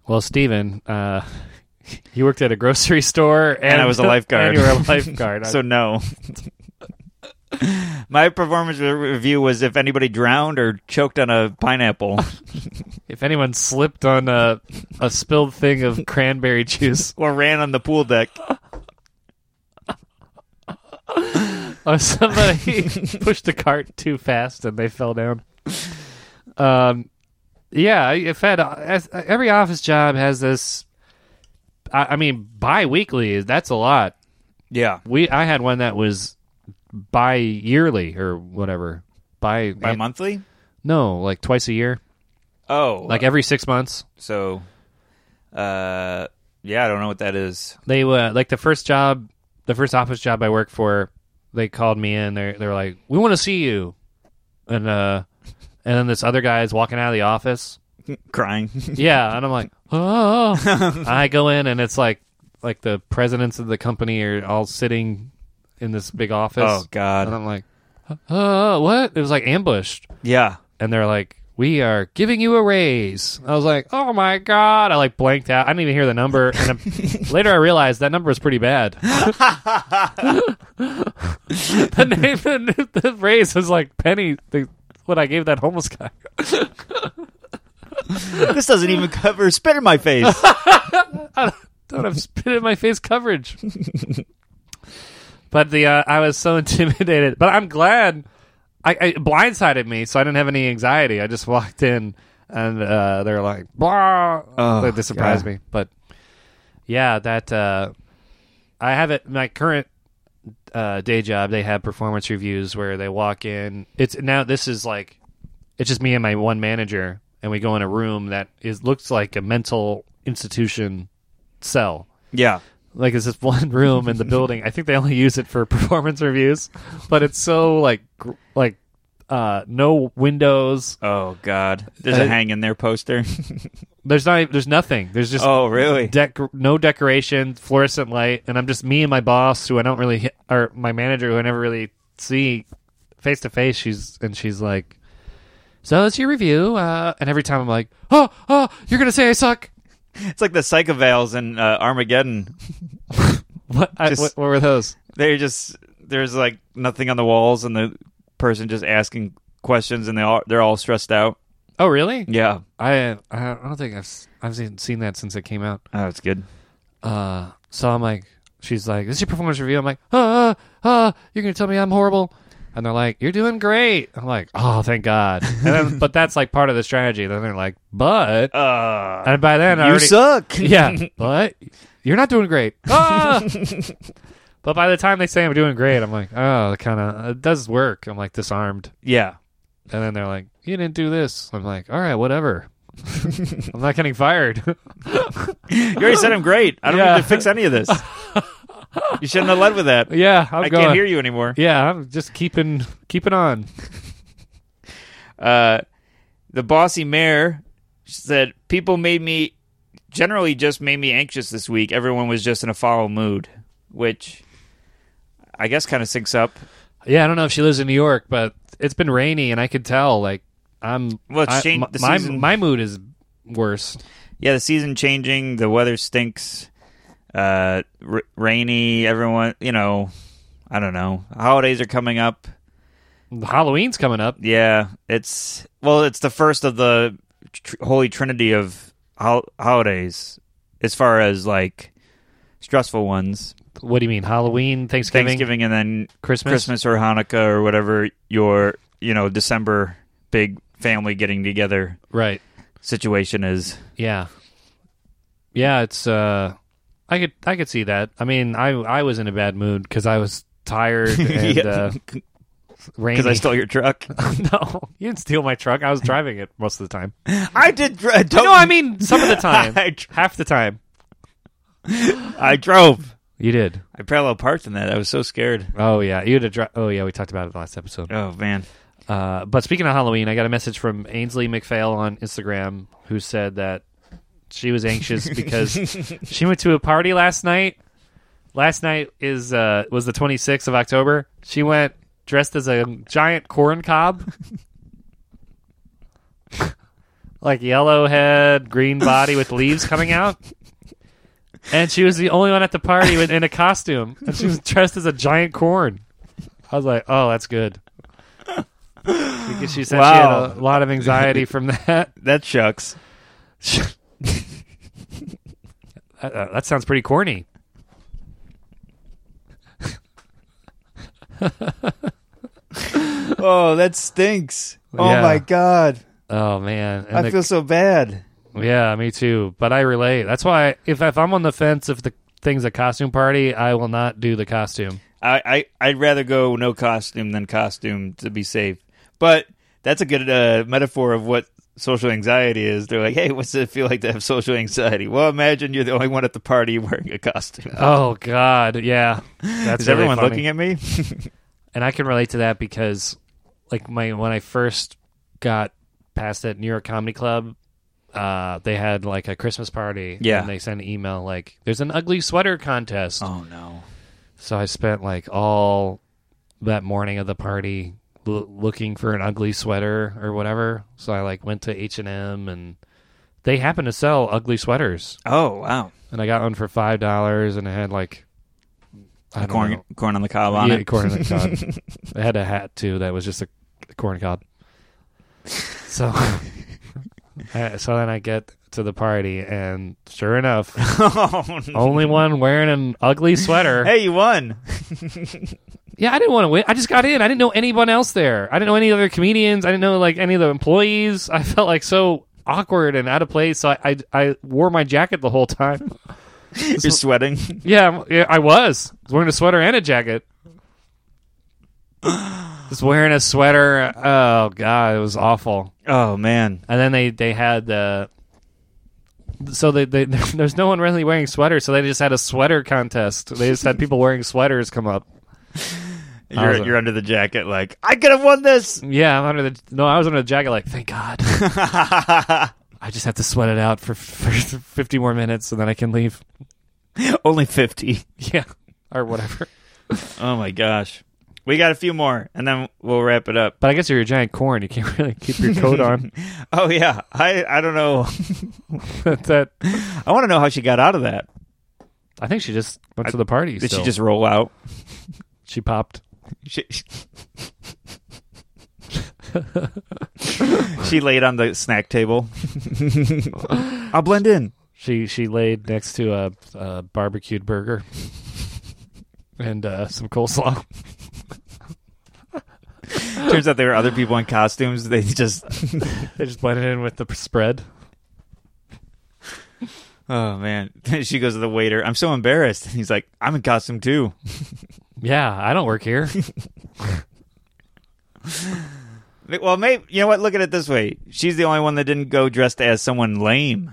S1: Well, Steven, uh, you worked at a grocery store, and,
S2: I was a
S1: And
S2: lifeguard.
S1: you were a lifeguard.
S2: So, no. my performance re- review was if anybody drowned or choked on a pineapple.
S1: if anyone slipped on a, a spilled thing of cranberry juice,
S2: Or ran on the pool deck.
S1: or Oh, somebody pushed the cart too fast and they fell down. Um, yeah, I- I've had as- every office job has this. I, I mean, bi-weekly, that's a lot.
S2: Yeah.
S1: We I had one that was bi yearly or whatever. Bi,
S2: Bi monthly?
S1: No, like twice a year.
S2: Oh.
S1: Like every six months.
S2: so, uh, yeah, I don't know what that is.
S1: They uh, like the first job the first office job I worked for, they called me in, they're they're like, We wanna see you and uh and then this other guy is walking out of the office.
S2: Crying.
S1: Yeah, and I'm like, Oh I go in and it's like like the presidents of the company are all sitting in this big office.
S2: oh,
S1: And
S2: God.
S1: I'm like, Oh, what? It was like ambushed.
S2: Yeah.
S1: and they're like, "We are giving you a raise." I was like, "Oh my god!" I like blanked out. I didn't even hear the number. And I- later, I realized that number was pretty bad. the name, the, the raise was like penny. The, what I gave that homeless guy.
S2: this doesn't even cover spit in my face.
S1: Don't have spit in my face coverage. but the uh, I was so intimidated. But I'm glad. I, I it blindsided me, so I didn't have any anxiety. I just walked in, and uh, they're like, "Blah."
S2: Oh,
S1: Like, they surprised
S2: God.
S1: me. But yeah, that uh, I have it. My current uh, day job, they have performance reviews where they walk in. It's now this is like it's just me and my one manager, and we go in a room that is looks like a mental institution cell.
S2: Yeah.
S1: Like it's just one room in the building. I think they only use it for performance reviews, but it's so like gr- like uh, no windows.
S2: Oh God, there's a
S1: Uh,
S2: hang in there poster.
S1: There's not. e, There's nothing. There's just
S2: oh really?
S1: dec- no decoration, fluorescent light, and I'm just me and my boss, who I don't really, hit, or my manager, who I never really see face to face. She's and she's like, "So it's your review," uh, and every time I'm like, "Oh, oh, you're gonna say I suck."
S2: It's like the psychovales in uh, Armageddon.
S1: What, I,
S2: Just-
S1: what, what were those?
S2: They're just there's like nothing on the walls, and the person just asking questions, and they all they're all stressed out.
S1: Oh, really?
S2: Yeah,
S1: I I don't think I've s- I've seen, seen that since it came out.
S2: oh, it's good.
S1: Uh, so I'm like, she's like, "This is your performance review." I'm like, "Uh, uh, uh you're gonna tell me I'm horrible." And they're like, "You're doing great." I'm like, "Oh, thank God!" And then, but that's like part of the strategy. Then they're like, "But,"
S2: Uh,
S1: and by then I
S2: you
S1: already,
S2: suck.
S1: yeah, but you're not doing great. Ah! but by the time they say I'm doing great, I'm like, "Oh, kind of it does work." I'm like disarmed,
S2: yeah.
S1: and then they're like, "You didn't do this." I'm like, "All right, whatever." I'm not getting fired.
S2: You already said I'm great. I don't
S1: Yeah.
S2: need to fix any of this. You shouldn't have led with that.
S1: yeah, I'm
S2: I
S1: going.
S2: can't hear you anymore.
S1: Yeah, I'm just keeping keeping on.
S2: Uh, the bossy mayor said, People made me, generally just made me anxious this week. Everyone was just in a foul mood, which I guess kind of syncs up.
S1: Yeah, I don't know if she lives in New York, but it's been rainy, and I could tell. Like I'm.
S2: Well, it's
S1: I-
S2: changed-
S1: my-
S2: the
S1: my
S2: season-
S1: my mood is worse.
S2: Yeah, the season changing, the weather stinks, uh, r- rainy, everyone, you know, I don't know. Holidays are coming up.
S1: Halloween's coming up.
S2: Yeah, it's, well, it's the first of the tr- holy trinity of hol- holidays as far as like stressful ones.
S1: What do you mean Halloween, Thanksgiving,
S2: Thanksgiving and then
S1: Christmas?
S2: Christmas or Hanukkah or whatever your you know December big family getting together
S1: Right.
S2: situation is.
S1: Yeah. Yeah, it's. uh I could I could see that. I mean, I I was in a bad mood because I was tired and uh, rainy.
S2: Because I stole your truck.
S1: no, you didn't steal my truck. I was driving it most of the time.
S2: I did. Dr- don't,
S1: No, I mean some of the time,
S2: I, dr-
S1: half the time.
S2: I drove.
S1: You did.
S2: I parallel parked in that. I was so scared.
S1: Oh yeah, you had a dri- Oh yeah, we talked about it last episode.
S2: Oh man.
S1: Uh, but speaking of Halloween, I got a message from Ainsley McPhail on Instagram who said that she was anxious because she went to a party last night. Last night is uh, was the 26th of October. She went dressed as a giant corn cob. like yellow head, green body with leaves coming out. And she was the only one at the party with, in a costume. And she was dressed as a giant corn. I was like, oh, that's good. Because she said she
S2: Wow.
S1: had a lot of anxiety from that.
S2: That shucks.
S1: That, uh, that sounds pretty corny.
S2: Oh, that stinks.
S1: Yeah.
S2: god.
S1: Oh, man. And the-
S2: so bad.
S1: yeah, me too. But I relate. That's why if, if I'm on the fence, if the thing's a costume party, I will not do the costume.
S2: I, I I'd rather go no costume than costume to be safe. But that's a good uh, metaphor of what social anxiety is. They're like, hey, what's it feel like to have social anxiety? Well, imagine you're the only one at the party wearing a costume.
S1: Oh, God. Yeah. That's
S2: is
S1: really
S2: everyone
S1: funny.
S2: looking at me?
S1: and I can relate to that because, like my when I first got past at New York Comedy Club, uh, they had like a Christmas party.
S2: Yeah.
S1: and they sent an email like, "There's an ugly sweater contest."
S2: oh no.
S1: So I spent like all that morning of the party l- looking for an ugly sweater or whatever. So I like went to H and M and they happen to sell ugly sweaters,
S2: Oh wow.
S1: and I got one for five dollars, and it had like. I don't know.
S2: Corn corn on the cob on
S1: Yeah,
S2: it.
S1: corn on the cob. I had a hat too that was just a corn cob. So, I- so then I get to the party, and sure enough,
S2: oh, no.
S1: only one wearing an ugly sweater.
S2: Hey, you won.
S1: Yeah, I didn't want to win. I just got in. I didn't know anyone else there. I didn't know any other comedians. I didn't know like any of the employees. I felt like so awkward and out of place. So I, I, I wore my jacket the whole time.
S2: You're sweating.
S1: Yeah, I'm- yeah, I was. I was wearing a sweater and a jacket. Just wearing a sweater. Oh god, it was awful.
S2: Oh man.
S1: And then they they had the so they, they there's no one really wearing sweaters, so they just had a sweater contest. They just had people wearing sweaters come up.
S2: You're,
S1: Awesome.
S2: you're under the jacket, like I could have won this.
S1: Yeah, I'm under the no. I was under the jacket. Like, thank God. I just have to sweat it out for, for 50 more minutes, and then I can leave.
S2: Only fifty.
S1: Yeah, or whatever.
S2: Oh my gosh, we got a few more, and then we'll wrap it up.
S1: But I guess if you're a giant corn, you can't really keep your coat on.
S2: Oh yeah, I I don't know.
S1: That's that.
S2: I want to know how she got out of that.
S1: I think she just went to the party.
S2: Did
S1: still.
S2: she just roll out?
S1: she popped?
S2: She, she laid on the snack table. I'll blend in.
S1: She she laid next to a, a barbecued burger and uh, some coleslaw.
S2: Turns out there were other people in costumes. They just
S1: They just blended in with the spread.
S2: Oh man. She goes to the waiter. I'm so embarrassed. And he's like, I'm in costume too.
S1: Yeah, I don't work here.
S2: Well, maybe you know what? Look at it this way. She's the only one that didn't go dressed as someone lame.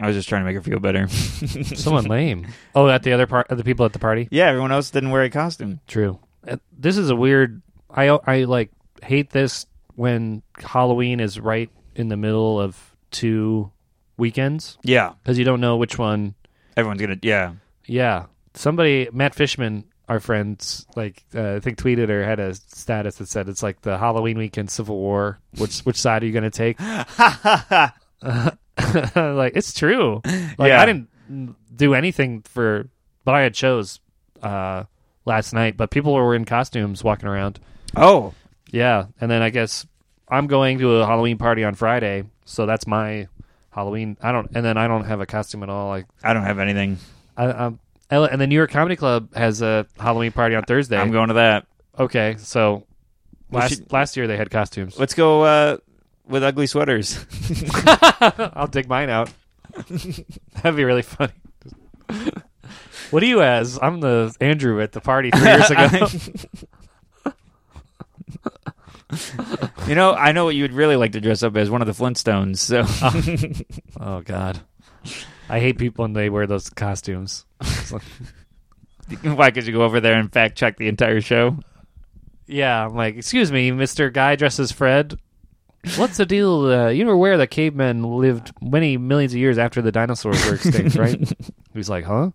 S2: I was just trying to make her feel better.
S1: Someone lame. Oh, at the other part, the people at the party.
S2: yeah, everyone else didn't wear a costume.
S1: True. Uh, This is a weird. I I like hate this when Halloween is right in the middle of two weekends
S2: Yeah.
S1: because you don't know which one.
S2: Everyone's gonna yeah.
S1: Yeah, somebody Matt Fishman, our friends, like uh, I think tweeted or had a status that said it's like the Halloween weekend Civil War. Which which side are you going to take? like it's true. Like
S2: Yeah.
S1: I didn't do anything for, but I had shows uh, last night. But people were in costumes walking around.
S2: Oh.
S1: Yeah, and then I guess I'm going to a Halloween party on Friday, so that's my Halloween. I don't, and then I don't have a costume at all. Like,
S2: I don't have anything.
S1: I, um, Ella- and the New York Comedy Club has a Halloween party on Thursday.
S2: I'm going to that.
S1: okay, so
S2: We
S1: last
S2: should-
S1: last year they had costumes.
S2: Let's go uh with ugly sweaters.
S1: I'll dig mine out. That'd be really funny. what are you as? I'm the Andrew at the party three years ago.
S2: you know, I know what you would really like to dress up as one of the Flintstones. So
S1: oh God, I hate people when they wear those costumes. It's like-
S2: why could you go over there and fact check the entire show?
S1: Yeah, I'm like, excuse me, Mister Guy dresses Fred. What's the deal? Uh, you know where the cavemen lived many millions of years after the dinosaurs were extinct, right? He's like, huh?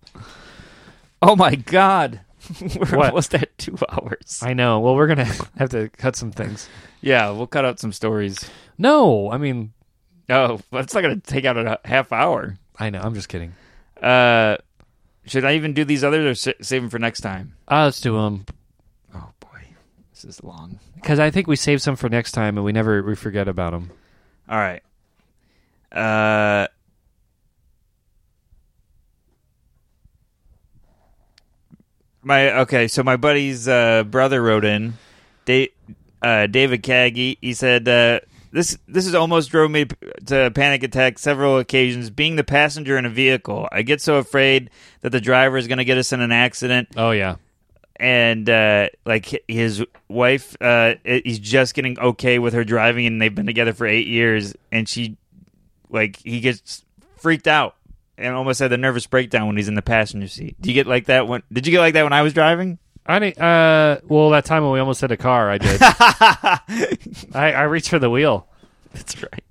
S2: Oh my god. We're
S1: What?
S2: almost at two hours.
S1: I know. Well, we're gonna have to cut some things.
S2: yeah, we'll cut out some stories.
S1: No, I mean,
S2: Oh, that's not gonna take out a half hour.
S1: I know. I'm just kidding.
S2: Uh should I even do these others or sa- save them for next time?
S1: Uh, let's do them
S2: Oh boy. This is long.
S1: because I think we save some for next time, and we never we forget about them.
S2: All right. Uh, my okay. So my buddy's uh, brother wrote in, da- uh, David Caggy. He said uh, this this has almost drove me p- to a panic attack several occasions. Being the passenger in a vehicle, I get so afraid that the driver is going to get us in an accident
S1: Oh yeah,
S2: and uh, like h- his wife uh, he's just getting okay with her driving and they've been together for eight years and she like he gets freaked out and almost had the nervous breakdown when he's in the passenger seat do you get like that when did you get like that when i was driving
S1: I didn't- uh, well, that time when we almost hit a car, I did. I, I reached for the wheel.
S2: that's right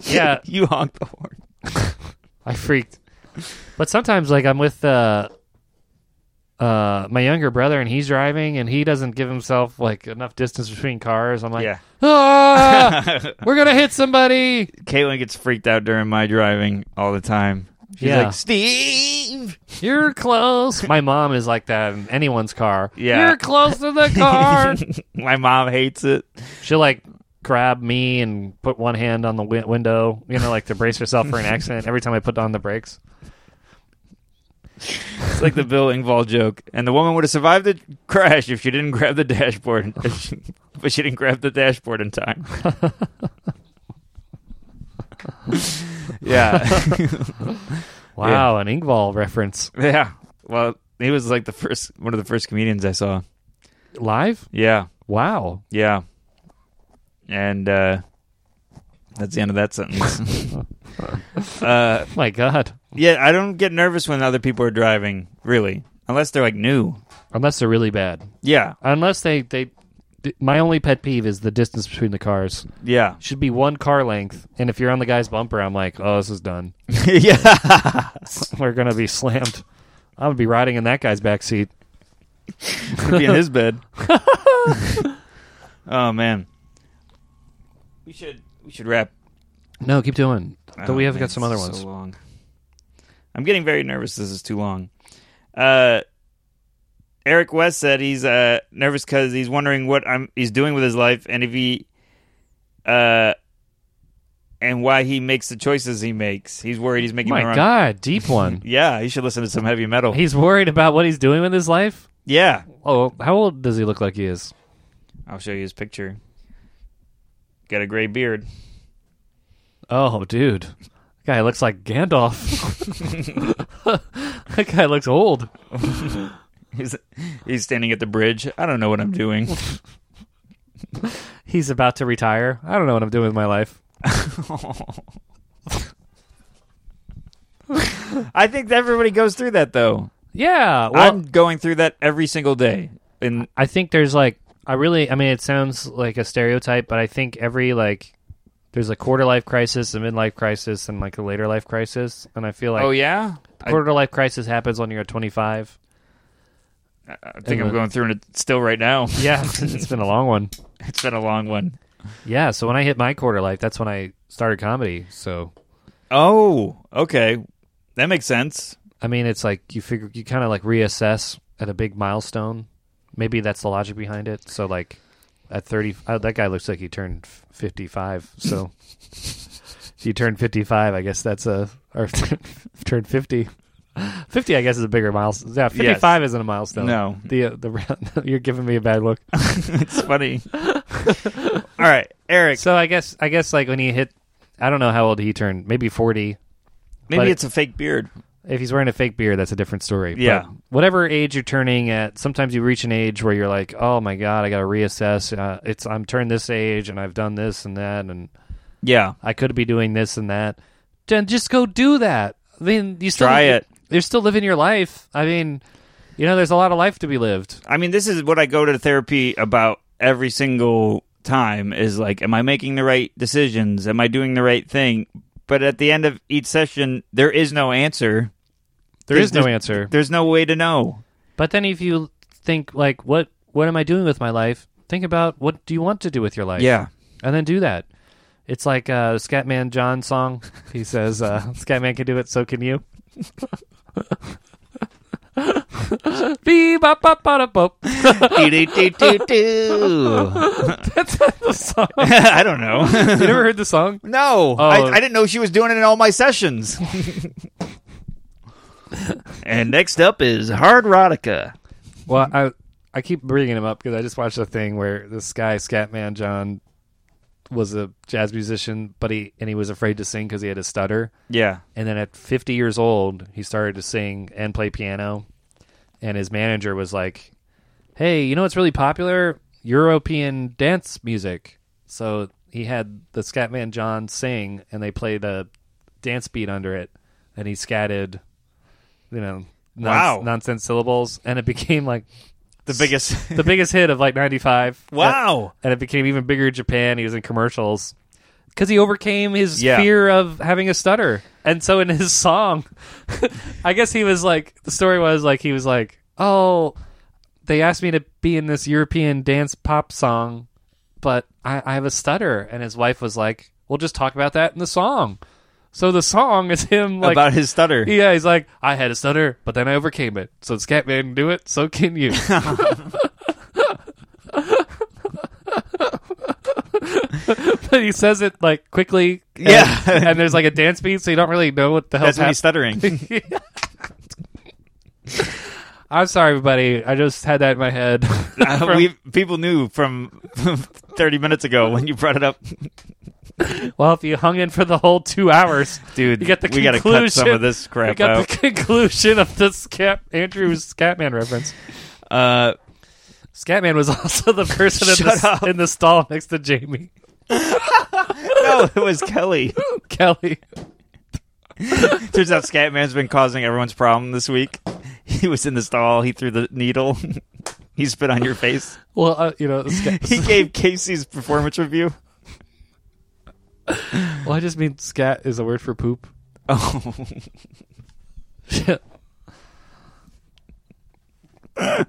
S1: Yeah,
S2: you honked the horn
S1: I freaked. But sometimes, like, I'm with uh, uh, my younger brother, and he's driving, and he doesn't give himself like enough distance between cars. I'm like,
S2: yeah
S1: "Ah, we're gonna hit somebody.
S2: caitlin gets freaked out during my driving all the time she's
S1: Yeah.
S2: like steve
S1: You're close. my mom is like that in anyone's car.
S2: Yeah.
S1: you're close to the car.
S2: my mom hates it
S1: She'll like grab me and put one hand on the wi- window, you know, like to brace herself for an accident. Every time I put on the brakes.
S2: It's like the Bill Engvall joke. And the woman would have survived the crash if she didn't grab the dashboard. but she didn't grab the dashboard in time. yeah.
S1: Wow, an Ingval reference
S2: yeah. Well, he was like the first one of the first comedians I saw.
S1: live.
S2: Yeah.
S1: Wow.
S2: Yeah. And uh that's the end of that sentence. uh
S1: My God.
S2: yeah, I don't get nervous when other people are driving, really. unless they're like new.
S1: unless they're really bad.
S2: Yeah,
S1: Unless they they. My only pet peeve is the distance between the cars.
S2: yeah,
S1: Should be one car length, and if you're on the guy's bumper, I'm like, oh, this is done.
S2: yeah.
S1: We're gonna be slammed. I'm gonna be riding in that guy's back seat.
S2: Could be in his bed. oh man, we should we should wrap.
S1: No, keep doing. Though
S2: Oh,
S1: we have
S2: man,
S1: got some other
S2: this is
S1: ones.
S2: So long. I'm getting very nervous. This is too long. Uh, Eric West said he's uh, nervous because he's wondering what I'm he's doing with his life and if he, uh, and why he makes the choices he makes. He's worried he's making the
S1: My
S2: wrong.
S1: God, deep one.
S2: Yeah, he should listen to some heavy metal.
S1: He's worried about what he's doing with his life.
S2: yeah,
S1: Oh, how old does he look like he is?
S2: I'll show you his picture. Got a gray beard.
S1: Oh, dude, that guy looks like Gandalf. that guy looks old.
S2: He's he's standing at the bridge. I don't know what I'm doing.
S1: He's about to retire. I don't know what I'm doing with my life.
S2: I think everybody goes through that though.
S1: Yeah, well,
S2: I'm going through that every single day. And
S1: I think there's like I really I mean it sounds like a stereotype, but I think every like there's a quarter life crisis, a midlife crisis, and like a later life crisis, and I feel like
S2: oh yeah, I,
S1: quarter life crisis happens when you're at 25.
S2: I think I'm going through it still right now.
S1: Yeah, it's been a long one.
S2: it's been a long one.
S1: Yeah, so when I hit my quarter life, that's when I started comedy. So
S2: Oh, okay, that makes sense.
S1: I mean, it's like you figure you kind of like reassess at a big milestone. Maybe that's the logic behind it. So like at 30 oh, that guy looks like he turned f- 55. So if you turn 55, I guess that's a or turned 50. 50 I guess is a bigger milestone. Yeah, 55 isn't a milestone.
S2: No.
S1: The uh, the you're giving me a bad look.
S2: It's funny. All right, Eric.
S1: So I guess I guess like when he hit I don't know how old he turned, maybe 40.
S2: Maybe
S1: but-
S2: it's a fake beard.
S1: If he's wearing a fake beard, that's a different story.
S2: Yeah.
S1: But whatever age you're turning at, sometimes you reach an age where you're like, "Oh my god, I got to reassess. Uh, it's I'm turned this age, and I've done this and that, and
S2: Yeah,
S1: I could be doing this and that." Then just go do that. I mean, you still
S2: Try it.
S1: You're still living your life. I mean, you know, there's a lot of life to be lived.
S2: I mean, this is what I go to therapy about every single time is like, am I making the right decisions? Am I doing the right thing? But at the end of each session, there is no answer.
S1: There is no
S2: there's-
S1: answer.
S2: There's no way to know.
S1: But then if you think like, "What what am I doing with my life?" Think about what do you want to do with your life. and then do that. It's like uh, Scatman John song. He says, uh, "Scatman can do it, so can you." Bee-bop-bop-bop-bop.
S2: Do-do-do-do-do.
S1: The song. You
S2: I don't know.
S1: never heard the song?
S2: No, I,
S1: Oh.
S2: I didn't know she was doing it in all my sessions. and next up is Hard Erotica.
S1: Well, I I keep bringing him up because I just watched a thing where this guy Scatman John was a jazz musician, but he and he was afraid to sing because he had a stutter.
S2: Yeah.
S1: And then at 50 years old, he started to sing and play piano. And his manager was like, Hey, you know what's really popular? European dance music. So he had the Scatman John sing, and they played a dance beat under it. And he scatted, you know, nonce-
S2: Wow.
S1: nonsense syllables. And it became like
S2: The biggest.
S1: the biggest hit of like 95.
S2: wow.
S1: And it became even bigger in Japan. He was in commercials because he overcame his
S2: Yeah.
S1: fear of having a stutter. And so in his song, I guess he was like, the story was like, he was like, oh, they asked me to be in this European dance pop song, but I, I have a stutter. And his wife was like, we'll just talk about that in the song. So the song is him like
S2: about his stutter.
S1: yeah, he's like, I had a stutter, but then I overcame it. So Scatman can do it, so can you. but he says it like quickly. and-
S2: Yeah.
S1: And, there's like a dance beat, so you don't really know what the hell's
S2: That's when
S1: happening.
S2: he's stuttering.
S1: I'm sorry, everybody. I just had that in my head.
S2: Uh,
S1: From-
S2: we people knew from 30 minutes ago when you brought it up,
S1: well, if you hung in for the whole two hours,
S2: dude.
S1: you get the
S2: we
S1: conclusion.
S2: gotta cut some of this
S1: You
S2: crap
S1: got
S2: out.
S1: the conclusion of the Scat Andrew's Scatman reference.
S2: uh,
S1: Scatman was also the person in,
S2: Shut
S1: the,
S2: up.
S1: in the stall next to Jamie
S2: no, it was Kelly.
S1: Kelly.
S2: Turns out Scatman's been causing everyone's problem this week. He was in the stall. He threw the needle. he spit on your face.
S1: Well, uh, you know, Sca-
S2: He gave Casey's performance review.
S1: well, I just mean scat is a word for poop.
S2: Oh,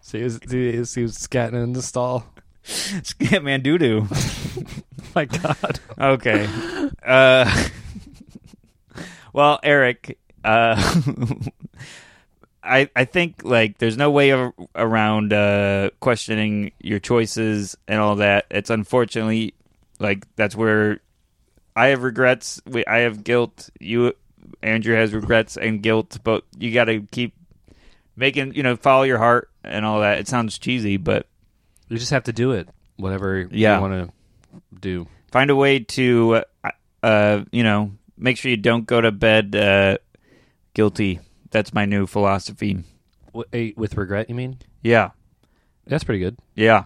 S1: See, is he was scatting in the stall.
S2: Scatman doo doo.
S1: My God,
S2: Okay. Uh, well, Eric, uh, I I think like there's no way ar- around uh, questioning your choices and all that. It's unfortunately like that's where I have regrets. We, I have guilt. You, Andrew, has regrets and guilt. But you got to keep making you know follow your heart and all that. It sounds cheesy, but
S1: you just have to do it. Whatever
S2: Yeah.
S1: you want to do.
S2: find a way to uh, uh you know make sure you don't go to bed uh guilty that's my new philosophy
S1: W- eh, with regret, you mean?
S2: yeah
S1: That's pretty good.
S2: yeah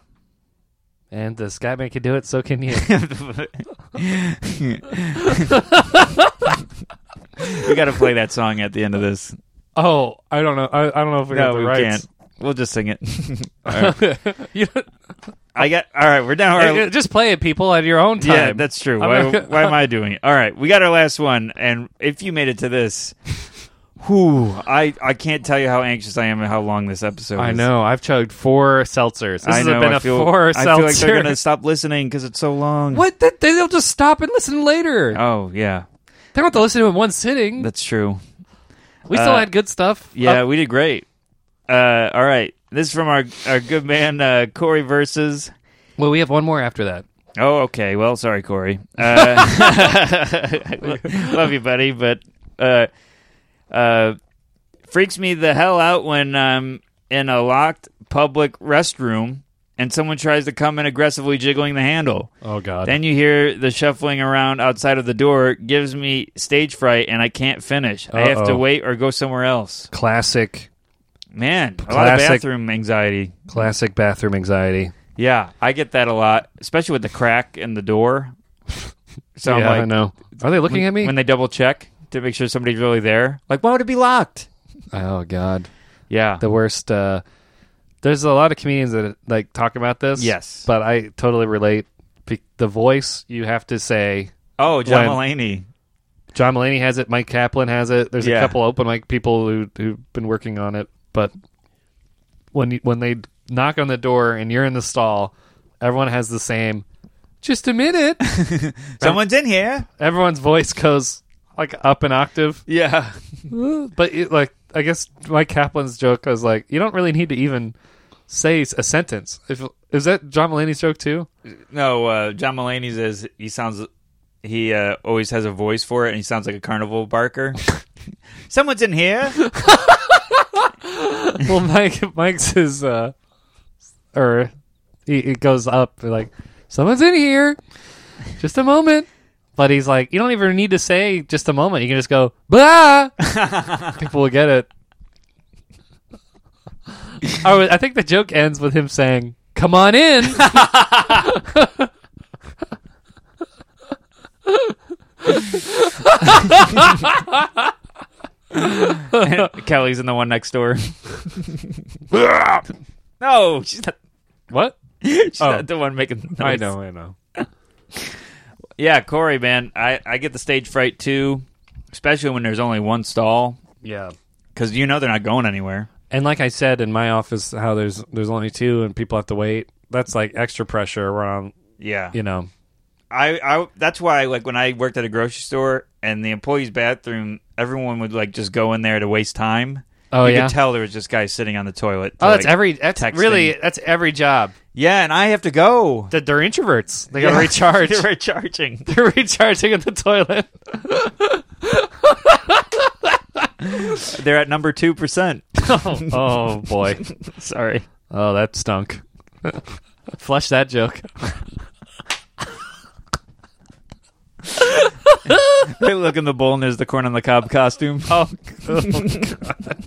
S1: And the Scatman can do it, so can you.
S2: we gotta play that song at the end of this
S1: oh, I don't know. I, I don't know if we
S2: no
S1: got the
S2: we
S1: rights.
S2: can't we'll just sing it all right.
S1: You don't-
S2: i got all right we're down
S1: Eh, eh, just play it, people, at your own time.
S2: Yeah, that's true.
S1: I'm
S2: Why,
S1: not-
S2: why am I doing it? All right, we got our last one, and if you made it to this, whew, I I can't tell you how anxious I am and how long this episode.
S1: I
S2: is.
S1: know. I've chugged four seltzers. This
S2: I
S1: has
S2: know.
S1: been
S2: I
S1: a
S2: feel,
S1: four
S2: I feel like
S1: seltzer.
S2: they're gonna stop listening because it's so long.
S1: What? That, they- they'll just stop and listen later.
S2: Oh yeah,
S1: they don't have to listen to it in one sitting.
S2: that's true.
S1: we still
S2: uh,
S1: had good stuff.
S2: Yeah,
S1: up-
S2: we did great. Uh, all right, this is from our our good man uh, Corey versus.
S1: well, we have one more after that.
S2: Oh, okay. Well, sorry, Corey. Uh, lo- love you, buddy, but uh, uh, freaks me the hell out when I'm in a locked public restroom and someone tries to come in aggressively jiggling the handle.
S1: Oh God.
S2: Then you hear the shuffling around outside of the door gives me stage fright and I can't finish. I have to
S1: Uh-oh.
S2: wait or go somewhere else.
S1: classic,
S2: Man, a lot of
S1: Classic.
S2: bathroom anxiety.
S1: classic bathroom anxiety.
S2: Yeah, I get that a lot, especially with the crack in the door. So
S1: yeah,
S2: I'm
S1: I
S2: like,
S1: know. Are they looking at me?
S2: when they double check to make sure somebody's really there, like, why would it be locked?
S1: oh God.
S2: Yeah.
S1: the worst uh there's a lot of comedians that like talk about this
S2: Yes.
S1: but i totally relate Be- the voice you have to say
S2: oh, John
S1: when-
S2: Mulaney.
S1: john Mulaney has it mike kaplan has it there's
S2: Yeah.
S1: a couple open mic people who, who've been working on it but when you, when they knock on the door and you're in the stall everyone has the same just a minute
S2: Someone's in here.
S1: everyone's voice goes like up an octave
S2: Yeah.
S1: but it, like i guess mike kaplan's joke was like you don't really need to even say a sentence if is that john Mulaney's joke too
S2: No, uh, John Mulaney's is he sounds he uh, always has a voice for it, and he sounds like a carnival barker. Someone's in here.
S1: well, Mike, Mike's is, uh, or he, it goes up like, someone's in here, just a moment. But he's like, you don't even need to say just a moment. You can just go blah. People will get it. I, was- I think the joke ends with him saying, "Come on in."
S2: Kelly's in the one next door. no, she's not.
S1: what?
S2: She's
S1: Oh.
S2: not the one making. The noise.
S1: I know, I know.
S2: Yeah, Corey, man, I I get the stage fright too, especially when there's only one stall
S1: Yeah.
S2: because you know they're not going anywhere.
S1: And like I said in my office, how there's there's only two and people have to wait. That's like extra pressure around,
S2: Yeah,
S1: you know.
S2: I, I that's why like when I worked at a grocery store and the employees' bathroom, everyone would like just go in there to waste time.
S1: Oh
S2: you
S1: yeah.
S2: could tell there was just guys sitting on the toilet. to,
S1: Oh, that's
S2: like-
S1: every. That's
S2: texting.
S1: really. That's every job.
S2: yeah, and I have to go.
S1: That they're introverts. They got to
S2: Yeah.
S1: recharge.
S2: They're recharging.
S1: they're recharging in the toilet.
S2: They're at number two percent.
S1: Oh, oh, boy.
S2: Sorry.
S1: Oh, that stunk. Flush that joke.
S2: They look in the bowl and there's the corn on the cob costume.
S1: Oh, oh, God.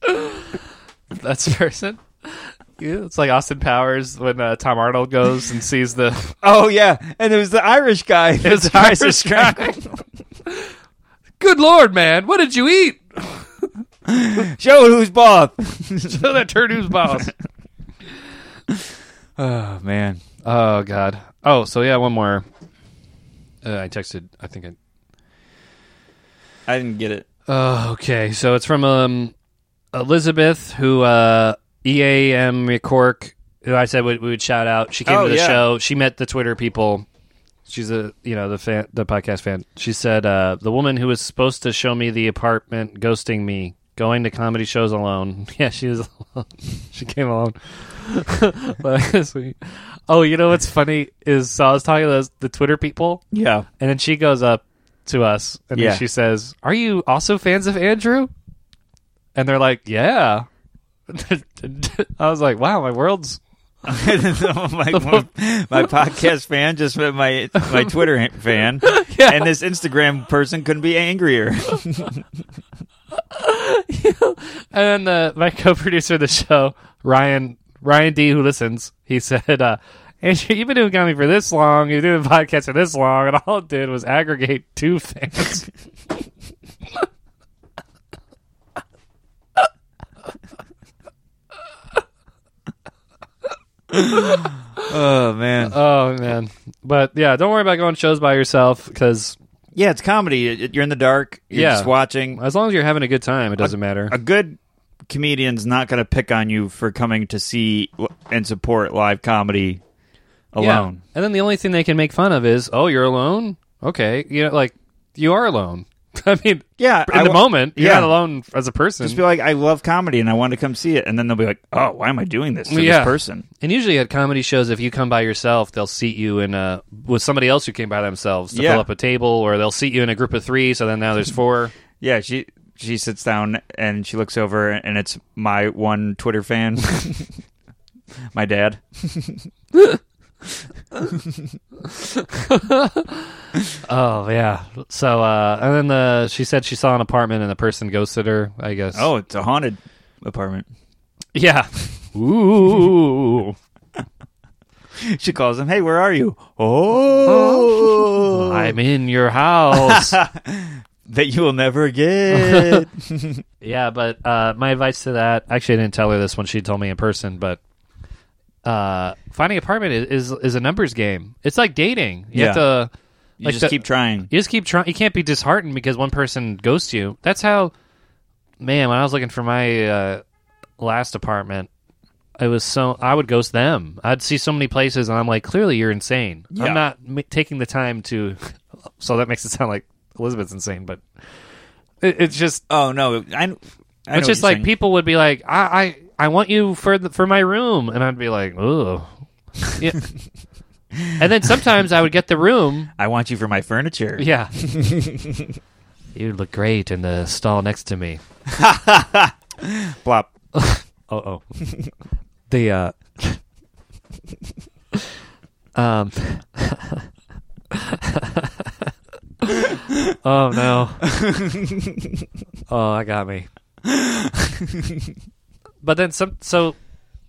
S1: that's the person. Yeah, it's like Austin Powers when uh, Tom Arnold goes and sees the
S2: Oh yeah, and it was the Irish guy. It
S1: was the Irish guy. Good Lord, man! What did you eat?
S2: Show who's boss.
S1: Show that turd who's boss.
S2: oh man.
S1: Oh God. Oh, so yeah, one more. Uh, I texted. I think. I,
S2: I didn't get it.
S1: Oh, okay. So it's from um, Elizabeth, who uh, EAM McCork, who I said we, we would shout out. She came
S2: Oh,
S1: to the
S2: yeah.
S1: show. She met the Twitter people. She's a you know the fan, the podcast fan. She said uh, the woman who was supposed to show me the apartment ghosting me, going to comedy shows alone. Yeah, she was. Alone. she came alone. But- sweet. Oh, you know what's funny is so I was talking to those, the Twitter people.
S2: Yeah.
S1: And then she goes up to us and then
S2: Yeah.
S1: she says, Are you also fans of Andrew? And they're like, Yeah. I was like, Wow, my world's.
S2: Oh, my, my, my podcast fan just met my my Twitter fan,
S1: Yeah.
S2: and this Instagram person couldn't be angrier.
S1: And then uh, my co producer of the show, Ryan Ryan D, who listens, he said, uh, Andrew, you've been doing comedy for this long, you've been doing podcasts for this long, and all it did was aggregate two fans.
S2: oh man.
S1: oh, man. But yeah, don't worry about going to shows by yourself because
S2: Yeah, it's comedy. It- it- You're in the dark. You're
S1: Yeah.
S2: just watching.
S1: as long as you're having a good time, it doesn't matter.
S2: A good comedian's not going to pick on you for coming to see l- and support live comedy alone.
S1: And then the only thing they can make fun of is, oh, you're alone. Okay, you know, like you are alone. I mean,
S2: Yeah,
S1: in
S2: I
S1: the
S2: wa-
S1: moment, you're
S2: yeah.
S1: not alone as a person.
S2: Just be like, I love comedy and I want to come see it, and then they'll be like, Oh, why am I doing this to
S1: Yeah.
S2: this person?
S1: and usually at comedy shows, if you come by yourself, they'll seat you in a with somebody else who came by themselves to
S2: Yeah.
S1: fill up a table, or they'll seat you in a group of three. So then now there's four.
S2: Yeah, she she sits down and she looks over, and it's my one Twitter fan, my dad.
S1: oh yeah. So uh, and then the, she said she saw an apartment and the person ghosted her. I guess.
S2: Oh, it's a haunted apartment.
S1: yeah. Ooh.
S2: She calls him, "Hey, where are you?" Oh,
S1: I'm in your house.
S2: that you will never get.
S1: Yeah, but uh, my advice to that actually, I didn't tell her this when she told me in person, but uh, finding an apartment is, is is a numbers game. It's like dating. You have
S2: Yeah.
S1: to
S2: you
S1: Like
S2: just
S1: the-
S2: keep trying.
S1: you just keep trying. You can't be disheartened because one person ghosts you. That's how. Man, when I was looking for my uh, last apartment, it was so I would ghost them. I'd see so many places, and I'm like, clearly you're insane.
S2: Yeah.
S1: I'm not m- taking the time to. so that makes it sound like Elizabeth's insane, but it, it's just
S2: Oh no, I. I know what
S1: it's just
S2: you're
S1: like
S2: saying.
S1: people would be like, I, I, I want you for the, for my room, and I'd be like, ooh. Yeah. and then sometimes I would get the room.
S2: I want you for my furniture.
S1: Yeah. you look great in the stall next to me.
S2: Blop.
S1: Oh, oh. the uh, um. oh no. oh, that got me. but then some. So,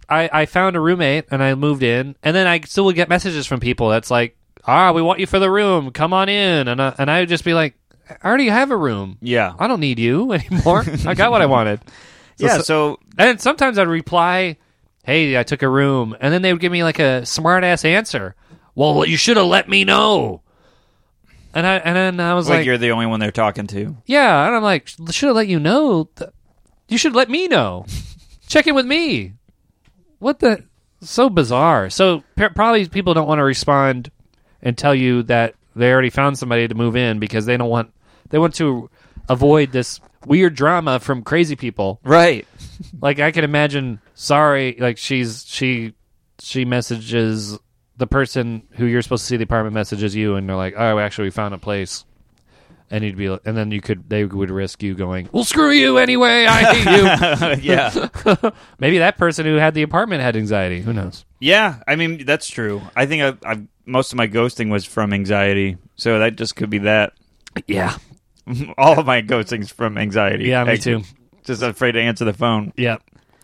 S1: I I found a roommate and I moved in, and then I still would get messages from people that's like, ah, we want you for the room. Come on in, and I, and I would just be like, I already have a room.
S2: Yeah.
S1: I don't need you anymore. I got what I wanted.
S2: yeah. So
S1: And sometimes I'd reply, "Hey, I took a room," and then they would give me like a smart ass answer. Well, you should have let me know. And I and then I was
S2: like,
S1: like,
S2: you're the only one they're talking to.
S1: "Yeah," and I'm like, "Should have let you know. Th- you should let me know. Check in with me." What the? So bizarre. So p- probably people don't want to respond and tell you that they already found somebody to move in because they don't want they want to avoid this weird drama from crazy people
S2: Right.
S1: like I can imagine. Sorry, like she's she she messages the person who you're supposed to see the apartment messages you, and they're like, "Oh, actually, we found a place." And you'd be, and then you could, they would risk you going, "Well, screw you anyway. I hate
S2: yeah.
S1: you." Maybe that person who had the apartment had anxiety. Who knows?
S2: Yeah, I mean that's true. I think I, I most of my ghosting was from anxiety, so that just could be that.
S1: Yeah,
S2: All of my ghostings from anxiety.
S1: yeah, me
S2: I-
S1: too.
S2: Just afraid to answer the phone.
S1: Yeah.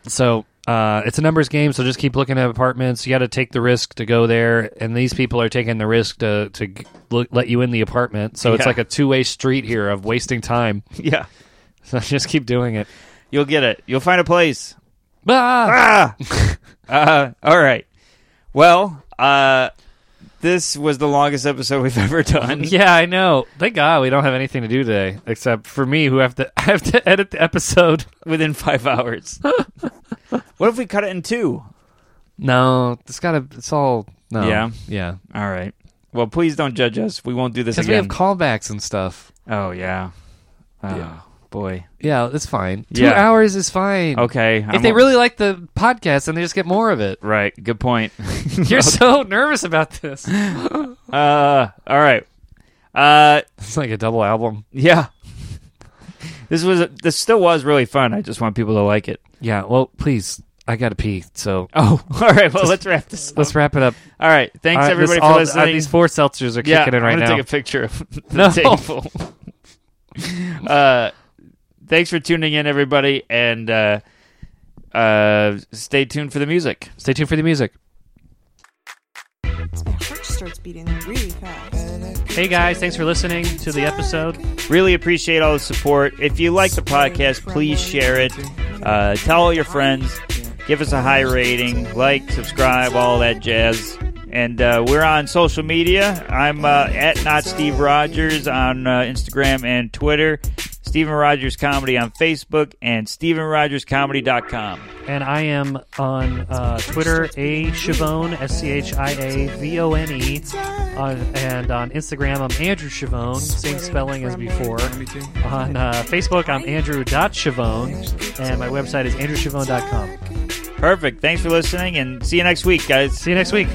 S1: So uh, it's a numbers game. So just keep looking at apartments. You got to take the risk to go there, and these people are taking the risk to to g- look, let you in the apartment. So it's
S2: Yeah.
S1: like a two way street here of wasting time.
S2: Yeah,
S1: So just keep doing it.
S2: You'll get it. You'll find a place.
S1: Ah!
S2: Ah! uh, all right. Well, uh, this was the longest episode we've ever done.
S1: Yeah, I know. Thank God we don't have anything to do today except for me, who have to I have to edit the episode.
S2: Within five hours. what if we cut it in two?
S1: No, it's gotta. It's all no.
S2: Yeah.
S1: yeah.
S2: All right. Well, please don't judge us. We won't do this
S1: Because we have
S2: again.
S1: callbacks and stuff.
S2: oh yeah. Oh
S1: Yeah.
S2: boy.
S1: Yeah, it's fine. Two
S2: Yeah.
S1: hours is fine.
S2: Okay.
S1: If they really like the podcast, then they just get more of it.
S2: right. Good point.
S1: You're so nervous about this.
S2: uh. All right. Uh.
S1: It's like a double album.
S2: Yeah. This was this still was really fun. I just want people to like it.
S1: Yeah. Well, please, I gotta pee. So
S2: Oh, all right. Well, let's wrap this. Up.
S1: let's wrap it up.
S2: All right. Um, Thanks
S1: Uh, this-
S2: everybody for
S1: all- uh,
S2: listening.
S1: these four seltzers are
S2: yeah,
S1: kicking in right
S2: I'm gonna
S1: now.
S2: take a picture of the
S1: No.
S2: table. uh, thanks for tuning in, everybody, and uh, uh, stay tuned for the music.
S1: Stay tuned for the music.
S3: My heart starts beating really fast.
S1: Hey guys, thanks for listening to the episode.
S2: Really appreciate all the support. If you like the podcast, please share it. Uh, tell all your friends. Give us a high rating. Like, subscribe, all that jazz. And uh, we're on social media. I'm uh, at not Steve Rogers on uh, Instagram and Twitter. Steven Rogers Comedy on Facebook and StevenRogersComedy.com.
S1: And I am on uh, Twitter, A Chavone, S C H I A V O N E. On, and on Instagram, I'm Andrew Chavone, same spelling as before. On uh, Facebook, I'm Andrew.Chavone. And my website is AndrewChavone.com.
S2: Perfect. Thanks for listening and see you next week, guys.
S1: See you next week.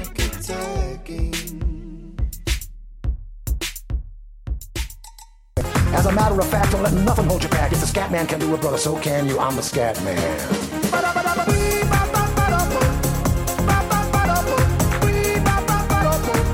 S5: As a matter of fact, don't let nothing hold you back. If the scat man can do it, brother, so can you. I'm the scat man.